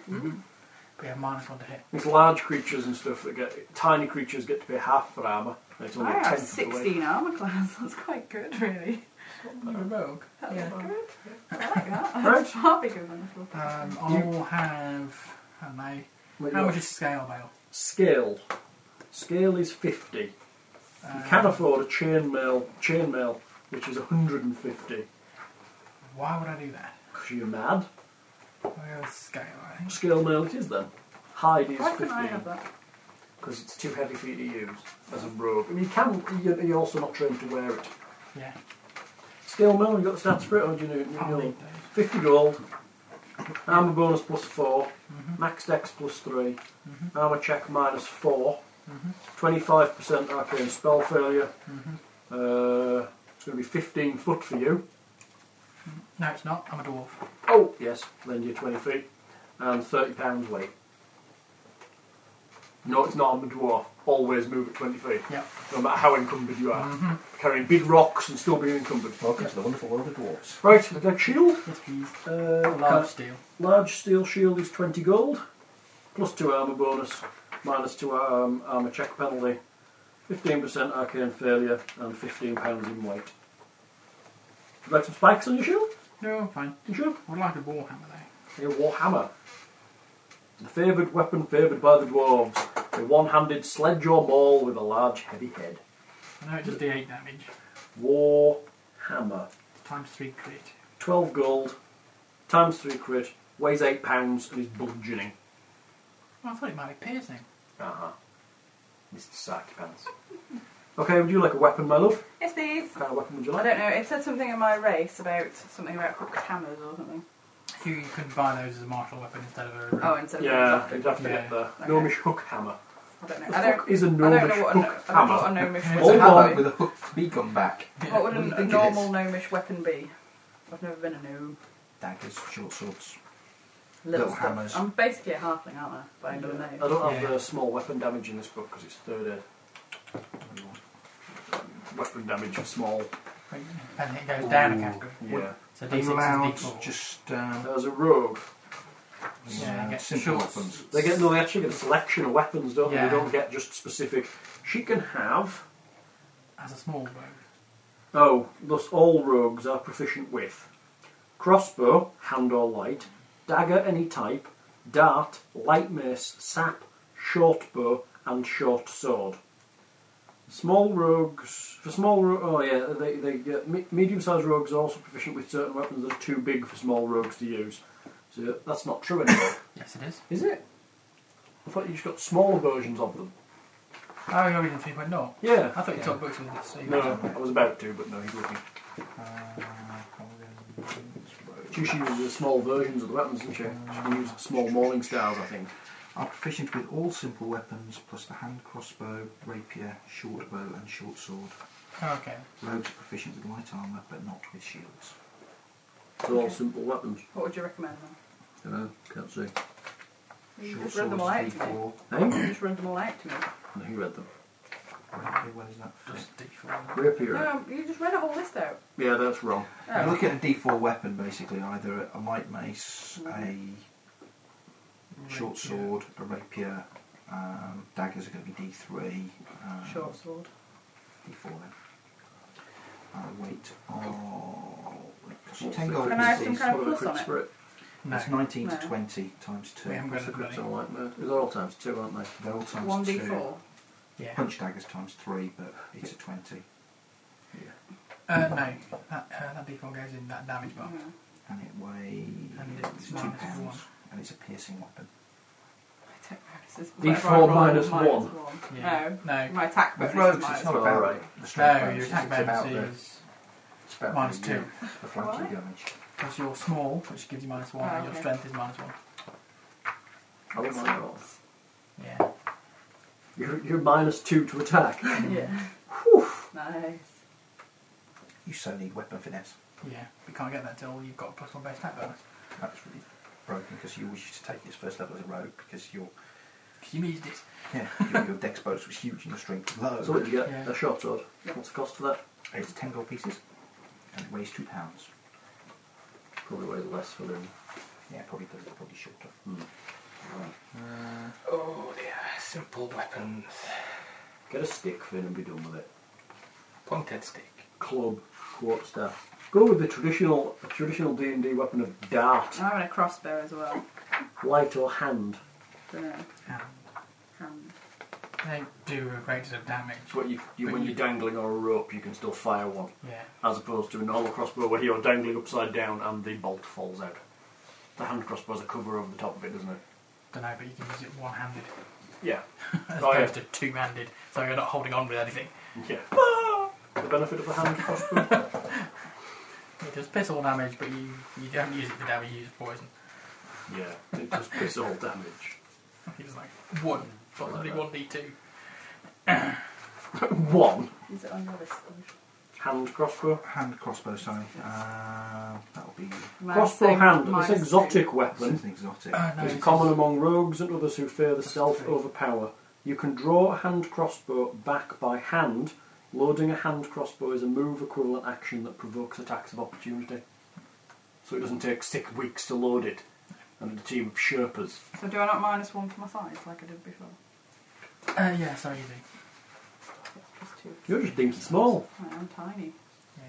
Speaker 6: But yeah, minus one to hit.
Speaker 2: It's large creatures and stuff that get tiny creatures get to be half for armour. and It's only
Speaker 3: I
Speaker 6: Ah,
Speaker 2: a
Speaker 3: have
Speaker 2: tenth of the weight.
Speaker 3: 16 armour class. That's quite good, really.
Speaker 6: You're a rogue.
Speaker 3: That's
Speaker 6: Yeah.
Speaker 3: good. I like that.
Speaker 2: Right.
Speaker 3: That's far bigger than I thought.
Speaker 2: Uh,
Speaker 6: Um, I'll have. I don't know.
Speaker 2: Wait,
Speaker 6: How
Speaker 2: what?
Speaker 6: much is scale mail?
Speaker 2: Scale. Scale is fifty.
Speaker 6: Um,
Speaker 2: you can afford a chainmail, chainmail, which is hundred and fifty.
Speaker 6: Why would I do that?
Speaker 2: Cause you're mad.
Speaker 6: I'll go scale, I think.
Speaker 2: Scale mail it is then. Hide is
Speaker 3: Why can I
Speaker 2: fifteen
Speaker 3: have that?
Speaker 2: because it's too heavy for you to use as a robe. I mean, you can. You're, you're also not trained to wear it.
Speaker 6: Yeah.
Speaker 2: Scale mail. You got the stats for it, or do you know? You
Speaker 6: I'll
Speaker 2: know-
Speaker 6: need those.
Speaker 2: 50 gold, armour bonus plus 4, max dex plus 3, armour check minus 4, 25% arcane spell failure. Uh, it's going to be 15 foot for you.
Speaker 6: No, it's not. I'm a dwarf.
Speaker 2: Oh, yes, then you're 20 feet. And 30 pounds weight. No, it's not. I'm a dwarf. Always move at 20 feet.
Speaker 6: Yep.
Speaker 2: No matter how encumbered you are. Carrying big rocks and still being encumbered.
Speaker 8: Welcome to the wonderful world of dwarves.
Speaker 2: Right, the shield.
Speaker 6: Yes, please.
Speaker 2: Uh,
Speaker 6: Large steel.
Speaker 2: Large steel shield is 20 gold, plus 2 armour bonus, minus 2 um, armour check penalty, 15% arcane failure, and 15 pounds in weight. Would you like some spikes on your shield?
Speaker 6: No, I'm fine.
Speaker 2: You sure?
Speaker 6: I would like a war hammer though.
Speaker 2: A war hammer. The favoured weapon favoured by the dwarves. A one handed sledge or maul with a large heavy head.
Speaker 6: I know it does D8 damage.
Speaker 2: War hammer.
Speaker 6: Times 3 crit.
Speaker 2: 12 gold, times 3 crit, weighs 8 pounds, and is bludgeoning.
Speaker 6: Well, I thought it might be piercing.
Speaker 2: Uh huh. Mr. Sack Pants. Okay, would you like a weapon, my love?
Speaker 3: Yes, please.
Speaker 2: What kind of weapon would you
Speaker 3: I
Speaker 2: like?
Speaker 3: don't know. It said something in my race about something about hooked hammers or something.
Speaker 6: You can buy those as a martial weapon instead of a.
Speaker 3: Oh, instead of
Speaker 2: Yeah, you'd have to
Speaker 6: Yeah.
Speaker 2: get the
Speaker 3: Okay.
Speaker 2: gnomish hook hammer.
Speaker 3: I don't know.
Speaker 2: The
Speaker 3: I
Speaker 2: fuck
Speaker 3: don't.
Speaker 2: is a
Speaker 3: I
Speaker 2: gnomish
Speaker 3: don't know what a,
Speaker 2: hook
Speaker 3: I don't know what a
Speaker 2: hammer?
Speaker 3: gnomish
Speaker 6: It's
Speaker 5: It's a
Speaker 3: weapon
Speaker 5: hammer
Speaker 3: is.
Speaker 5: with a hooked beak on back.
Speaker 3: What would
Speaker 5: What do you
Speaker 3: a,
Speaker 5: think it
Speaker 3: normal
Speaker 5: is?
Speaker 3: gnomish weapon be? I've never been a gnome.
Speaker 5: Daggers, short swords.
Speaker 3: Little,
Speaker 5: Little
Speaker 3: stuff.
Speaker 5: hammers.
Speaker 3: I'm basically a halfling, aren't I? By little name.
Speaker 2: I don't have
Speaker 6: Yeah.
Speaker 2: the small weapon damage in this book because it's third aid. Weapon damage for small.
Speaker 6: And it goes down a category.
Speaker 2: Yeah.
Speaker 6: So
Speaker 5: Are
Speaker 6: D6
Speaker 5: you allowed
Speaker 6: and D4.
Speaker 5: just um,
Speaker 2: As a rogue,
Speaker 6: Yeah,
Speaker 5: uh,
Speaker 6: get
Speaker 5: simple
Speaker 6: shorts.
Speaker 5: weapons?
Speaker 2: they get no. They actually get a selection of weapons, don't they?
Speaker 6: Yeah.
Speaker 2: They don't get just specific. She can have.
Speaker 6: As a small rogue.
Speaker 2: Oh, thus all rogues are proficient with crossbow, hand or light, dagger any type, dart, light mace, sap, short bow, and short sword. Small rogues for small ro- oh yeah they they get me- medium-sized rogues are also proficient with certain weapons that are too big for small rogues to use. So that's not true anymore,
Speaker 6: Yes, it is.
Speaker 2: is it? I thought you just got smaller versions of them.
Speaker 6: Oh, you're reading 3.0.
Speaker 2: Yeah,
Speaker 6: I thought you
Speaker 2: Yeah.
Speaker 6: took books with this. So you
Speaker 2: No, I was about to, but no, he wouldn't.
Speaker 5: uh,
Speaker 2: She she uses the small versions of the weapons, doesn't she? She can use small morning stars, I think.
Speaker 5: Are proficient with all simple weapons plus the hand crossbow, rapier, short bow, and short sword.
Speaker 6: Oh, Okay.
Speaker 5: Rogues are proficient with light armour but not with shields.
Speaker 2: They're all simple weapons.
Speaker 3: What would you recommend then?
Speaker 2: Hello, can't see.
Speaker 3: You just
Speaker 5: Short
Speaker 3: read
Speaker 5: swords
Speaker 3: them all out
Speaker 5: is
Speaker 3: to me.
Speaker 5: D4.
Speaker 2: Hey?
Speaker 3: You just read them all out to me.
Speaker 2: No, he read them.
Speaker 5: Rapier, what is that? for?
Speaker 6: Just D4.
Speaker 2: Rapier.
Speaker 3: No, um, you just read a whole list out.
Speaker 2: Yeah, that's wrong.
Speaker 5: You
Speaker 3: Oh.
Speaker 5: look at a D4 weapon basically, either a light mace,
Speaker 3: Mm-hmm.
Speaker 5: a short sword, a rapier, um, daggers are going to be D3, um,
Speaker 3: Oh, Short sword.
Speaker 5: D4 then. Uh, weight of
Speaker 2: What's
Speaker 5: 10
Speaker 2: the
Speaker 5: gold
Speaker 3: Can I have
Speaker 5: pieces.
Speaker 3: some kind of
Speaker 2: What about
Speaker 3: plus on
Speaker 2: crit
Speaker 3: it?
Speaker 2: spirit?
Speaker 6: No.
Speaker 5: That's 19
Speaker 3: No.
Speaker 5: to 20 times 2.
Speaker 6: We haven't got
Speaker 9: That's the
Speaker 6: enough
Speaker 9: crit
Speaker 6: money.
Speaker 9: on light mode. They're all times two, aren't they?
Speaker 5: They're all times 2.
Speaker 3: 1d4.
Speaker 6: Yeah.
Speaker 5: Punch daggers times 3, but it's a 20.
Speaker 6: Uh, no. That, uh, that D4 goes in that damage bar.
Speaker 3: Mm.
Speaker 5: And it
Speaker 6: And
Speaker 5: weighs
Speaker 6: it's
Speaker 5: 2
Speaker 6: minus
Speaker 5: pounds.
Speaker 6: one.
Speaker 5: And it's a piercing weapon.
Speaker 3: I don't know, this is
Speaker 9: D4
Speaker 3: whatever I roll,
Speaker 9: minus
Speaker 3: minus
Speaker 9: one.
Speaker 3: one.
Speaker 6: Yeah. No.
Speaker 3: No, my attack
Speaker 5: With
Speaker 3: bonus
Speaker 5: rogues,
Speaker 3: is minus
Speaker 5: it's not
Speaker 2: well.
Speaker 5: about
Speaker 2: Alright.
Speaker 5: the strength
Speaker 6: No, your
Speaker 5: bonus,
Speaker 6: attack
Speaker 5: it's about the,
Speaker 6: bonus is
Speaker 5: it's about
Speaker 6: minus
Speaker 5: the,
Speaker 6: two.
Speaker 5: uh, the flanking
Speaker 3: What?
Speaker 5: damage.
Speaker 6: because you're small, which gives you minus one,
Speaker 3: Oh,
Speaker 6: and your
Speaker 3: okay.
Speaker 6: strength is minus one.
Speaker 2: I don't mind at all.
Speaker 6: Yeah.
Speaker 2: You're, you're minus two to attack.
Speaker 3: one. Yeah. Nice.
Speaker 5: You so need weapon finesse.
Speaker 6: Yeah. We can't get that till you've got a plus one base attack bonus.
Speaker 5: That's really broken because you always used to take this first level as a rogue because your
Speaker 6: 'Cause you needed it.
Speaker 5: yeah, your, your dex bonus was huge and your strength was low.
Speaker 2: So what did you get?
Speaker 6: Yeah.
Speaker 2: A short sword.
Speaker 3: Yeah.
Speaker 2: What's the cost of that?
Speaker 5: It's ten gold pieces and it weighs two pounds.
Speaker 2: Probably weighs less for them.
Speaker 5: Yeah, probably does probably shorter.
Speaker 4: Oh dear, simple weapons.
Speaker 2: Get a stick, Finn, and be done with it.
Speaker 4: Pointed stick.
Speaker 2: Club, quarterstaff. Go with the traditional traditional D and D weapon of dart,
Speaker 3: I'm having a crossbow as well.
Speaker 2: light or hand.
Speaker 3: Don't know.
Speaker 6: Hand.
Speaker 3: Hand.
Speaker 6: They do a great deal of damage.
Speaker 2: It's what you, you when you're dangling on a rope, you can still fire one,
Speaker 6: Yeah.
Speaker 2: as opposed to a normal crossbow where you're dangling upside down and the bolt falls out. The hand crossbow has a cover over the top of it, doesn't it?
Speaker 6: Don't know, but you can use it one-handed
Speaker 2: Yeah,
Speaker 6: as
Speaker 2: Oh, yeah.
Speaker 6: opposed to two-handed, so you're not holding on with anything.
Speaker 2: yeah. Ah! the benefit of the hand crossbow.
Speaker 6: It does piss all damage, but you, you don't use it for damage, you use it for poison.
Speaker 2: yeah, it does piss all damage.
Speaker 6: He was like, one, possibly one D2.
Speaker 2: one
Speaker 3: Is it on your list?
Speaker 2: hand crossbow.
Speaker 5: Hand crossbow, sorry. Uh, that'll be
Speaker 2: Crossbow hand, this
Speaker 3: Minus
Speaker 2: exotic
Speaker 5: this
Speaker 2: weapon
Speaker 5: is an exotic.
Speaker 6: Uh,
Speaker 2: is
Speaker 6: this
Speaker 2: common among rogues and others who fear the stealth
Speaker 6: three.
Speaker 2: over power. You can draw a hand crossbow back by hand. Loading a hand crossbow is a move equivalent action that provokes attacks of opportunity. So it doesn't take six weeks to load it. And a team of Sherpas.
Speaker 3: two. So do I not minus one for my size like I did before?
Speaker 6: Uh, yeah, sorry, you do.
Speaker 3: Plus two.
Speaker 2: You're just deemed small.
Speaker 3: I am tiny.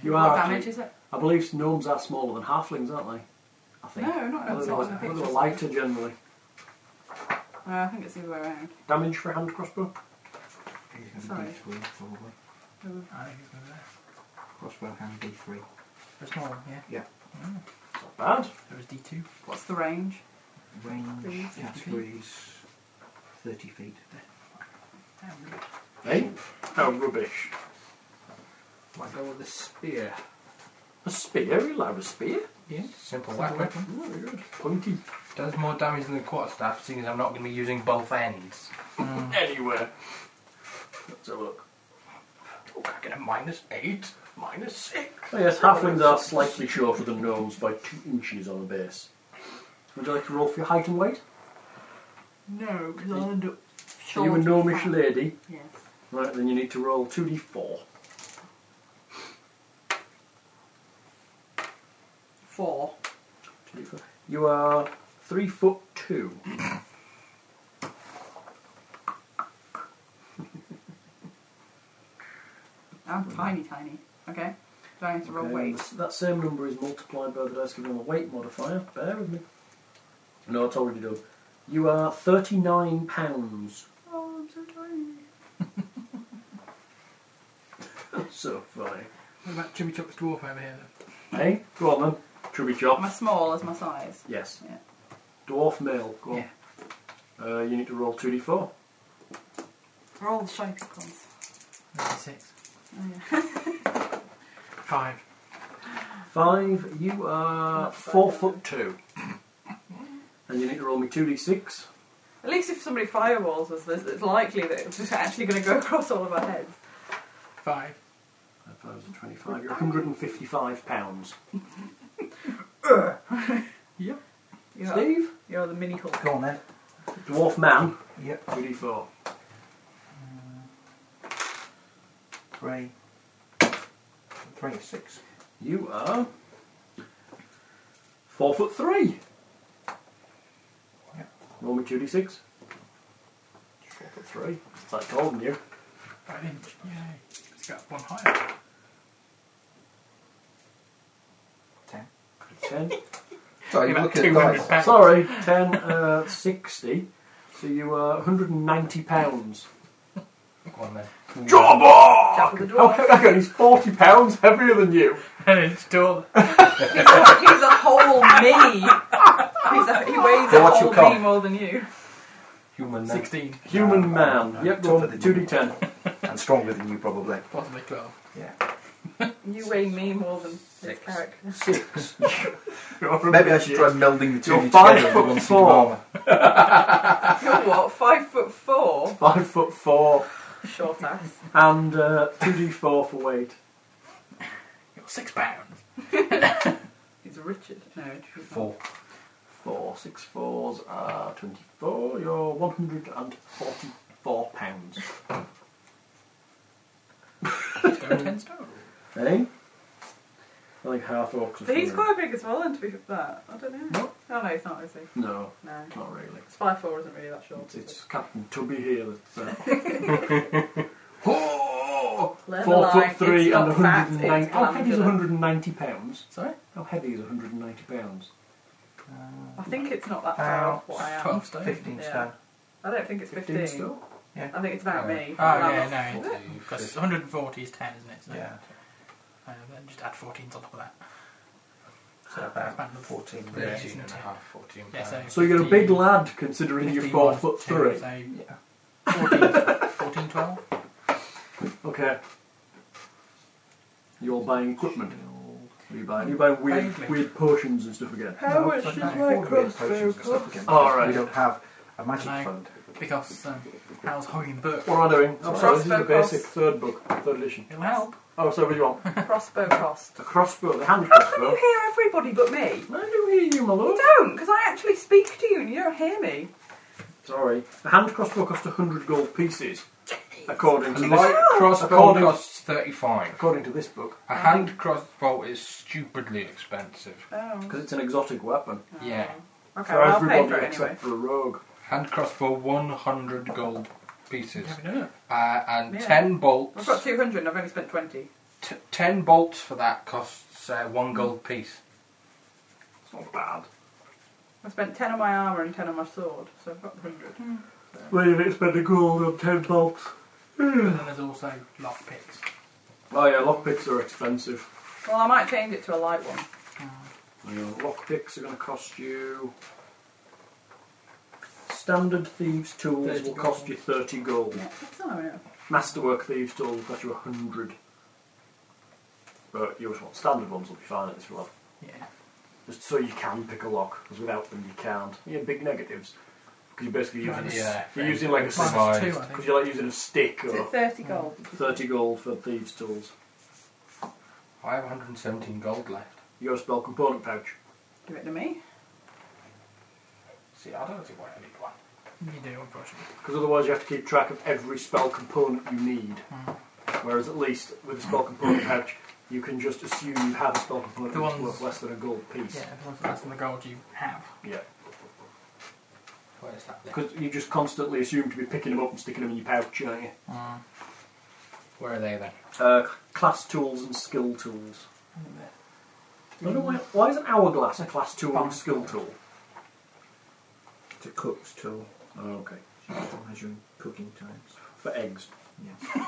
Speaker 2: You
Speaker 3: What
Speaker 2: are.
Speaker 3: damage
Speaker 2: actually-
Speaker 3: is it?
Speaker 2: I believe gnomes are smaller than halflings, aren't they? I think.
Speaker 3: No, not
Speaker 2: Well,
Speaker 3: that's
Speaker 2: they're,
Speaker 3: not in the
Speaker 2: li-
Speaker 3: picture.
Speaker 2: they're lighter generally.
Speaker 3: Uh, I think it's the other way around.
Speaker 2: Damage for a hand crossbow?
Speaker 5: It's going
Speaker 3: sorry.
Speaker 5: to be D3 probably.
Speaker 6: I think it's going there.
Speaker 5: Crossbow hand D3.
Speaker 6: For small, yeah.
Speaker 2: It's not bad.
Speaker 6: There was D2.
Speaker 3: What's the range?
Speaker 5: Range
Speaker 3: Fifty
Speaker 5: categories 30 feet.
Speaker 2: Eh? How rubbish.
Speaker 4: Might go with the spear.
Speaker 2: A spear? You allowed a spear?
Speaker 4: Simple weapon.
Speaker 2: Oh, very good. Pointy.
Speaker 4: Does more damage than the quarterstaff, seeing as I'm not going to be using both ends.
Speaker 2: Anywhere. Let's have a look.
Speaker 4: Oh, can I get a minus eight? Minus six?
Speaker 2: Oh, yes, halflings are slightly shorter than gnomes by two inches on a base. Would you like to roll for your height and weight?
Speaker 3: No, because I'll end up
Speaker 2: Are
Speaker 3: short.
Speaker 2: you a
Speaker 3: and
Speaker 2: gnomish
Speaker 3: fat.
Speaker 2: lady?
Speaker 3: Yes.
Speaker 2: Right, then you need to roll 2d4.
Speaker 3: Four.
Speaker 2: 2d4. You are 3 foot 2.
Speaker 3: I'm tiny, tiny. Okay. Do I have to roll
Speaker 2: Mm. Okay,
Speaker 3: weight?
Speaker 2: and That same number is multiplied by the dice given on the weight modifier. Bear with me. No, it's already done. You are 39 pounds.
Speaker 3: Oh, I'm so tiny.
Speaker 2: so funny.
Speaker 4: What about Jimmy Chop's dwarf over here then?
Speaker 2: Hey, go on then. Chubby
Speaker 3: Am I
Speaker 2: chop.
Speaker 3: small as my size?
Speaker 2: Yes.
Speaker 3: Yeah.
Speaker 2: Dwarf male. Go on.
Speaker 3: Yeah.
Speaker 2: Uh, you need to roll 2d4.
Speaker 3: Roll the shape of course.
Speaker 6: Six.
Speaker 3: Oh, yeah.
Speaker 4: Five.
Speaker 2: 5. You are 4 foot 2. And you need to roll me 2d6.
Speaker 3: At least if somebody firewalls us, there's- it's likely that it's just actually going to go across all of our heads.
Speaker 4: Five.
Speaker 2: That was a 25. You're 155 pounds.
Speaker 6: Yep.
Speaker 3: You're,
Speaker 2: Steve?
Speaker 3: you're the mini Hulk.
Speaker 5: Go on then.
Speaker 2: Dwarf man.
Speaker 5: Yep.
Speaker 2: 2d4.
Speaker 5: Three. Three is six.
Speaker 2: You are four foot three.
Speaker 5: Yep.
Speaker 2: Roll me two d six. Four foot three. It's like taller than you.
Speaker 4: Five inch. Yay. It's got one higher.
Speaker 2: Ten.
Speaker 5: Sorry, you
Speaker 4: About
Speaker 5: look at the
Speaker 4: 200
Speaker 5: dice.
Speaker 4: pounds.
Speaker 2: Sorry, ten. Uh, sixty. So you are 190 pounds.
Speaker 5: Go on then.
Speaker 3: Jack
Speaker 2: Jawbar!
Speaker 3: with the
Speaker 2: Oh,
Speaker 3: dwarf.
Speaker 2: okay, he's 40 pounds heavier than you.
Speaker 4: An inch taller.
Speaker 3: He's a, he's a whole me. He's a, he weighs
Speaker 5: So
Speaker 3: a
Speaker 5: what's
Speaker 3: whole
Speaker 5: your
Speaker 3: me
Speaker 5: com?
Speaker 3: more than you.
Speaker 5: Human then.
Speaker 4: Sixteen.
Speaker 2: Human
Speaker 5: Yeah,
Speaker 2: man.
Speaker 5: no,
Speaker 2: yep,
Speaker 5: tougher
Speaker 2: roll
Speaker 5: than
Speaker 2: 2d10.
Speaker 5: And stronger than you probably.
Speaker 4: Possibly twelve.
Speaker 5: Yeah.
Speaker 3: You weigh me more than this
Speaker 5: Six.
Speaker 3: character.
Speaker 2: Six.
Speaker 5: Maybe I should try melding the two
Speaker 2: You're
Speaker 5: of you
Speaker 2: five
Speaker 5: together
Speaker 2: foot
Speaker 5: with one suit of
Speaker 2: four.
Speaker 5: armour.
Speaker 3: You're what? Five foot four?
Speaker 2: Five foot four
Speaker 3: Short ass.
Speaker 2: and uh, 2d4 for weight.
Speaker 4: You're six pounds.
Speaker 3: He's Richard. No, he's not.
Speaker 5: Four.
Speaker 2: Four, six fours are 24. You're 144 pounds.
Speaker 4: Let's go ten stone.
Speaker 2: eh? Like half orcs. or
Speaker 3: But he's
Speaker 2: something.
Speaker 3: quite big as well, and to be that. I don't know. Oh no, he's not, is he?
Speaker 2: No,
Speaker 3: No.
Speaker 2: not really.
Speaker 3: It's five four isn't really that short.
Speaker 2: It's,
Speaker 3: is
Speaker 2: it's Captain Tubby here that's. Uh,
Speaker 3: it? Learn
Speaker 2: four
Speaker 3: the line,
Speaker 2: foot
Speaker 3: it's
Speaker 2: three and Oh,
Speaker 3: not fat,
Speaker 2: 190.
Speaker 3: it's
Speaker 2: How heavy is
Speaker 3: glandular.
Speaker 2: 190 pounds?
Speaker 4: Sorry?
Speaker 2: How heavy is 190 pounds?
Speaker 3: I think it's not that far off what I am.
Speaker 4: Twelve stone.
Speaker 5: Fifteen
Speaker 3: Yeah.
Speaker 5: stone.
Speaker 3: I don't think it's 15.
Speaker 2: still?
Speaker 3: I think it's about me.
Speaker 4: Oh
Speaker 3: I'm not-
Speaker 4: yeah, no.
Speaker 6: Because 140 is 10, isn't it? So,
Speaker 5: Yeah.
Speaker 6: Uh, then just add 14s on top of that.
Speaker 5: So about fourteen.
Speaker 6: Yeah.
Speaker 5: minutes.
Speaker 4: Thirteen and a half, fourteen
Speaker 6: Yeah, so
Speaker 4: pounds.
Speaker 2: So you're a big
Speaker 6: 15,
Speaker 2: lad considering you're
Speaker 6: 15,
Speaker 2: four
Speaker 6: one,
Speaker 2: foot
Speaker 6: two,
Speaker 2: three.
Speaker 6: So
Speaker 5: Yeah.
Speaker 6: 14, 14, 12.
Speaker 2: Okay. You're buying equipment. Are you buying? You're buying
Speaker 4: Vaguely.
Speaker 2: weird, weird potions and stuff again.
Speaker 3: How
Speaker 5: No,
Speaker 3: much
Speaker 5: so
Speaker 3: does
Speaker 5: no,
Speaker 3: my
Speaker 5: all the weird
Speaker 3: crossbow
Speaker 5: potions and stuff
Speaker 3: cost?
Speaker 5: again,
Speaker 2: All
Speaker 5: because
Speaker 2: right.
Speaker 5: We don't have a magic
Speaker 6: No.
Speaker 5: fund.
Speaker 6: Because um, I was hogging the book.
Speaker 2: What am I doing? I'm
Speaker 3: Sorry.
Speaker 2: sorry, this is the
Speaker 3: Crossbow
Speaker 2: basic third book, third edition.
Speaker 6: It'll help.
Speaker 2: Oh, so what do you want? A
Speaker 3: Crossbow cost.
Speaker 2: crossbow, the hand
Speaker 3: How come you
Speaker 2: crossbow.
Speaker 3: hear everybody but me?
Speaker 2: I do hear you, my lord.
Speaker 3: Don't, because I actually speak to you and you don't hear me.
Speaker 2: Sorry. The hand crossbow costs 100 gold pieces, according to
Speaker 4: Light
Speaker 2: this,
Speaker 4: crossbow
Speaker 2: According-
Speaker 4: costs thirty-five.
Speaker 2: according to this book,
Speaker 4: A hand crossbow is stupidly expensive.
Speaker 3: Oh.
Speaker 2: because it's an exotic weapon
Speaker 4: Yeah.
Speaker 3: Okay,
Speaker 2: for
Speaker 3: well, I'll
Speaker 2: everybody
Speaker 3: pay for it
Speaker 2: except
Speaker 3: anyway.
Speaker 2: for a rogue.
Speaker 4: Hand crossbow, one hundred gold pieces,
Speaker 6: Have a look.
Speaker 4: uh, and
Speaker 3: Yeah.
Speaker 4: ten
Speaker 3: I've
Speaker 4: bolts.
Speaker 3: got 200 and I've only spent 20.
Speaker 4: T- ten bolts for that costs uh, one gold piece.
Speaker 2: It's not bad.
Speaker 3: I spent 10 on my armour and 10 on my sword, so I've got 100.
Speaker 2: Where did it spend a gold on 10 bolts?
Speaker 6: And then there's also lock picks.
Speaker 2: Oh yeah, lockpicks are expensive.
Speaker 3: Well, I might change it to a light one.
Speaker 2: Yeah, Lockpicks are going to cost you. Standard thieves' tools
Speaker 6: 30
Speaker 2: will cost you 30 gold.
Speaker 3: Yeah, that's all right.
Speaker 2: Masterwork thieves' tools will cost you 100. But you just want standard ones will be fine at this level.
Speaker 6: Yeah.
Speaker 2: Just so you can pick a lock, because without them you can't. Yeah, big negatives. Because you're basically using, a s
Speaker 4: Yeah,
Speaker 2: you're using like a
Speaker 4: Minus
Speaker 2: because
Speaker 6: Minus
Speaker 4: Surprised.
Speaker 6: two, I think.
Speaker 2: you're like using a stick
Speaker 3: Is
Speaker 2: or
Speaker 3: it 30 gold?
Speaker 2: 30 gold for thieves' tools.
Speaker 4: I have 117 gold left.
Speaker 2: Your spell component pouch.
Speaker 3: Give it to me.
Speaker 4: See, I don't see why I need one.
Speaker 6: You do, unfortunately.
Speaker 2: Because otherwise, you have to keep track of every spell component you need.
Speaker 6: Hmm.
Speaker 2: Whereas, at least with a spell component pouch, you can just assume you have a spell component
Speaker 6: The
Speaker 2: that's
Speaker 6: ones-
Speaker 2: worth less than a gold piece.
Speaker 6: Yeah, the ones less than the gold you have.
Speaker 2: Yeah.
Speaker 6: Where's that? Then?
Speaker 2: Because you just constantly assume to be picking them up and sticking them in your pouch, aren't you?
Speaker 4: Where are they then?
Speaker 2: Uh, class tools and skill tools.
Speaker 6: Hmm.
Speaker 2: I don't know why, why is an hourglass a class tool and skill tool?
Speaker 5: It's a cook's tool.
Speaker 2: Oh, okay.
Speaker 5: for measuring cooking times.
Speaker 2: For eggs.
Speaker 5: Yeah.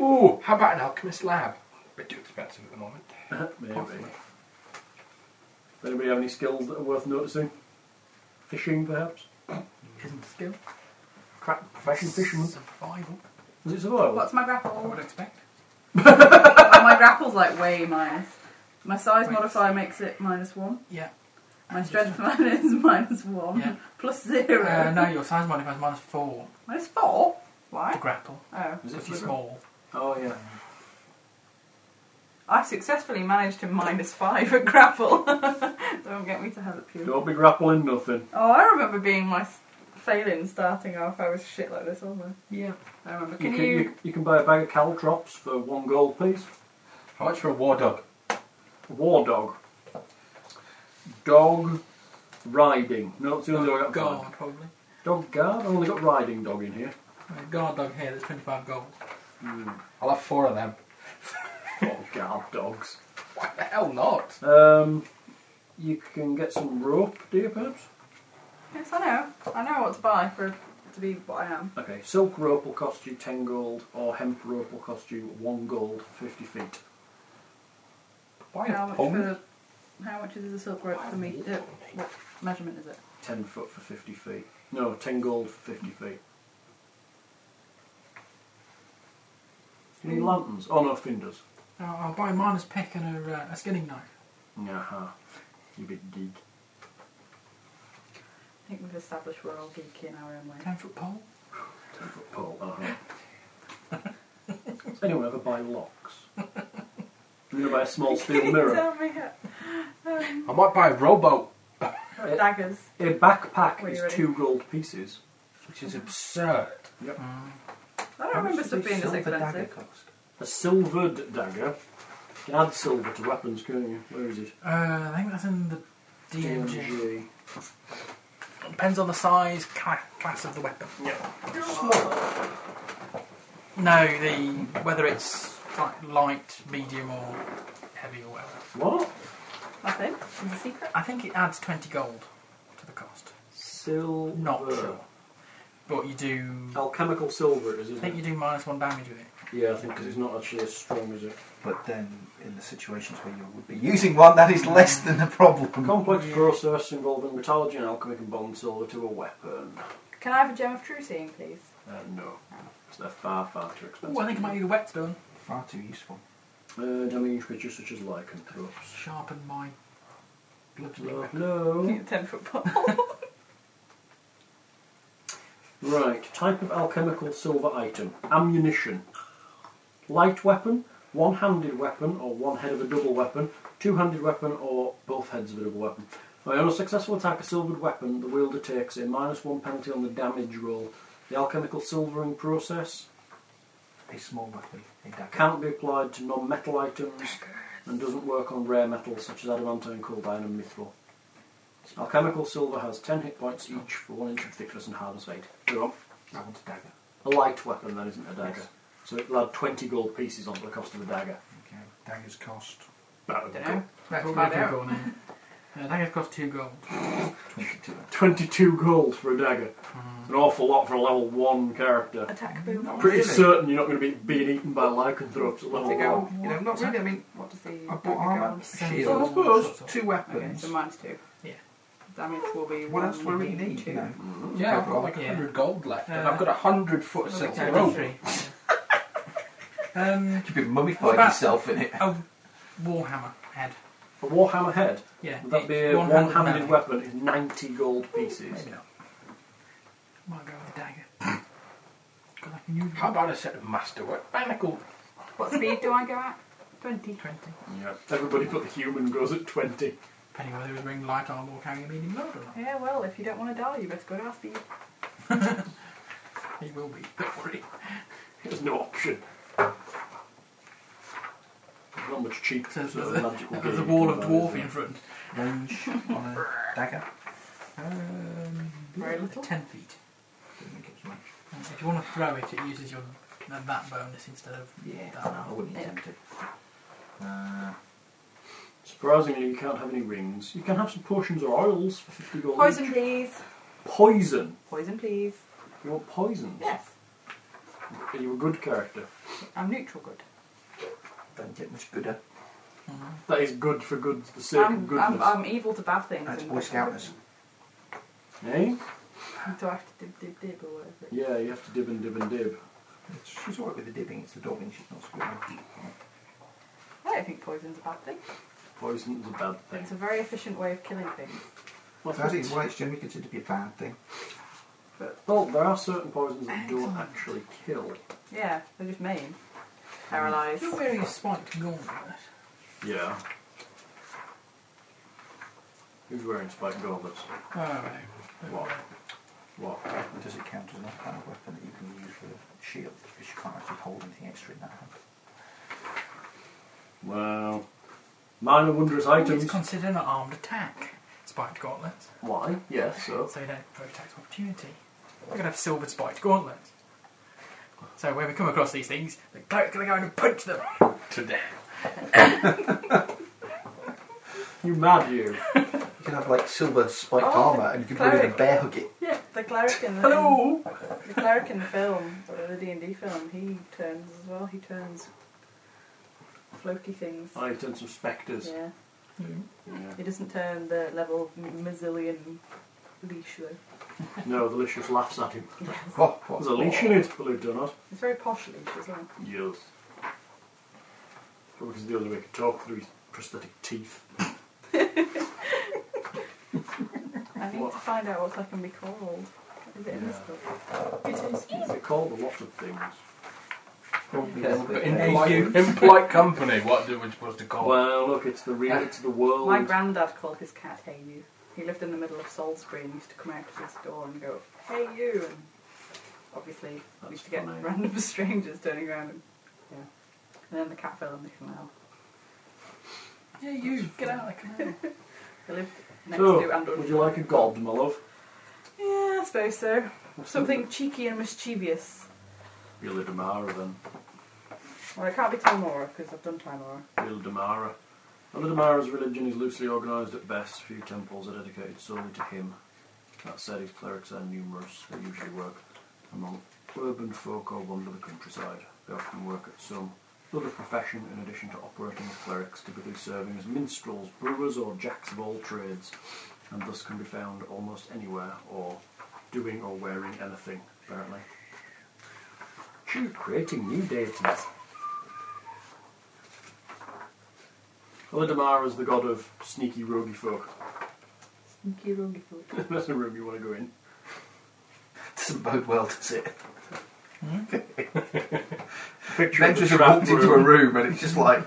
Speaker 4: Ooh, how about an alchemist lab? Bit too expensive at the moment.
Speaker 2: Maybe. Anybody have any skills that are worth noticing? Fishing, perhaps?
Speaker 6: Isn't a skill.
Speaker 2: Crack profession fisherman.
Speaker 6: Survival.
Speaker 2: Is it survival?
Speaker 3: What's my grapple?
Speaker 6: I would expect.
Speaker 3: my grapple's like way minus. My size
Speaker 6: Wait.
Speaker 3: modifier makes it minus one.
Speaker 6: Yeah.
Speaker 3: My strength modifier is minus one.
Speaker 6: Yeah.
Speaker 3: Plus zero.
Speaker 6: Uh, no, your size modifier is minus four
Speaker 3: Minus four?
Speaker 6: to
Speaker 3: Why?
Speaker 6: grapple.
Speaker 3: Oh.
Speaker 2: Is it
Speaker 6: If you're
Speaker 2: physical?
Speaker 6: small.
Speaker 2: Oh, yeah.
Speaker 3: I successfully managed to minus five at grapple. Don't get me to hell at you.
Speaker 2: Don't be grappling nothing.
Speaker 3: Oh, I remember being my s- failing starting off. I was shit like this, wasn't
Speaker 6: Yeah.
Speaker 3: I? I remember.
Speaker 2: You
Speaker 3: Can
Speaker 2: can,
Speaker 3: you?
Speaker 2: you, you can buy a bag of caltrops for one gold piece.
Speaker 4: How much for a war dog?
Speaker 2: War dog. Dog riding. No, it's the only one I got.
Speaker 6: Guard, probably.
Speaker 2: Dog guard? I've only got riding dog in here.
Speaker 6: Uh, Guard dog here, that's 25 gold.
Speaker 4: I'll have four of them.
Speaker 2: Dog guard dogs.
Speaker 4: Why the hell not?
Speaker 2: Um, you can get some rope, do you, perhaps?
Speaker 3: Yes, I know. I know what to buy for to be what I am.
Speaker 2: Okay, silk rope will cost you 10 gold, or hemp rope will cost you 1 gold for 50 feet.
Speaker 4: Why
Speaker 3: How
Speaker 4: a
Speaker 3: much
Speaker 4: pong?
Speaker 3: for? How much is the silk rope for me? Uh, what measurement is it?
Speaker 2: 10 foot for 50 feet. No, 10 gold for 50 feet. You
Speaker 3: Hmm.
Speaker 2: need lanterns? Oh no, finders.
Speaker 6: Uh, I'll buy a miner's pick and a, uh, a skinning knife.
Speaker 2: Aha. You big geek.
Speaker 3: I think we've established we're all geeky in our own way.
Speaker 6: 10 foot pole.
Speaker 2: 10 foot pole. Uh-huh. Does anyone ever buy locks? I'm going to buy a small steel mirror.
Speaker 3: Tell me how-
Speaker 4: I might buy a rowboat,
Speaker 3: daggers.
Speaker 2: A backpack
Speaker 3: Were you
Speaker 2: is
Speaker 3: ready?
Speaker 2: 2 gold pieces.
Speaker 4: which is absurd.
Speaker 2: Yep.
Speaker 3: I don't remember stuff being this expensive.
Speaker 2: A silvered dagger. You can add silver to weapons, can't you? Where is it?
Speaker 6: Uh, I think that's in the DMG.
Speaker 2: DMG.
Speaker 6: Depends on the size, cla- class of the weapon.
Speaker 2: Yeah.
Speaker 6: No, the whether it's like light, medium, or heavy or whatever.
Speaker 2: What?
Speaker 3: Nothing. It's a secret.
Speaker 6: I think it adds 20 gold to the cost.
Speaker 2: Silver.
Speaker 6: Not sure. But you do.
Speaker 2: Alchemical silver, is
Speaker 6: I
Speaker 2: it?
Speaker 6: think you do minus one damage with it.
Speaker 2: Yeah, I think because it's not actually as strong as it.
Speaker 5: But then, in the situations where you would be using one, that is less than the problem.
Speaker 2: Complex process involving metallurgy and alchemy can bond silver to a weapon.
Speaker 3: Can I have a gem of true seeing, please?
Speaker 2: Uh, no. So they're far, far too expensive.
Speaker 6: Oh, I think I might need a whetstone.
Speaker 5: Far too useful.
Speaker 2: Uh, damage creatures such as lycanthropes.
Speaker 6: Sharpen my.
Speaker 2: No. no.
Speaker 3: Ten foot pole.
Speaker 2: Right, type of alchemical silver item. Ammunition. Light weapon, one handed weapon, or one head of a double weapon, two handed weapon, or both heads of a double weapon. By on a successful attack, a silvered weapon, the wielder takes a minus one penalty on the damage roll. The alchemical silvering process
Speaker 5: A small weapon, a dagger.
Speaker 2: can't be applied to non metal items and doesn't work on rare metals such as adamantine, coldine, and mithril. Alchemical silver has 10 hit points each for 1 inch of thickness and hardness 8. Go on.
Speaker 5: I want a dagger.
Speaker 2: A light weapon, then, isn't it, a dagger? So it'll add 20 gold pieces onto the cost of the dagger.
Speaker 5: Okay. Daggers cost
Speaker 2: That would be
Speaker 3: Dunno.
Speaker 2: good.
Speaker 6: That's
Speaker 3: Let's
Speaker 6: what
Speaker 3: find
Speaker 6: we're
Speaker 3: out.
Speaker 6: going in. Uh, that costs two gold.
Speaker 5: 22.
Speaker 2: 22 gold for a dagger.
Speaker 6: Mm-hmm.
Speaker 2: An awful lot for a level 1 character.
Speaker 3: Attack boom.
Speaker 2: Pretty certain you're not going to be being eaten by lycanthropes at
Speaker 3: What's it
Speaker 2: level 1.
Speaker 3: go?
Speaker 10: You know, not really. I mean,
Speaker 3: What does the
Speaker 10: I
Speaker 3: dagger
Speaker 10: bought
Speaker 3: go
Speaker 10: armour,
Speaker 3: on?
Speaker 10: shield,
Speaker 6: So Oh, I
Speaker 10: those
Speaker 6: suppose-
Speaker 10: two
Speaker 3: Okay,
Speaker 10: weapons.
Speaker 3: so minus two.
Speaker 6: Yeah.
Speaker 3: Damage will be
Speaker 10: what
Speaker 3: one
Speaker 10: else do we
Speaker 3: D
Speaker 10: need?
Speaker 3: Two.
Speaker 10: You know?
Speaker 4: Yeah, I've got like a
Speaker 6: Yeah.
Speaker 4: hundred gold left, and
Speaker 6: Uh,
Speaker 4: I've got a hundred foot of
Speaker 6: Well,
Speaker 4: silk
Speaker 6: that's
Speaker 4: rope.
Speaker 6: three. Yeah. um,
Speaker 5: You've been mummified
Speaker 6: What about-
Speaker 5: yourself in it.
Speaker 6: a warhammer head.
Speaker 2: A warhammer head,
Speaker 6: Yeah,
Speaker 2: would that be
Speaker 6: it's
Speaker 2: a
Speaker 6: one-handed
Speaker 2: one handed
Speaker 6: melee.
Speaker 2: weapon, is 90 gold pieces.
Speaker 6: Maybe not. Might go with a dagger. Because I can use
Speaker 4: How about a set of masterwork manacles?
Speaker 3: What speed do I go at? Twenty.
Speaker 6: twenty.
Speaker 2: Yeah. Everybody but the human goes at 20.
Speaker 6: depending whether he's wearing light armor or carrying a medium load or not.
Speaker 3: Yeah, well, if you don't want to die, you better go to Aspie.
Speaker 6: He will be, don't worry.
Speaker 2: There's no option. There's Not much cheek.
Speaker 6: So
Speaker 2: to
Speaker 6: there's,
Speaker 2: the
Speaker 6: a,
Speaker 2: magical
Speaker 6: there's a
Speaker 2: game
Speaker 6: wall of
Speaker 2: about, is
Speaker 6: dwarf
Speaker 2: there?
Speaker 6: in front.
Speaker 5: Range on a dagger.
Speaker 6: Um,
Speaker 3: Very little.
Speaker 6: Ten feet.
Speaker 5: Doesn't make it much.
Speaker 6: And if you want to throw it, it uses your uh, that bonus instead of
Speaker 5: Yeah,
Speaker 6: that
Speaker 5: I
Speaker 6: now.
Speaker 5: wouldn't attempt it. Uh,
Speaker 2: Surprisingly, you can't have any rings. You can have some potions or oils for 50 gold.
Speaker 3: Poison,
Speaker 2: each.
Speaker 3: please.
Speaker 2: Poison.
Speaker 3: Poison, please.
Speaker 2: You want poison?
Speaker 3: Yes.
Speaker 2: Are you a good character?
Speaker 3: I'm neutral good.
Speaker 5: don't get much gooder.
Speaker 2: That is good for good, the sake of
Speaker 3: I'm,
Speaker 2: goodness.
Speaker 3: I'm, I'm evil to bad things.
Speaker 5: That's
Speaker 3: and
Speaker 5: Boy
Speaker 3: bad
Speaker 5: Scouters.
Speaker 3: things.
Speaker 2: Eh?
Speaker 3: Do I have to dib, dib, dib or whatever? it is?
Speaker 2: Yeah, you have to dib and dib and dib.
Speaker 5: It's- She's alright with the dibbing, it's the dobbing, she's not squirming.
Speaker 3: I don't think poison's a bad thing.
Speaker 2: Poison is a bad thing.
Speaker 3: It's a very efficient way of killing things.
Speaker 2: Well,
Speaker 5: So I think why it's generally considered to be a bad thing.
Speaker 2: well, there are certain poisons that don't actually kill.
Speaker 3: Yeah, they're just mean. Paralysed.
Speaker 6: You're wearing a spiked gauntlet.
Speaker 2: Yeah. Who's wearing spiked gauntlets?
Speaker 6: Oh, right.
Speaker 2: What? What?
Speaker 5: But does it count as an off-hand weapon that you can use with a shield? Because you can't actually hold anything extra in that hand.
Speaker 2: Well, minor wondrous
Speaker 6: It's
Speaker 2: items.
Speaker 6: considered an armed attack. Spiked gauntlets.
Speaker 2: Why? Yes, so.
Speaker 6: So you don't have tax of opportunity. We're gonna have silvered spiked gauntlets. So when we come across these things, the cleric's gonna go in and punch them.
Speaker 2: You mad, you.
Speaker 5: You can have like silver spiked
Speaker 3: Oh,
Speaker 5: armour and you can probably
Speaker 3: cleric.
Speaker 5: bear hug it.
Speaker 3: Yeah, the cleric in the
Speaker 6: Hello!
Speaker 3: the cleric in the film, or the D and D film, he turns as well. He turns floaty things.
Speaker 2: I turned some spectres.
Speaker 3: Yeah,
Speaker 2: Oh, Yeah.
Speaker 3: he doesn't turn the level m- mazillion leash though.
Speaker 2: No, the leash just laughs at him.
Speaker 5: Oh, what?
Speaker 2: There's a leash in it, believe it or not.
Speaker 3: It's very posh leash as well.
Speaker 2: Yes. Probably because the only way he can talk through his prosthetic teeth.
Speaker 3: I need
Speaker 2: What?
Speaker 3: to find out what I can be called. Is it in this
Speaker 2: Yeah.
Speaker 3: book?
Speaker 2: They're called a lot of things.
Speaker 5: Probably
Speaker 4: Yes,
Speaker 5: will be.
Speaker 4: but in
Speaker 5: Yeah.
Speaker 4: polite, in polite company, what do we supposed to call it?
Speaker 2: Oh, Well, look, it's the real, it's the world.
Speaker 3: My granddad called his cat Hey You. He lived in the middle of Salisbury and used to come out of his door and go Hey You, and obviously we
Speaker 2: That's
Speaker 3: used to get
Speaker 2: funny.
Speaker 3: random strangers turning around and yeah. And then the cat fell in the canal.
Speaker 6: Yeah, you get out of the canal.
Speaker 3: They lived next to
Speaker 2: so,
Speaker 3: and
Speaker 2: would you like a gob, my love?
Speaker 3: Yeah, I suppose so. Something cheeky and mischievous.
Speaker 2: Villa Damara, then.
Speaker 3: Well, it can't be Tamora because I've done Tamora.
Speaker 2: Villa Damara. Villa Damara's religion is loosely organised at best. Few temples are dedicated solely to him. That said, his clerics are numerous. They usually work among urban folk or wander the countryside. They often work at some other profession in addition to operating as clerics, typically serving as minstrels, brewers, or jacks of all trades, and thus can be found almost anywhere or doing or wearing anything, apparently. She creating new deities. Olidamara is the god of sneaky, roguey folk.
Speaker 3: Sneaky roguey food.
Speaker 2: That's a room you want to go in.
Speaker 5: Doesn't bode well, does it?
Speaker 2: Picture
Speaker 5: Then
Speaker 2: of the
Speaker 5: just
Speaker 2: trap
Speaker 5: walked into a room and it's just like,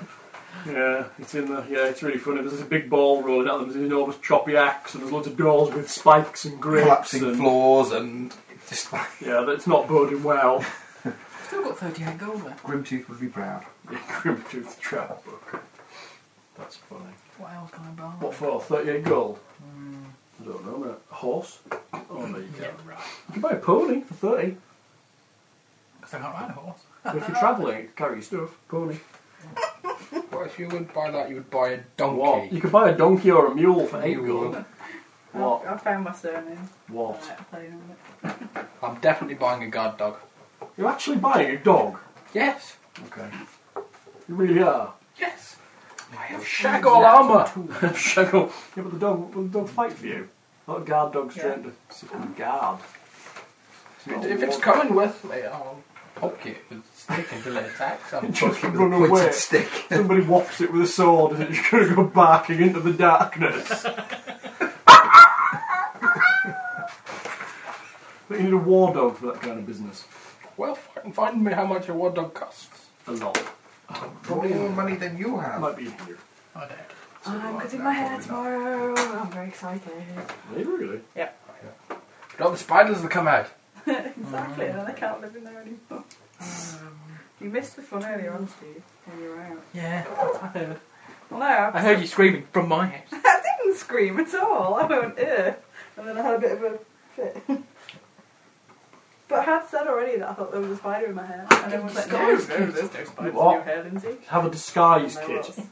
Speaker 2: Yeah, it's in the. Yeah, it's really funny. There's this big ball rolling out. There's an enormous choppy axe, and there's lots of doors with spikes and grips.
Speaker 5: collapsing
Speaker 2: and,
Speaker 5: floors and just like
Speaker 2: Yeah, that's not boding well.
Speaker 6: Still got 38 gold left.
Speaker 5: Grimtooth would be proud.
Speaker 2: Grimtooth trap book. That's funny.
Speaker 6: What else can I buy?
Speaker 2: What for? Thirty-eight gold. I don't know. mate. A horse? Oh no, you can't.
Speaker 6: Hmm. Yeah, right.
Speaker 2: You can buy a pony for thirty.
Speaker 6: Because I can't ride a horse.
Speaker 2: But if you're travelling, it can carry your stuff. Pony.
Speaker 4: What if you wouldn't buy that? You would buy a donkey.
Speaker 2: What? You could buy a donkey or a mule for eight
Speaker 4: Mule.
Speaker 2: gold.
Speaker 3: I
Speaker 2: What?
Speaker 3: found my surname.
Speaker 2: What?
Speaker 3: Right, I'll tell you in a minute.
Speaker 4: I'm definitely buying a guard dog.
Speaker 2: You're actually buying a dog.
Speaker 4: Yes.
Speaker 2: Okay. You really are.
Speaker 4: Yes. I have shaggle armour.
Speaker 2: Shaggle. Yeah, but the dog will the dog fight for you. Not a guard dog's
Speaker 3: Yeah.
Speaker 2: trained to sit on guard. not
Speaker 4: If
Speaker 2: a
Speaker 4: it's
Speaker 2: war-
Speaker 4: coming with me, I'll poke it with a stick until it attacks. I'm
Speaker 2: just
Speaker 4: fucking-
Speaker 2: run
Speaker 5: Pointed
Speaker 2: away.
Speaker 5: stick.
Speaker 2: Somebody whops it with a sword and it's going to go barking into the darkness. but you need a war dog for that kind of business.
Speaker 4: Well, find, find me how much a war dog costs.
Speaker 2: A lot.
Speaker 5: Probably more money than you have.
Speaker 2: Might be here.
Speaker 6: I don't.
Speaker 3: Oh, I'm
Speaker 4: like
Speaker 3: good in
Speaker 4: that,
Speaker 3: my hair
Speaker 4: probably not.
Speaker 3: tomorrow. I'm very excited.
Speaker 11: Are you really?
Speaker 4: But all the spiders will come out.
Speaker 3: exactly, and I can't live in there anymore. Um, You missed the fun earlier on, Steve, when you were out.
Speaker 6: Yeah, I heard.
Speaker 3: Well, no, I
Speaker 6: I heard you screaming from my house.
Speaker 3: I didn't scream at all. I went, Ugh. and then I had a bit of a fit. But I had said already that I thought there was a spider in my hair. And everyone was like, no,
Speaker 6: Disguise
Speaker 3: no, there's no spider in
Speaker 2: What?
Speaker 3: your hair, Lindsay.
Speaker 2: Have a disguise
Speaker 3: And there
Speaker 2: kit.
Speaker 3: was.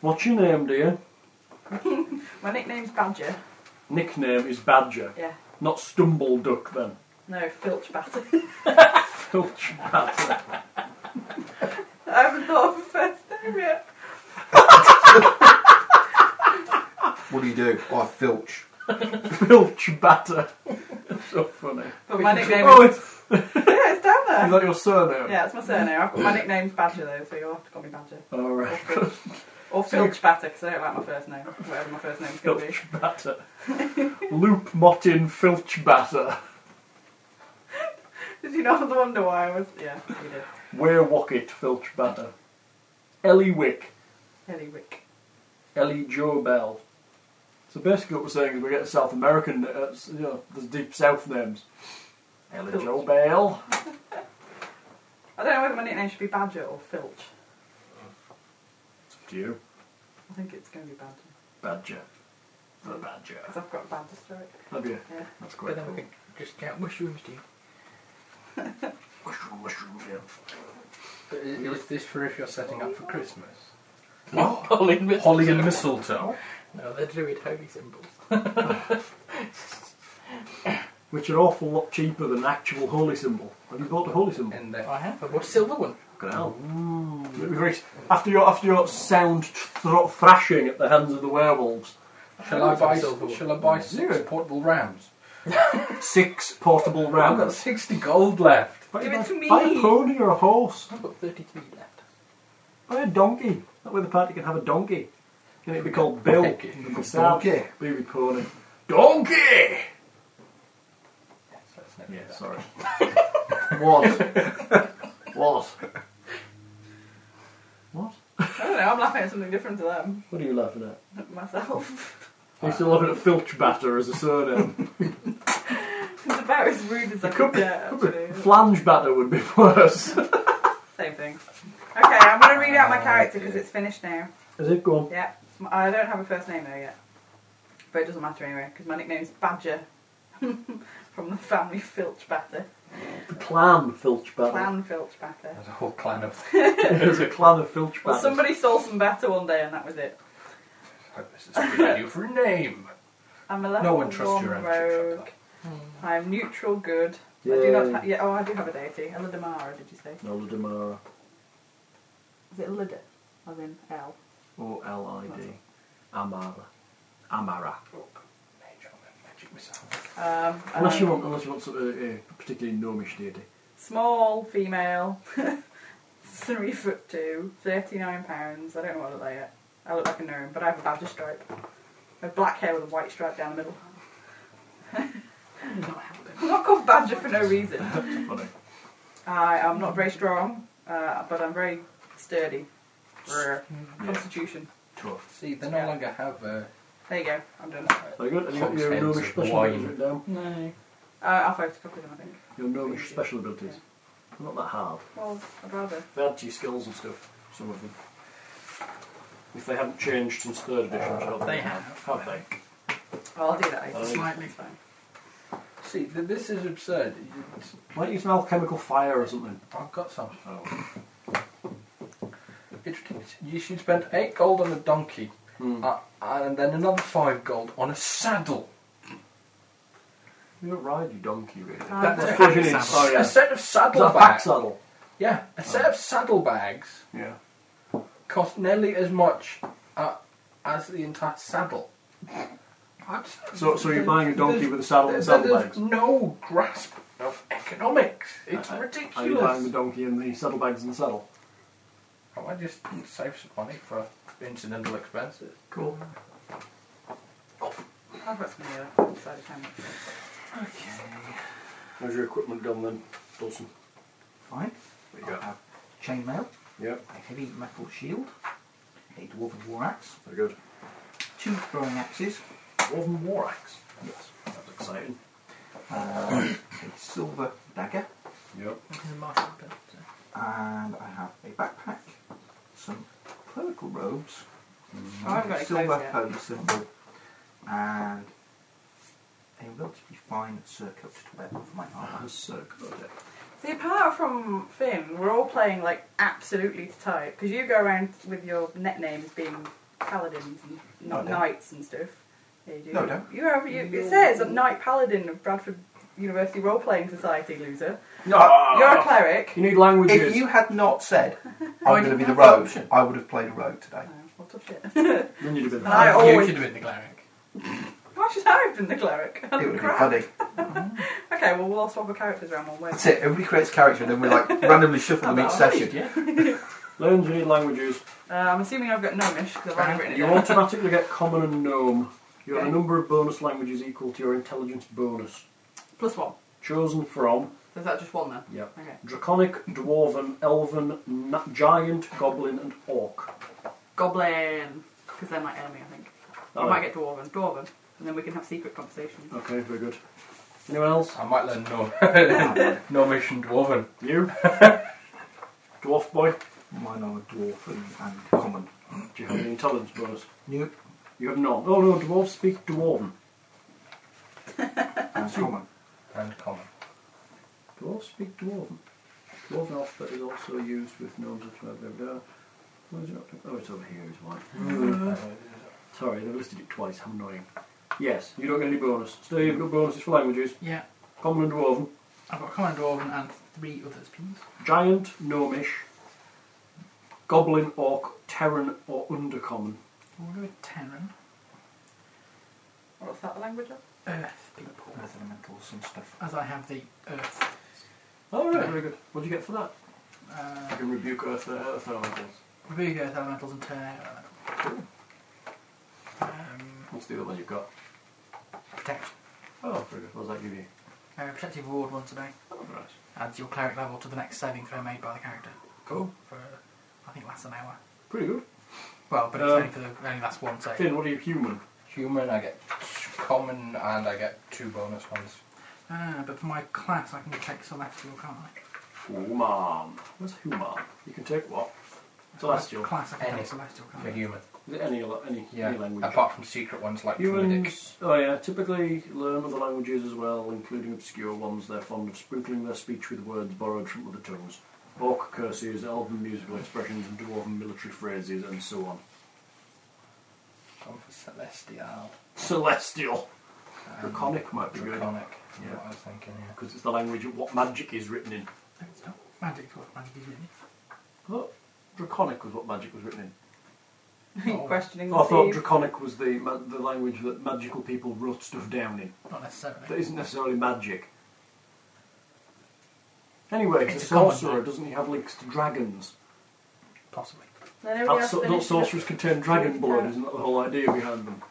Speaker 2: What's your name, dear?
Speaker 3: My nickname's Badger.
Speaker 2: Nickname is Badger.
Speaker 3: Yeah.
Speaker 2: Not Stumble Duck, then.
Speaker 3: No, Filch Batter.
Speaker 2: Filch Badger.
Speaker 3: I haven't thought of a first name yet.
Speaker 12: What do you do? Oh, I filch.
Speaker 2: Filch Batter. so funny.
Speaker 3: But my nickname
Speaker 2: Oh, it's,
Speaker 3: is...
Speaker 2: is
Speaker 3: Yeah, it's down there.
Speaker 2: that your surname?
Speaker 3: Yeah, it's my surname. I've- My nickname's Badger though, so you'll have to call me Badger.
Speaker 2: Alright.
Speaker 3: Or Filch Batter, because I don't like my first name. Whatever my first name's going to be.
Speaker 2: Filch Batter. Loop Mottin Filch Batter.
Speaker 3: Did you not wonder why I was... Yeah, you did.
Speaker 2: Where Wocket Filch Batter. Ellie Wick.
Speaker 3: Ellie Wick.
Speaker 2: Ellie Joe Bell. So basically, what we're saying is we get South American, uh, s- you know, there's deep South names. Ellie
Speaker 3: Filch.
Speaker 2: Joe Bell.
Speaker 3: I don't know whether my nickname should be Badger or Filch.
Speaker 2: It's up to you.
Speaker 3: I think it's going to be Badger.
Speaker 2: Badger. The Badger.
Speaker 3: Because I've got a Badger stroke.
Speaker 2: Have you?
Speaker 3: Yeah.
Speaker 2: That's
Speaker 6: But
Speaker 2: quite
Speaker 6: then we
Speaker 2: cool.
Speaker 6: could just get mushrooms, Steve.
Speaker 2: Mushroom, mushroom, yeah.
Speaker 4: I- Is this for if you're setting up for Christmas?
Speaker 6: Holly and mistletoe.
Speaker 4: Holly and mistletoe.
Speaker 6: No, Oh, they're druid holy symbols.
Speaker 2: Which are an awful lot cheaper than an actual holy symbol. Have you bought a holy symbol?
Speaker 4: And the
Speaker 6: I have. I've got a silver one.
Speaker 2: Fucking hell. It'd be very- After your, after your sound th- thrashing at the hands of the werewolves,
Speaker 4: shall I buy
Speaker 6: Silver one.
Speaker 4: shall I buy six portable rounds?
Speaker 2: six portable
Speaker 4: I've got
Speaker 2: rounds.
Speaker 4: sixty gold left.
Speaker 2: Buy-
Speaker 3: Give it to
Speaker 2: Buy a
Speaker 3: me.
Speaker 2: pony or a horse.
Speaker 6: I've got 33 left.
Speaker 2: Buy a donkey. That way the party can have a donkey. Then it'd be called Bill.
Speaker 4: Donkey.
Speaker 2: It'd be sad.
Speaker 12: Donkey.
Speaker 2: Baby pony. Donkey!
Speaker 4: That's no-
Speaker 2: Yeah, sorry. Was. Was. What?
Speaker 3: I don't know, I'm laughing at something different to them.
Speaker 2: What are you laughing at?
Speaker 3: Myself.
Speaker 2: You're still laughing at Filch Batter as a surname.
Speaker 3: it's about as rude as I
Speaker 2: Could
Speaker 3: could
Speaker 2: be-
Speaker 3: get, actually.
Speaker 2: Flange Batter would be worse.
Speaker 3: Same thing. Okay, I'm going to read out my character because it's finished now.
Speaker 2: Is it gone?
Speaker 3: Yeah. I don't have a first name though yet. But it doesn't matter anyway, because my nickname's Badger. From the family Filch Batter.
Speaker 2: The clan Filch Batter.
Speaker 3: Clan Filch Batter.
Speaker 4: There's a whole clan of.
Speaker 2: There's a clan of Filch
Speaker 3: Well,
Speaker 2: Batters.
Speaker 3: somebody stole some batter one day and that was it.
Speaker 4: This is a good idea for a name.
Speaker 3: I'm a level
Speaker 4: No one trusts
Speaker 3: one
Speaker 4: your own chip
Speaker 3: rogue.
Speaker 4: shop.
Speaker 3: I'm neutral good. I do not
Speaker 2: Yay.
Speaker 3: ha- yeah, oh, I do have a deity. Elidamara, did you say?
Speaker 2: Nola Damara.
Speaker 3: Is it Lida? As in L.
Speaker 2: O L I D. Amara. Amara.
Speaker 4: Mage on a magic missile.
Speaker 3: Um,
Speaker 2: Unless you
Speaker 3: um,
Speaker 2: want, unless you want some, uh, uh, particularly gnomish deity.
Speaker 3: Small, female, three foot two, 39 pounds. I don't know what I look like yet. I look like a gnome, but I have a badger stripe. I have black hair with a white stripe down the middle. I'm not called badger for no reason.
Speaker 2: Funny.
Speaker 3: I am not very strong, uh, but I'm very sturdy. Rrr.
Speaker 5: Hmm,
Speaker 3: Constitution.
Speaker 2: Tough.
Speaker 4: See, they no
Speaker 3: Yeah.
Speaker 4: longer have uh, a
Speaker 3: There you go. I'm done.
Speaker 2: Very good. Have you got your
Speaker 4: Hogsheads
Speaker 2: gnomish
Speaker 4: of
Speaker 2: special
Speaker 4: wine.
Speaker 2: abilities written down?
Speaker 6: No.
Speaker 3: Uh, I'll photocopy them, I think.
Speaker 2: Your gnomish special abilities. They're Not that hard.
Speaker 3: Well, I'd rather.
Speaker 2: They add to your skills and stuff, some of them. If they haven't changed since third edition, which I don't think
Speaker 6: They
Speaker 2: have. Have they?
Speaker 3: Well, I'll do that later.
Speaker 2: Oh.
Speaker 6: Slightly.
Speaker 3: It's fine.
Speaker 4: See, th- this is absurd. It's-
Speaker 2: Might use an alchemical fire or something. Oh.
Speaker 4: I've got some. It's ridiculous. You should spend eight gold on a donkey,
Speaker 2: Hmm.
Speaker 4: uh, and then another five gold on a saddle.
Speaker 2: You don't ride your donkey, really.
Speaker 3: Um,
Speaker 4: That's
Speaker 3: but-
Speaker 2: Sorry, yeah.
Speaker 4: A
Speaker 2: Is
Speaker 4: set of
Speaker 2: that back
Speaker 4: saddlebags.
Speaker 2: saddle?
Speaker 4: Yeah, a set of saddlebags
Speaker 2: Yeah.
Speaker 4: cost nearly as much uh, as the entire saddle. I just-
Speaker 2: So, so you're buying a donkey
Speaker 4: there's-
Speaker 2: with a saddle and
Speaker 4: there's-
Speaker 2: saddlebags?
Speaker 4: There's no grasp of economics. It's
Speaker 2: Uh,
Speaker 4: ridiculous.
Speaker 2: Are you buying the donkey and the saddlebags and the saddle?
Speaker 4: Oh, I just save some money for incidental expenses.
Speaker 2: Cool.
Speaker 3: I've got some here. I've decided how much.
Speaker 2: How's your equipment done then, Dawson?
Speaker 5: Fine.
Speaker 2: What you got?
Speaker 5: I have chainmail,
Speaker 2: Yep.
Speaker 5: a heavy metal shield, a dwarven war axe,
Speaker 13: Very good.
Speaker 5: two throwing axes,
Speaker 2: Dwarven War Axe.
Speaker 5: yes,
Speaker 2: That's exciting.
Speaker 5: um, a silver dagger,
Speaker 2: Yep.
Speaker 6: Which is a martial weapon. So.
Speaker 5: and I have a backpack, some clerical robes,
Speaker 3: I haven't got any
Speaker 5: Hmm, silver
Speaker 3: clothes yet.
Speaker 5: holy symbol, and a relatively fine surcoat to wear with my armour.
Speaker 3: See, apart from Finn, we're all playing like absolutely to type because you go around with your net names being paladins and
Speaker 5: No, I
Speaker 3: not
Speaker 5: don't.
Speaker 3: knights and stuff. Yeah, you do.
Speaker 5: No, I don't.
Speaker 3: You have, you, it says a knight paladin of Bradford University Role Playing Society loser.
Speaker 2: No!
Speaker 3: You're a cleric.
Speaker 2: You need languages.
Speaker 5: If you had not said,
Speaker 3: Oh,
Speaker 5: I'm
Speaker 3: you
Speaker 5: going to be the
Speaker 3: have that
Speaker 5: rogue,
Speaker 3: option.
Speaker 5: I would have played a rogue today.
Speaker 3: Oh, well, tough shit.
Speaker 2: Then you'd have been
Speaker 3: And I
Speaker 4: You
Speaker 3: always.
Speaker 4: should have been the cleric.
Speaker 3: Why should I have been the cleric?
Speaker 5: It would have been
Speaker 3: Oh, Crap.
Speaker 5: funny.
Speaker 3: Okay, well, we'll all swap our characters around one way.
Speaker 5: That's it, everybody creates character and then we like randomly
Speaker 3: Oh,
Speaker 5: shuffle them each session.
Speaker 2: Learn to read languages.
Speaker 3: Uh, I'm assuming I've got gnomish because I've already written it
Speaker 2: You
Speaker 3: down.
Speaker 2: automatically get common and gnome. You have a
Speaker 3: Okay.
Speaker 2: number of bonus languages equal to your intelligence bonus.
Speaker 3: Plus one.
Speaker 2: Chosen from
Speaker 3: So Is that just one then?
Speaker 2: yep.
Speaker 3: Okay.
Speaker 2: Draconic, Dwarven, Elven, na- Giant, Goblin, and Orc.
Speaker 3: Goblin. Because they're my enemy, I think. I
Speaker 2: Oh.
Speaker 3: might get Dwarven. Dwarven. And then we can have secret conversations.
Speaker 2: Okay, very good. Anyone else?
Speaker 4: I might learn no, no mission dwarven.
Speaker 2: You? Dwarf boy?
Speaker 13: Mine are dwarf and, and common.
Speaker 2: Do you have any intelligence bonus?
Speaker 13: Nope.
Speaker 2: You have none. Oh no, dwarves speak Dwarven.
Speaker 13: And common.
Speaker 4: And common.
Speaker 2: Dwarves speak Dwarven. Dwarven alphabet is also used with gnomes and blah blah blah. Where's it up to? Oh, it's over here, is why. Sorry, they've listed it twice. How annoying. Yes, you don't get any bonus. Still, you've got bonuses for languages.
Speaker 6: Yeah,
Speaker 2: Common and Dwarven.
Speaker 6: I've got Common Dwarven and three others, please.
Speaker 2: Giant, Gnomish. Goblin, Orc, Terran, or Undercommon.
Speaker 6: We'll go with Terran.
Speaker 3: What's that language of?
Speaker 6: Earth people.
Speaker 13: Earth elementals and stuff.
Speaker 6: As I have the Earth.
Speaker 2: Oh,
Speaker 6: right.
Speaker 2: Very good. What do you get for that?
Speaker 6: Uh,
Speaker 2: can rebuke Earth, Earth Elementals.
Speaker 6: Rebuke Earth Elementals and Terran Air Elementals. Um,
Speaker 2: What's the other one you've got?
Speaker 6: protection.
Speaker 2: Oh, very good. What does that give you?
Speaker 6: Uh, protective ward once a day.
Speaker 2: Oh, nice.
Speaker 6: Adds your cleric level to the next saving throw made by the character.
Speaker 2: Cool.
Speaker 6: For, uh, I think, lasts an hour.
Speaker 2: Pretty good.
Speaker 6: Well, Oh, but uh, it's
Speaker 2: Um,
Speaker 6: only for the only lasts one save.
Speaker 2: Finn, what are you, human?
Speaker 4: Human, I get common, and I get two bonus ones.
Speaker 6: Ah, but for my class, I can take celestial, can't I?
Speaker 2: Human. What's human? You can take what? Celestial.
Speaker 6: Class, I can
Speaker 4: Any.
Speaker 6: take celestial, can't
Speaker 4: For
Speaker 6: I?
Speaker 4: human.
Speaker 2: Is it any, any,
Speaker 4: Yeah.
Speaker 2: any language?
Speaker 4: Apart from secret ones like druidic.
Speaker 2: Humans, oh yeah, typically learn other languages as well, including obscure ones. They're fond of sprinkling their speech with words borrowed from other tongues. Orc curses, elven musical expressions, and dwarven military phrases, and so on.
Speaker 4: Gone for celestial.
Speaker 2: Celestial. Draconic might be good.
Speaker 4: Draconic. Yeah. What I was thinking. Yeah.
Speaker 2: Because it's the language of what magic is written in.
Speaker 6: No, it's not. Magic is what magic is really.
Speaker 2: Oh, Draconic was what magic was written in.
Speaker 3: Are you questioning
Speaker 2: Oh, I
Speaker 3: the
Speaker 2: thought
Speaker 3: team?
Speaker 2: Draconic was the, ma- the language that magical people wrote stuff down in.
Speaker 6: Not necessarily.
Speaker 2: That isn't necessarily magic. Anyway,
Speaker 6: It's
Speaker 2: it's a
Speaker 6: a common
Speaker 2: sorcerer.
Speaker 6: name.
Speaker 2: Doesn't he have links to dragons?
Speaker 6: Possibly.
Speaker 3: No,
Speaker 6: Oh,
Speaker 3: nobody
Speaker 2: That
Speaker 3: else
Speaker 2: so-
Speaker 3: finished
Speaker 2: that
Speaker 3: it?
Speaker 2: sorcerers contain dragon blood, isn't that the whole idea behind them?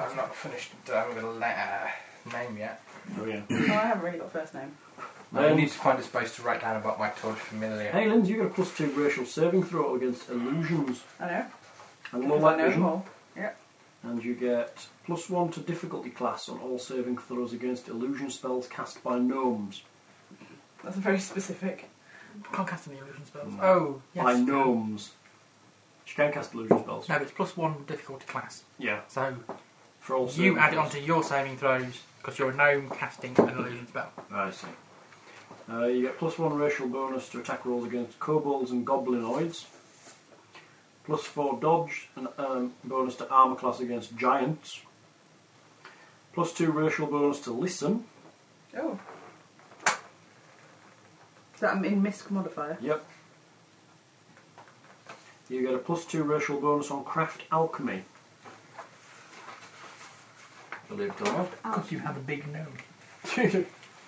Speaker 4: I've not finished. I haven't got a letter name yet.
Speaker 2: Oh yeah.
Speaker 3: Oh, I haven't really got first name.
Speaker 4: I
Speaker 2: Um,
Speaker 4: need to find a space to write down about my torch familiar.
Speaker 2: Hey, Lindsay, you got a plus two racial saving throw against illusions.
Speaker 3: I know.
Speaker 2: And
Speaker 3: Because
Speaker 2: all
Speaker 3: I
Speaker 2: that
Speaker 3: know
Speaker 2: vision.
Speaker 3: more. Yeah.
Speaker 2: And you get plus one to difficulty class on all saving throws against illusion spells cast by gnomes.
Speaker 3: That's very specific.
Speaker 6: Can't cast any illusion spells. Oh, yes.
Speaker 2: By gnomes. She can cast illusion spells.
Speaker 6: No, but it's plus one difficulty class.
Speaker 2: Yeah.
Speaker 6: So
Speaker 2: For all
Speaker 6: you
Speaker 2: saving
Speaker 6: add it
Speaker 2: throws.
Speaker 6: onto your saving throws because you're a gnome casting an illusion spell.
Speaker 2: I see. Uh, you get plus one racial bonus to attack rolls against kobolds and goblinoids. Plus four dodge and um, bonus to armor class against giants. Plus two racial bonus to listen.
Speaker 3: Oh. Is that I'm in misc modifier?
Speaker 2: Yep. You get a plus two racial bonus on craft alchemy.
Speaker 4: Believe it or not.
Speaker 3: Oh.
Speaker 6: Because you have a big gnome.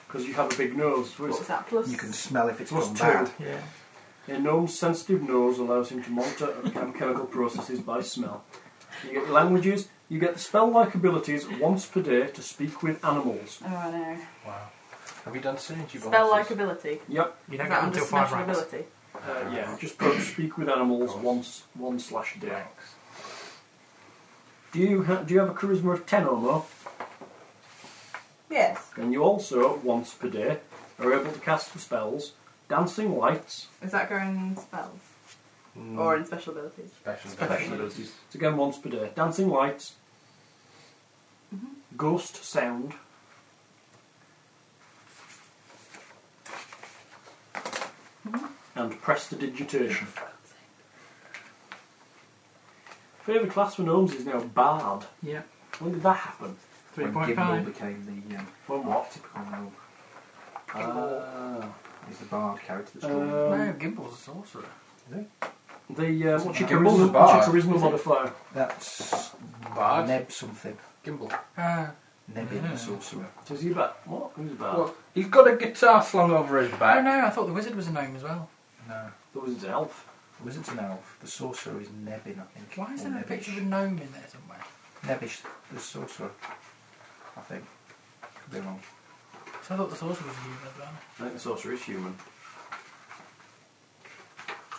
Speaker 2: Because you have a big nose.
Speaker 3: What's that plus?
Speaker 13: You can smell if it's
Speaker 2: Plus
Speaker 13: gone
Speaker 2: two.
Speaker 13: bad.
Speaker 6: Yeah.
Speaker 2: A gnome's sensitive nose allows him to monitor chem- chemical processes by smell. You get languages. You get spell-like abilities once per day to speak with animals.
Speaker 3: Oh, I know.
Speaker 4: Wow. Have we done synergy bonuses?
Speaker 3: Spell like ability.
Speaker 2: Yep.
Speaker 6: You
Speaker 3: Is that
Speaker 6: don't get
Speaker 3: under
Speaker 6: until five
Speaker 3: special
Speaker 6: rounds.
Speaker 3: ability?
Speaker 2: Uh, yeah, just put speak with animals once, one slash day. Do you ha- do you have a charisma of ten or more?
Speaker 3: Yes.
Speaker 2: And you also once per day are able to cast the spells dancing lights.
Speaker 3: Is that going in spells?
Speaker 6: Mm.
Speaker 3: Or in special abilities?
Speaker 4: Special,
Speaker 2: Special abilities. It's again once per day. Dancing lights. Ghost sound. Mm-hmm. And prestidigitation. Favourite class for gnomes is now bard.
Speaker 6: Yeah.
Speaker 2: When did that happen?
Speaker 5: When
Speaker 6: 3.5.
Speaker 5: Gimbal became the um,
Speaker 2: When what?
Speaker 5: typical role,
Speaker 2: Uh,
Speaker 5: is the bard character that's called
Speaker 2: uh,
Speaker 6: no, Gimbal's a sorcerer.
Speaker 2: the uh, what's your
Speaker 5: It was a
Speaker 2: charisma,
Speaker 5: bard,
Speaker 2: what's your charisma modifier?
Speaker 5: That's
Speaker 4: Bard.
Speaker 5: Neb something.
Speaker 4: Gimbal.
Speaker 6: Uh,
Speaker 5: Nebin
Speaker 6: Yeah.
Speaker 5: the sorcerer.
Speaker 2: So is he about what? Who's about?
Speaker 4: Well, he's got a guitar slung over his
Speaker 6: I
Speaker 4: back.
Speaker 6: don't know, oh, I thought the wizard was a gnome as well.
Speaker 5: No.
Speaker 2: That was his elf.
Speaker 5: The wizard's an elf. The sorcerer is Nebin, I think.
Speaker 6: Why is
Speaker 5: or
Speaker 6: there a
Speaker 5: Nebish.
Speaker 6: picture of a gnome in there somewhere?
Speaker 5: Nebish, the sorcerer. I think. Could be wrong.
Speaker 6: So I thought the sorcerer was um, a human as well.
Speaker 2: I think the sorcerer is human.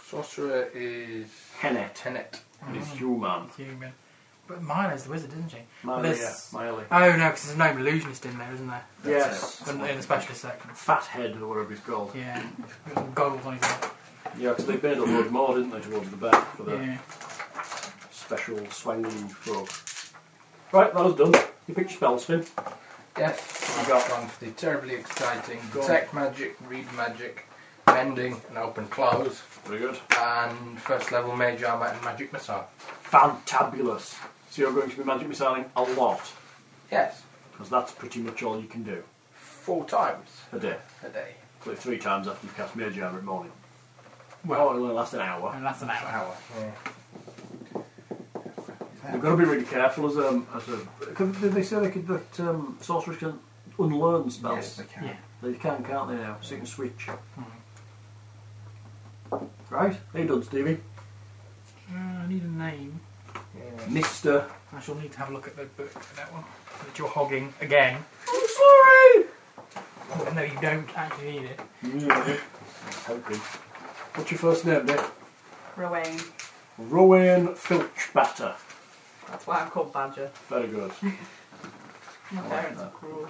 Speaker 4: Sorcerer is
Speaker 2: Hennet.
Speaker 4: Tenet.
Speaker 2: He's human.
Speaker 6: Human. But Milo's the wizard, isn't she? But
Speaker 2: Miley. Yeah.
Speaker 6: there's-
Speaker 2: Miley.
Speaker 6: Oh no, because there's no illusionist in there, isn't there?
Speaker 2: Yes.
Speaker 6: In, in the specialist section.
Speaker 2: Fathead or whatever he's called.
Speaker 6: Yeah. He's got some goggles on his head.
Speaker 2: Yeah, because they paid a load more, didn't they, towards the back for the
Speaker 6: Yeah.
Speaker 2: special swangly frog. Right, that was done. You picked your spells, Finn.
Speaker 4: Yes, we got one for the terribly exciting
Speaker 2: Go on.
Speaker 4: detect magic, read magic, mending, and open close,
Speaker 2: Very good.
Speaker 4: and first level mage armor and magic missile.
Speaker 2: Fantabulous. So you're going to be magic missiling a lot,
Speaker 4: Yes,
Speaker 2: because that's pretty much all you can do
Speaker 4: four times
Speaker 2: a day.
Speaker 4: a day.
Speaker 2: So three times after you cast Mage Armor in the morning. Well,
Speaker 6: Well-
Speaker 2: it'll only last an hour.
Speaker 6: And that's an hour.
Speaker 4: Hour. Yeah.
Speaker 2: You've got to be really careful as um as a. Cause did they say they could that um, sorcerers can unlearn spells?
Speaker 5: Yes, they can.
Speaker 6: Yeah.
Speaker 2: They can, can't they now? So you can switch. Right, how you done, Stevie?
Speaker 6: Uh, I need a name.
Speaker 2: Mister.
Speaker 6: I shall need to have a look at the book for that one. That you're hogging again.
Speaker 2: I'm sorry.
Speaker 6: Even though you don't actually need it.
Speaker 2: Yeah. Helping. What's your first name, Dick?
Speaker 3: Rowan.
Speaker 2: Rowan Filchbatter.
Speaker 3: That's why I'm called Badger.
Speaker 2: Very good.
Speaker 3: My
Speaker 2: like
Speaker 3: parents
Speaker 2: that.
Speaker 3: are cruel.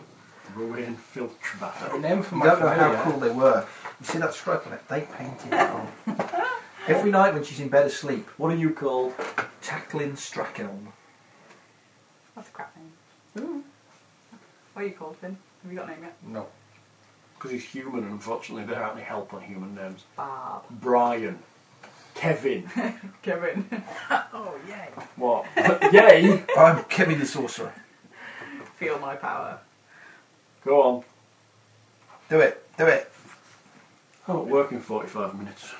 Speaker 2: Rowan Filchbatter.
Speaker 4: name for
Speaker 5: You
Speaker 4: my
Speaker 5: don't know how
Speaker 4: familiar.
Speaker 5: cool they were. You see that stripe on it? They painted it on. Every night when she's in bed asleep,
Speaker 2: What are you called?
Speaker 5: Tacklin Strachelm.
Speaker 3: That's a crap name. What are you called, Finn? Have you got a name yet?
Speaker 4: No.
Speaker 2: Because he's human, and unfortunately, there aren't any help on human names.
Speaker 3: Bob.
Speaker 2: Brian. Kevin.
Speaker 3: Kevin. oh, yay.
Speaker 2: What? Yay!
Speaker 5: I'm Kevin the sorcerer.
Speaker 3: Feel my power.
Speaker 2: Go on.
Speaker 5: Do it. Do it.
Speaker 2: I'm not working 45 minutes.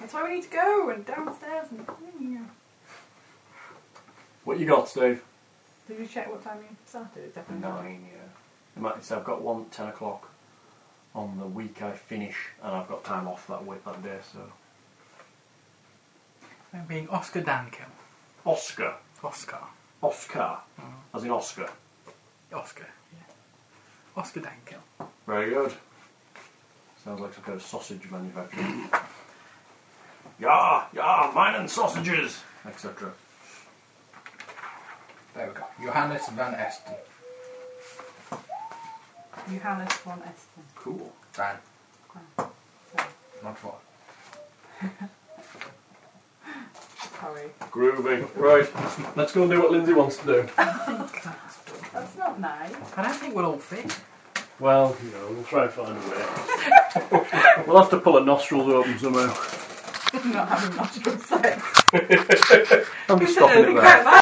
Speaker 3: That's why we need to go and downstairs and.
Speaker 2: What you got, Steve?
Speaker 3: Did you check what time you started? It's definitely nine.
Speaker 2: yeah. Might say I've got one at 10 o'clock on the week I finish, and I've got time off that week, that day, so.
Speaker 6: i being Oscar Danko.
Speaker 2: Oscar.
Speaker 6: Oscar.
Speaker 2: Oscar.
Speaker 14: Mm-hmm.
Speaker 2: As in Oscar.
Speaker 6: Oscar. Yeah. Oscar Danko.
Speaker 2: Very good. Sounds like some kind of sausage manufacturer. yeah, yeah, mine and sausages, etc.
Speaker 4: There we go. Johannes van Esten.
Speaker 3: Johannes von Esten.
Speaker 2: Cool.
Speaker 4: Van.
Speaker 3: Wow.
Speaker 4: Not for.
Speaker 3: Sorry.
Speaker 14: Groovy. Right, let's go and do what Lindsay wants to do.
Speaker 3: That's not nice.
Speaker 6: I don't think we'll all fit.
Speaker 14: Well, you know, we'll try and find a way. we'll have to pull her nostrils open somehow.
Speaker 3: not having much of sex.
Speaker 2: I'm
Speaker 3: Who said anything about that?